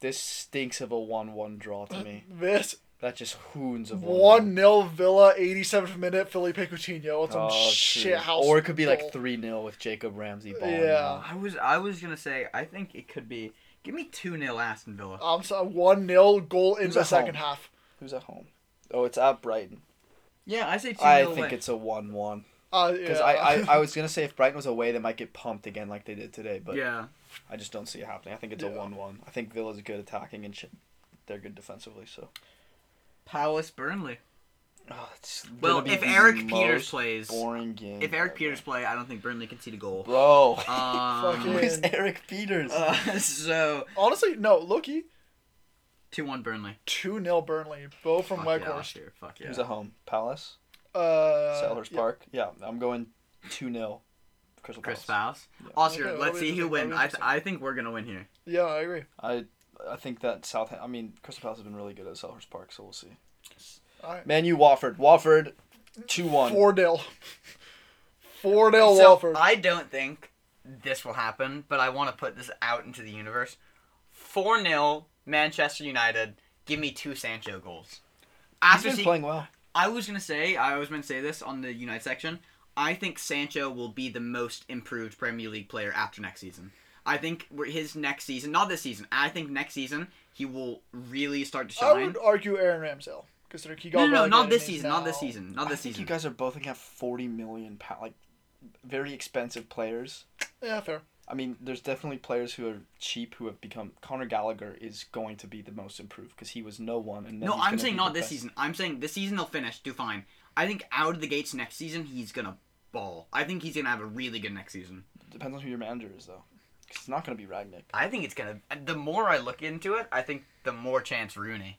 A: This stinks of a one-one draw to me.
B: This
A: That just hoons of
B: one 0 Villa, eighty seventh minute. Felipe Coutinho on some
A: Oh,
B: shit
A: shit
B: house.
A: Or it could be like
B: goal. Uh,
A: three 0 with Jacob Ramsey balling.
B: Yeah.
A: out.
C: I was I was gonna say I think it could be. Give me two 0 Aston Villa.
B: I'm sorry, one 0 goal in
A: Who's
B: the
A: at home?
B: second half.
A: Who's at home? Oh, it's at Brighton.
C: yeah, I say two 0
A: I think it's a one-one
B: Uh,
A: because
B: yeah.
A: I, I I was gonna say if Brighton was away, they might get pumped again like they did today, but
C: yeah.
A: I just don't see it happening. I think it's a
B: Yeah.
A: one-one. I think Villa's good attacking and shit. They're good defensively, so.
C: Palace Burnley.
A: Oh, it's gonna
C: Well,
A: be
C: if
A: the
C: Eric Peters
A: most
C: plays,
A: boring game.
C: if Eric
A: ever.
C: Peters play, I don't think Burnley can see the goal.
A: bro,
C: Um,
B: Fucking-
A: who's Eric Peters?
C: uh, so
B: honestly no. Loki
C: two one Burnley.
B: two 0 Burnley. Both from
C: Fuck yeah,
B: Weghorst.
C: Oscar, Fuck
A: Oh Who's
C: yeah.
A: at home? Palace,
B: Uh,
A: Sellers
B: yeah.
A: Park. Yeah, I'm going two 0 Crystal
C: Chris
A: Palace.
C: Faust. Oscar,
B: Okay, that'll
C: let's
B: be
C: see who
B: interesting, that'll
C: wins.
B: be
C: I, th-
B: interesting.
C: I think we're gonna win here.
B: Yeah, I agree.
A: I I think that South. I mean, Crystal Palace has been really good at Sellers Park, so we'll see.
B: All right.
A: Man, you Wofford, Wofford, two one.
B: Four 0 Four 0
C: so
B: Walford.
C: I don't think this will happen, but I want to put this out into the universe. Four 0 Manchester United. Give me two Sancho goals.
A: He's
C: After
A: been
C: see,
A: playing well.
C: I was gonna say, I was gonna say this on the United section. I think Sancho will be the most improved Premier League player after next season. I think we're- his next season, not this season. I think next season he will really start to
B: I
C: shine.
B: would argue Aaron Ramsdale considering he got
C: no, no, no, not
B: relegated
C: this
B: and he's
C: season. Not this
B: now-
C: season. Not
A: I
C: this
A: think
C: season.
A: you guys are both looking at forty million pound, like very expensive players.
B: Yeah, fair.
A: I mean, there's definitely players who are cheap who have become. Conor Gallagher is going to be the most improved because he was no one. And then
C: No,
A: he's
C: I'm
A: gonna
C: saying
A: be
C: not
A: the
C: this
A: best.
C: season. I'm saying this season they'll finish, do fine. I think out of the gates next season he's gonna ball. I think he's gonna have a really good next season.
A: Depends on who your manager is though, 'Cause it's not going to be Ragnick.
C: I think it's gonna. The more I look into it, I think the more chance Rooney.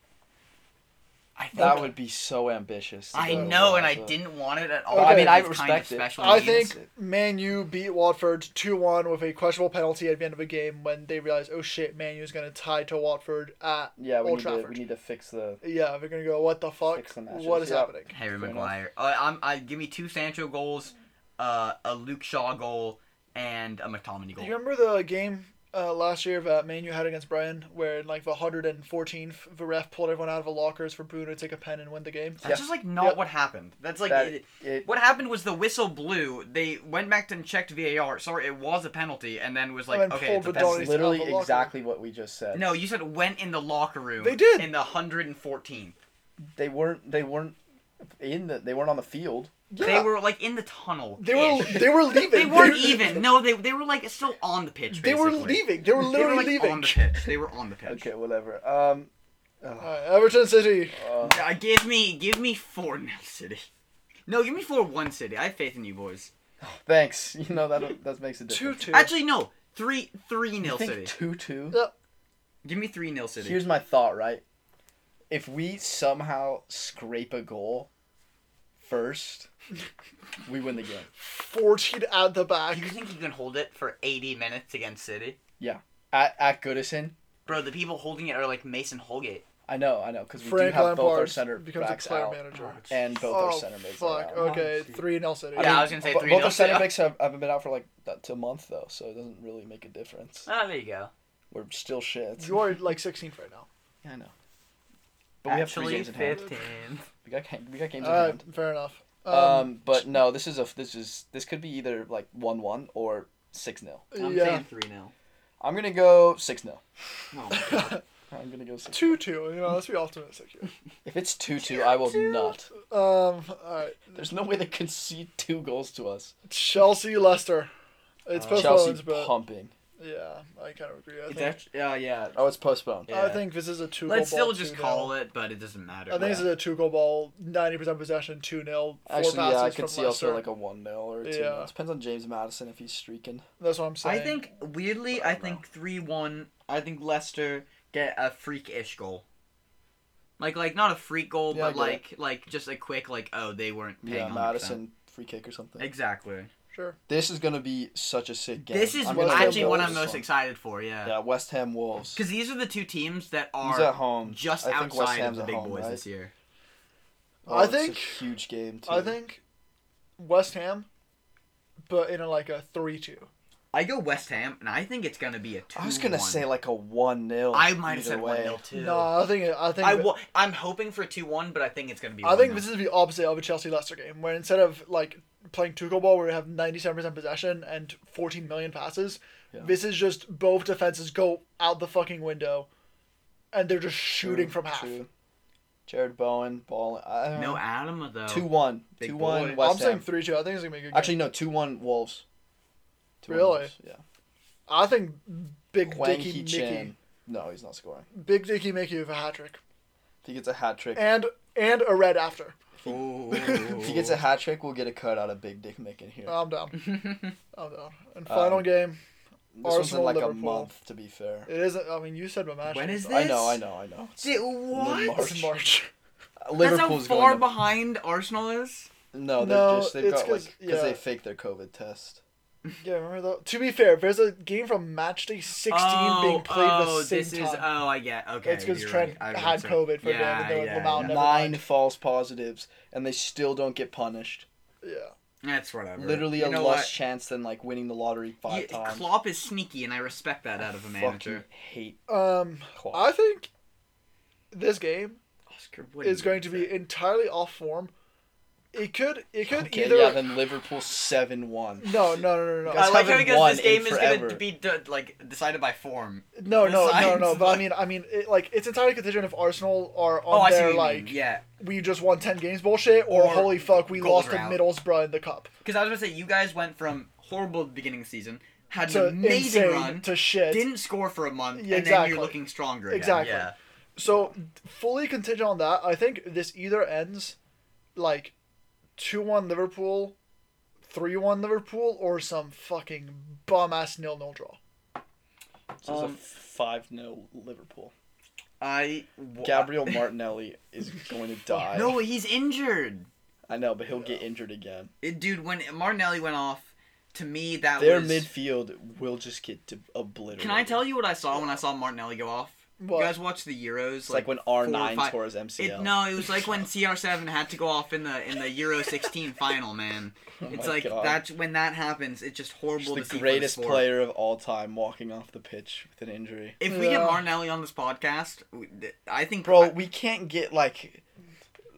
C: I think
A: That would be so ambitious. to
C: I
A: go
C: know, and I
A: Raza.
C: didn't want it at all.
B: Okay. I mean,
A: I
C: It's kind
A: respect
C: of
A: it.
C: special
B: I
A: Yes.
C: to use.
B: think Man U beat Watford 2 1 with a questionable penalty at the end of a game when they realized, oh shit, Man U's going to tie to Watford at
A: Yeah, we
B: Old
A: need, to,
B: Trafford.
A: we need to fix the.
B: Yeah, they're going to go, what the fuck?
A: Fix the matches,
B: What is
A: yeah.
B: happening?
C: Harry
A: Fair enough.
C: Maguire. Uh, I'm. I give me two Sancho goals, uh, a Luke Shaw goal, and a McTominay
B: Do
C: goal.
B: You remember the game uh, last year that Man U had against Brighton where, in like, the 114th, the ref pulled everyone out of the lockers for Bruno to take a pen and win the game?
C: That's
A: Yeah.
C: just like not
B: Yep.
C: what happened. That's like
A: That-
C: it-
A: it-
C: what happened was the whistle blew. They went back and checked VAR. Sorry, it was a penalty, and then was like,
B: And then
C: okay,
B: pulled
C: it's a
B: the
A: that's
B: penalty.
C: penalty.
B: penalties out
A: literally
B: of the locker
A: exactly what we just said.
C: No, you said went in the locker room.
B: They did.
C: in the 114th.
A: they weren't. They weren't in the. They weren't on the field.
B: Yeah.
C: They were like in the tunnel.
B: They were, they were leaving.
C: They weren't even. No, they they were like still on the pitch.
B: They were
C: basically.
B: leaving. They were
C: They were
B: literally
C: like
B: leaving.
C: on the pitch. They were on the pitch.
A: Okay, whatever. Um,
B: All right, Everton City.
A: uh,
C: Uh, give me give me four nil City. No, give me four one City. I have faith in you boys.
A: thanks. You know that that makes a
B: Two
A: difference.
B: two.
C: Actually, no, three three
A: You
C: nil
A: think
C: City.
A: two two.
C: Give me three nil City.
A: Here's my thought. Right, if we somehow scrape a goal first, we win the game.
B: fourteen at the back.
C: you think you can hold it for eighty minutes against City,
A: At at Goodison,
C: bro? The people holding it are like Mason Holgate.
A: I know, I know, because we
B: Frank
A: do have
B: Lampard
A: both our center
B: becomes a
A: backs
B: player
A: out
B: manager.
A: and both our
B: Oh
A: center mids. are
B: fuck!
A: out.
B: Okay,
C: Honestly.
B: three nil City.
C: I Yeah, mean- I was gonna say
A: bo-
C: 3-0,
A: Both our
C: so
A: center
C: yeah.
A: backs have, haven't been out for like that- to a month though, so it doesn't really make a
B: Uh.
A: difference.
C: Oh, there you go.
A: We're still shit.
B: you are like 16th right now.
A: Yeah, I know. But we have three
C: Actually,
A: games in hand.
C: fifteen.
A: We got ga- we got games in
B: Uh,
A: hand.
B: fair enough. Um,
A: Um, but no, this is a this is this could be either like one one or six 0
C: I'm
B: yeah,
C: saying three nil.
A: I'm gonna go six 0
C: Oh my God.
A: I'm gonna go six.
B: Two two. You know, let's be optimistic here.
A: If it's two two, I will
B: Two-two.
A: not.
B: Um. All right.
A: There's no way they concede two goals to us.
B: Chelsea Leicester. It's
C: Uh,
B: postponed,
A: Chelsea
B: but
A: pumping.
B: yeah, I kind of agree. I
C: It's
B: think,
C: actually, uh, yeah.
A: Oh, it's postponed.
B: I
C: yeah.
B: think this is a two.
C: Let's still just call it, but it doesn't matter.
B: I think this is a two goal ball, ninety percent possession, two 0 four
A: Actually,
B: passes
A: yeah, I
B: from
A: could see
B: Leicester.
A: also like a one 0 or a two.
B: Yeah.
A: It depends on James Madison if he's streaking.
B: That's what I'm saying.
C: I think weirdly,
A: I
C: I
A: don't know.
C: think three one. I think Leicester get a freak-ish goal. Like like not a freak goal,
A: Yeah, I
C: but
A: get
C: like like just a quick like oh they weren't paying.
A: Yeah,
C: 100%.
A: Madison free kick or something.
C: Exactly.
B: sure.
A: This is gonna be such a sick game.
C: This is
A: I'm
B: what-
A: gonna
B: go
C: actually
A: go
C: what
A: with
C: I'm
A: this
C: most
A: one.
C: excited for. Yeah.
A: Yeah, West Ham Wolves.
C: Because these are the two teams that
A: He's at
C: are
A: home.
C: just
A: I think West
C: outside of
A: Ham's
C: the
A: at
C: big
A: home,
C: boys
A: right?
C: this year.
A: Oh,
B: I
A: it's a
B: think-
A: huge game. Too.
B: I think West Ham, but in a, like a three two.
C: I go West Ham, and I think it's gonna be a two.
A: I was gonna say like a one 0
C: I might have said one 0 too.
B: No, I think I think
C: I will, I'm hoping for two one, but I think it's gonna be.
B: I think
C: 1-0.
B: this is the opposite of a Chelsea Leicester game, where instead of like playing Tuchel ball, where we have ninety seven percent possession and fourteen million passes,
A: Yeah.
B: this is just both defenses go out the fucking window, and they're just shooting from half.
A: Jared Bowen, ball. I don't
C: no
A: know.
C: Adama though.
A: Two one.
C: Big
A: Two
C: boy.
A: one.
B: I'm
A: West
B: saying
A: Ham.
B: three two. I think it's gonna be a good. Game.
A: Actually, no. Two one Wolves. 2-1
B: Really?
A: Wolves, Yeah.
B: I think Big
A: Wang
B: Dicky
A: Hee
B: Mickey,
A: Chan. No, he's not scoring.
B: Big Dicky Mickey with a hat trick,
A: If he gets a hat trick,
B: and and a red after.
C: Ooh.
A: if he gets a hat trick, we'll get a cut out of Big Dick Mick in here.
B: I'm down. I'm down. And
C: Um,
B: final game.
A: this one's in
B: Arsenal,
A: like
B: Liverpool.
A: a month, to be fair.
B: It isn't. I mean, you said my match.
C: When is
A: I know,
C: this?
A: I know, I know.
C: Di- what?
A: March.
B: It's March.
A: Uh,
C: That's how
A: Liverpool's
C: far
A: going. To,
C: behind Arsenal is.
A: no, they're
B: No,
A: just they've got
B: it's
A: like
B: 'cause-
A: because
B: yeah.
A: they faked their COVID test.
B: Yeah, remember that. To be fair, there's a game from match day 16
C: oh,
B: being played
C: oh,
B: the same
C: this
B: time.
C: is. Oh, I get. Okay.
B: It's 'cause
C: you're
B: Trent
C: right. I
B: had
C: remember.
B: COVID for a day,
C: yeah,
B: but then
C: yeah,
B: Lamau
C: yeah.
B: never
A: Nine
B: mind.
A: false positives, and they still don't get punished.
B: yeah,
C: That's whatever.
A: Literally
C: you
A: a
C: know
A: less
C: what?
A: chance than like winning the lottery five
C: Yeah,
A: times.
C: Klopp is sneaky, and I respect that out of a
A: Fucking
C: manager.
A: hate
B: um,
A: Klopp.
B: I think this game
C: Oscar, what
B: is
C: are you
B: going to
C: doing?
B: be entirely off form. It could, it could
A: okay,
B: either.
A: yeah, then Liverpool seven one.
B: no, no, no, no, no,
A: Guys,
C: I like how
A: haven't
C: because
A: won
C: this game
A: in
C: is going
A: forever.
C: to be de- like decided by form.
B: no, no, no,
C: Besides-
B: no. But I mean, I mean, it, like it's entirely contingent if Arsenal are
C: Oh,
B: on
C: I see.
B: their
C: What you
B: like
C: mean. Yeah,
B: we just won ten games bullshit, or,
C: Or
B: holy fuck, we
C: goal
B: lost
C: drought.
B: to Middlesbrough in the cup.
C: because I was gonna say you guys went from horrible beginning of season, had
B: To
C: an amazing
B: insane
C: run,
B: to shit.
C: didn't score for a month,
B: Yeah,
C: and then
B: exactly.
C: you're looking stronger. Again.
B: Exactly.
C: Yeah.
B: So fully contingent on that, I think this either ends like two one Liverpool, three one Liverpool, or some fucking bum ass nil nil draw.
A: This is a
C: Um,
A: five 0 Liverpool.
C: I w-
A: Gabriel Martinelli is going to die.
C: No, he's injured.
A: I know, but he'll get injured again.
C: It, dude, when Martinelli went off, to me that
A: Their
C: was.
A: midfield will just get to obliterated.
C: Can I tell you what I saw when I saw Martinelli go off?
B: What?
C: You guys watch the Euros?
A: It's like, when
C: four or
A: R nine
C: five-
A: tore his MCL.
C: It, no, it was like when CR7 had to go off in the in the Euro 16 final, man.
A: Oh
C: It's
A: my
C: like
A: God.
C: that's when that happens. It's just
A: Just
C: horrible. to
A: the
C: see for
A: greatest
C: sport.
A: player of all time walking off the pitch with an injury.
C: If we get
B: Yeah.
C: Martinelli on this podcast, we- th- I think
A: Bro,
C: I-
A: we can't get like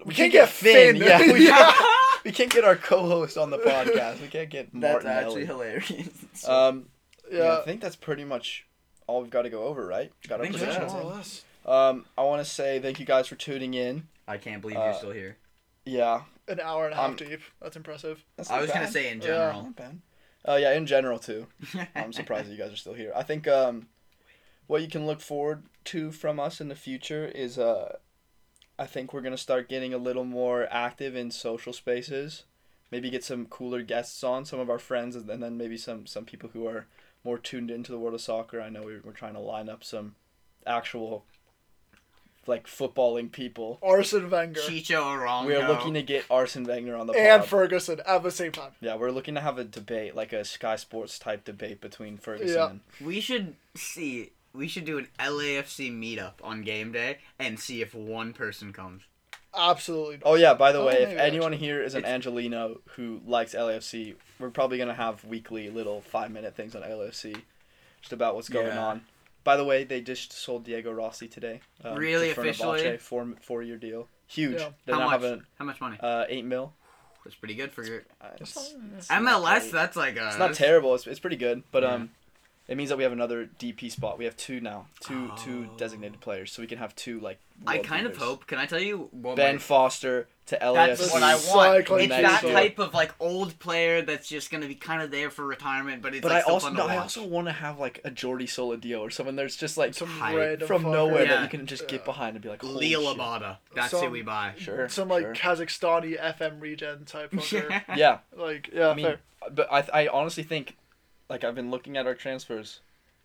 A: we can't
B: can't get
A: get Finn.
B: Finn.
A: Yeah, we,
B: Yeah.
A: Can't, we can't get our co-host on the podcast. We can't get
C: that's
A: Martinelli.
C: actually hilarious.
A: um, yeah.
B: Yeah,
A: I think that's pretty much all we've got to go over, right? Got our
C: I think so.
A: predictions.
C: Yeah.
B: more or less.
A: Um, I want to say thank you guys for tuning in.
C: I can't believe
A: uh,
C: you're still here.
A: Yeah,
B: An hour and a half
A: Um,
B: deep. That's impressive.
A: that's
C: I
A: not
C: was gonna
A: bad.
C: say in
B: Yeah.
C: general.
A: Not bad. Uh, yeah, in general too. I'm surprised that you guys are still here. I think um, what you can look forward to from us in the future is uh, I think we're gonna start getting a little more active in social spaces. Maybe get some cooler guests on, some of our friends, and then- then maybe some some people who are more tuned into the world of soccer. I know we're, we're trying to line up some actual like footballing people.
B: Arsene Wenger
C: Chicho Arango.
A: We are looking to get Arsene Wenger on the
B: and
A: pod.
B: Ferguson at the same time.
A: yeah, we're looking to have a debate, like a Sky Sports type debate between Ferguson
B: Yeah.
A: and
C: We should see. We should do an LAFC meetup on game day and see if one person comes.
B: Absolutely.
A: Oh yeah, by the
B: Oh,
A: way, if
B: maybe
A: anyone here is an
C: It's-
A: Angelino who likes LAFC, we're probably gonna have weekly little five minute things on LAFC, just about what's going
C: Yeah.
A: on. By the way, they just sold Diego Rossi today. um,
C: Really,
A: to
C: officially?
A: Fenerbahce, four four year deal, huge.
B: Yeah.
A: They
C: How
A: now
C: much?
A: have an
C: How much money?
A: uh, eight mil.
C: That's pretty good for your
A: Uh, It's, it's not
C: MLS.
A: great.
C: That's like a.
A: It's not terrible. It's, it's pretty good, but
C: Yeah.
A: um, It means that we have another DP spot. We have two now, two two
C: Oh.
A: designated players, so we can have two like.
C: I
A: world
C: kind of
A: beaters.
C: hope. Can I tell you what
A: Ben
C: my-
A: Foster to LAFC.
B: LAFC.
C: That's what I want.
B: Recycling
C: It's that
A: Mexico.
C: type of like old player that's just gonna be kind of there for retirement, but it's
A: But
C: like
A: I
C: still
A: also
C: fun
A: no,
C: to
A: I
C: watch.
A: also want to have like a Jordi Soladio or someone that's just like
B: Some
C: Hype.
B: random
A: from
B: fucker.
A: nowhere that
C: Yeah.
A: you can just get
B: Yeah.
A: behind and be like, holy
C: Leo
A: shit.
C: Labada. That's who
B: Some-
C: we buy.
A: Sure.
B: Some like
A: sure.
B: Kazakhstani FM regen type fucker.
A: yeah.
B: like yeah,
A: I mean,
B: fair.
A: but I I honestly think, like I've been looking at our transfers,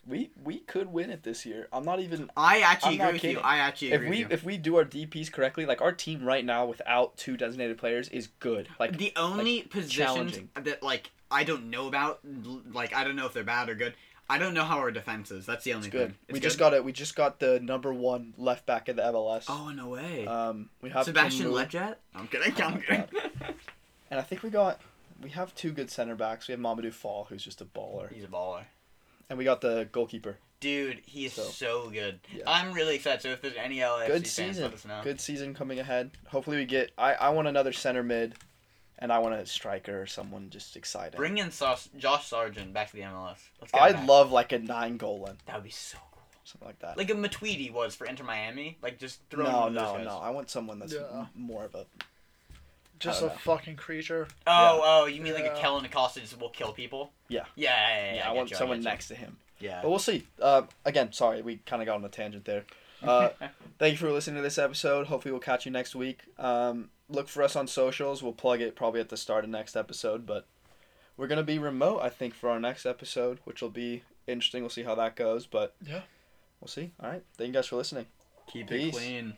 A: we we could win it this year. I'm not even
C: I
A: I'm
C: actually
A: not
C: agree with you.
A: kidding.
C: I actually
A: if
C: agree
A: we
C: with you.
A: if we do our DPS correctly, like our team right now without two designated players is good. Like
C: the only positions
A: challenging.
C: that like I don't know about, l- like I don't know if they're bad or good. I don't know how our defense is. That's the only
A: it's good.
C: thing.
A: we just got it. We just got the number one left back in the MLS.
C: Oh no way.
A: Um, we have
C: Sebastian
A: Kamu,
C: Lejet. I'm kidding.
A: Oh
C: I'm
A: my
C: kidding.
A: and I think we got we have two good center backs. We have Mamadou Fall, who's just a baller,
C: He's a baller.
A: and we got the goalkeeper.
C: Dude, he is
A: So-
C: so, good.
A: Yeah.
C: I'm really excited. So if there's any LAFC
A: good
C: fans,
A: season.
C: let us know.
A: Good season coming ahead. Hopefully we get. I I want another center mid, and I want a striker or someone just exciting.
C: Bring in Sauce, Josh Sargent back to the MLS. Let's get him
A: I'd
C: back.
A: love like a nine goalin,
C: That would be so cool.
A: something like that.
C: Like a Matuidi was for Inter Miami. Like just throw.
A: No,
C: him in those
A: no,
C: guys.
A: no. I want someone that's
B: Yeah.
A: m- more of a.
B: Just
A: I
B: a
A: don't know.
B: fucking creature.
C: Oh, oh, you mean like
B: Yeah.
C: a Kellen Acosta just will kill people?
A: Yeah.
C: Yeah, yeah, yeah.
A: Yeah,
C: yeah,
A: I
C: get
A: want
C: you,
A: someone
C: get you.
A: next to him.
C: Yeah.
A: But we'll see. Uh, again, sorry, we kind of got on a tangent there. Uh, thank you for listening to this episode. Hopefully, we'll catch you next week. Um, look for us on socials. We'll plug it probably at the start of next episode, but we're gonna be remote, I think, for our next episode, which will be interesting. We'll see how that goes, but
B: Yeah.
A: we'll see. All right. Thank you guys for listening.
C: Keep
A: Peace.
C: it clean.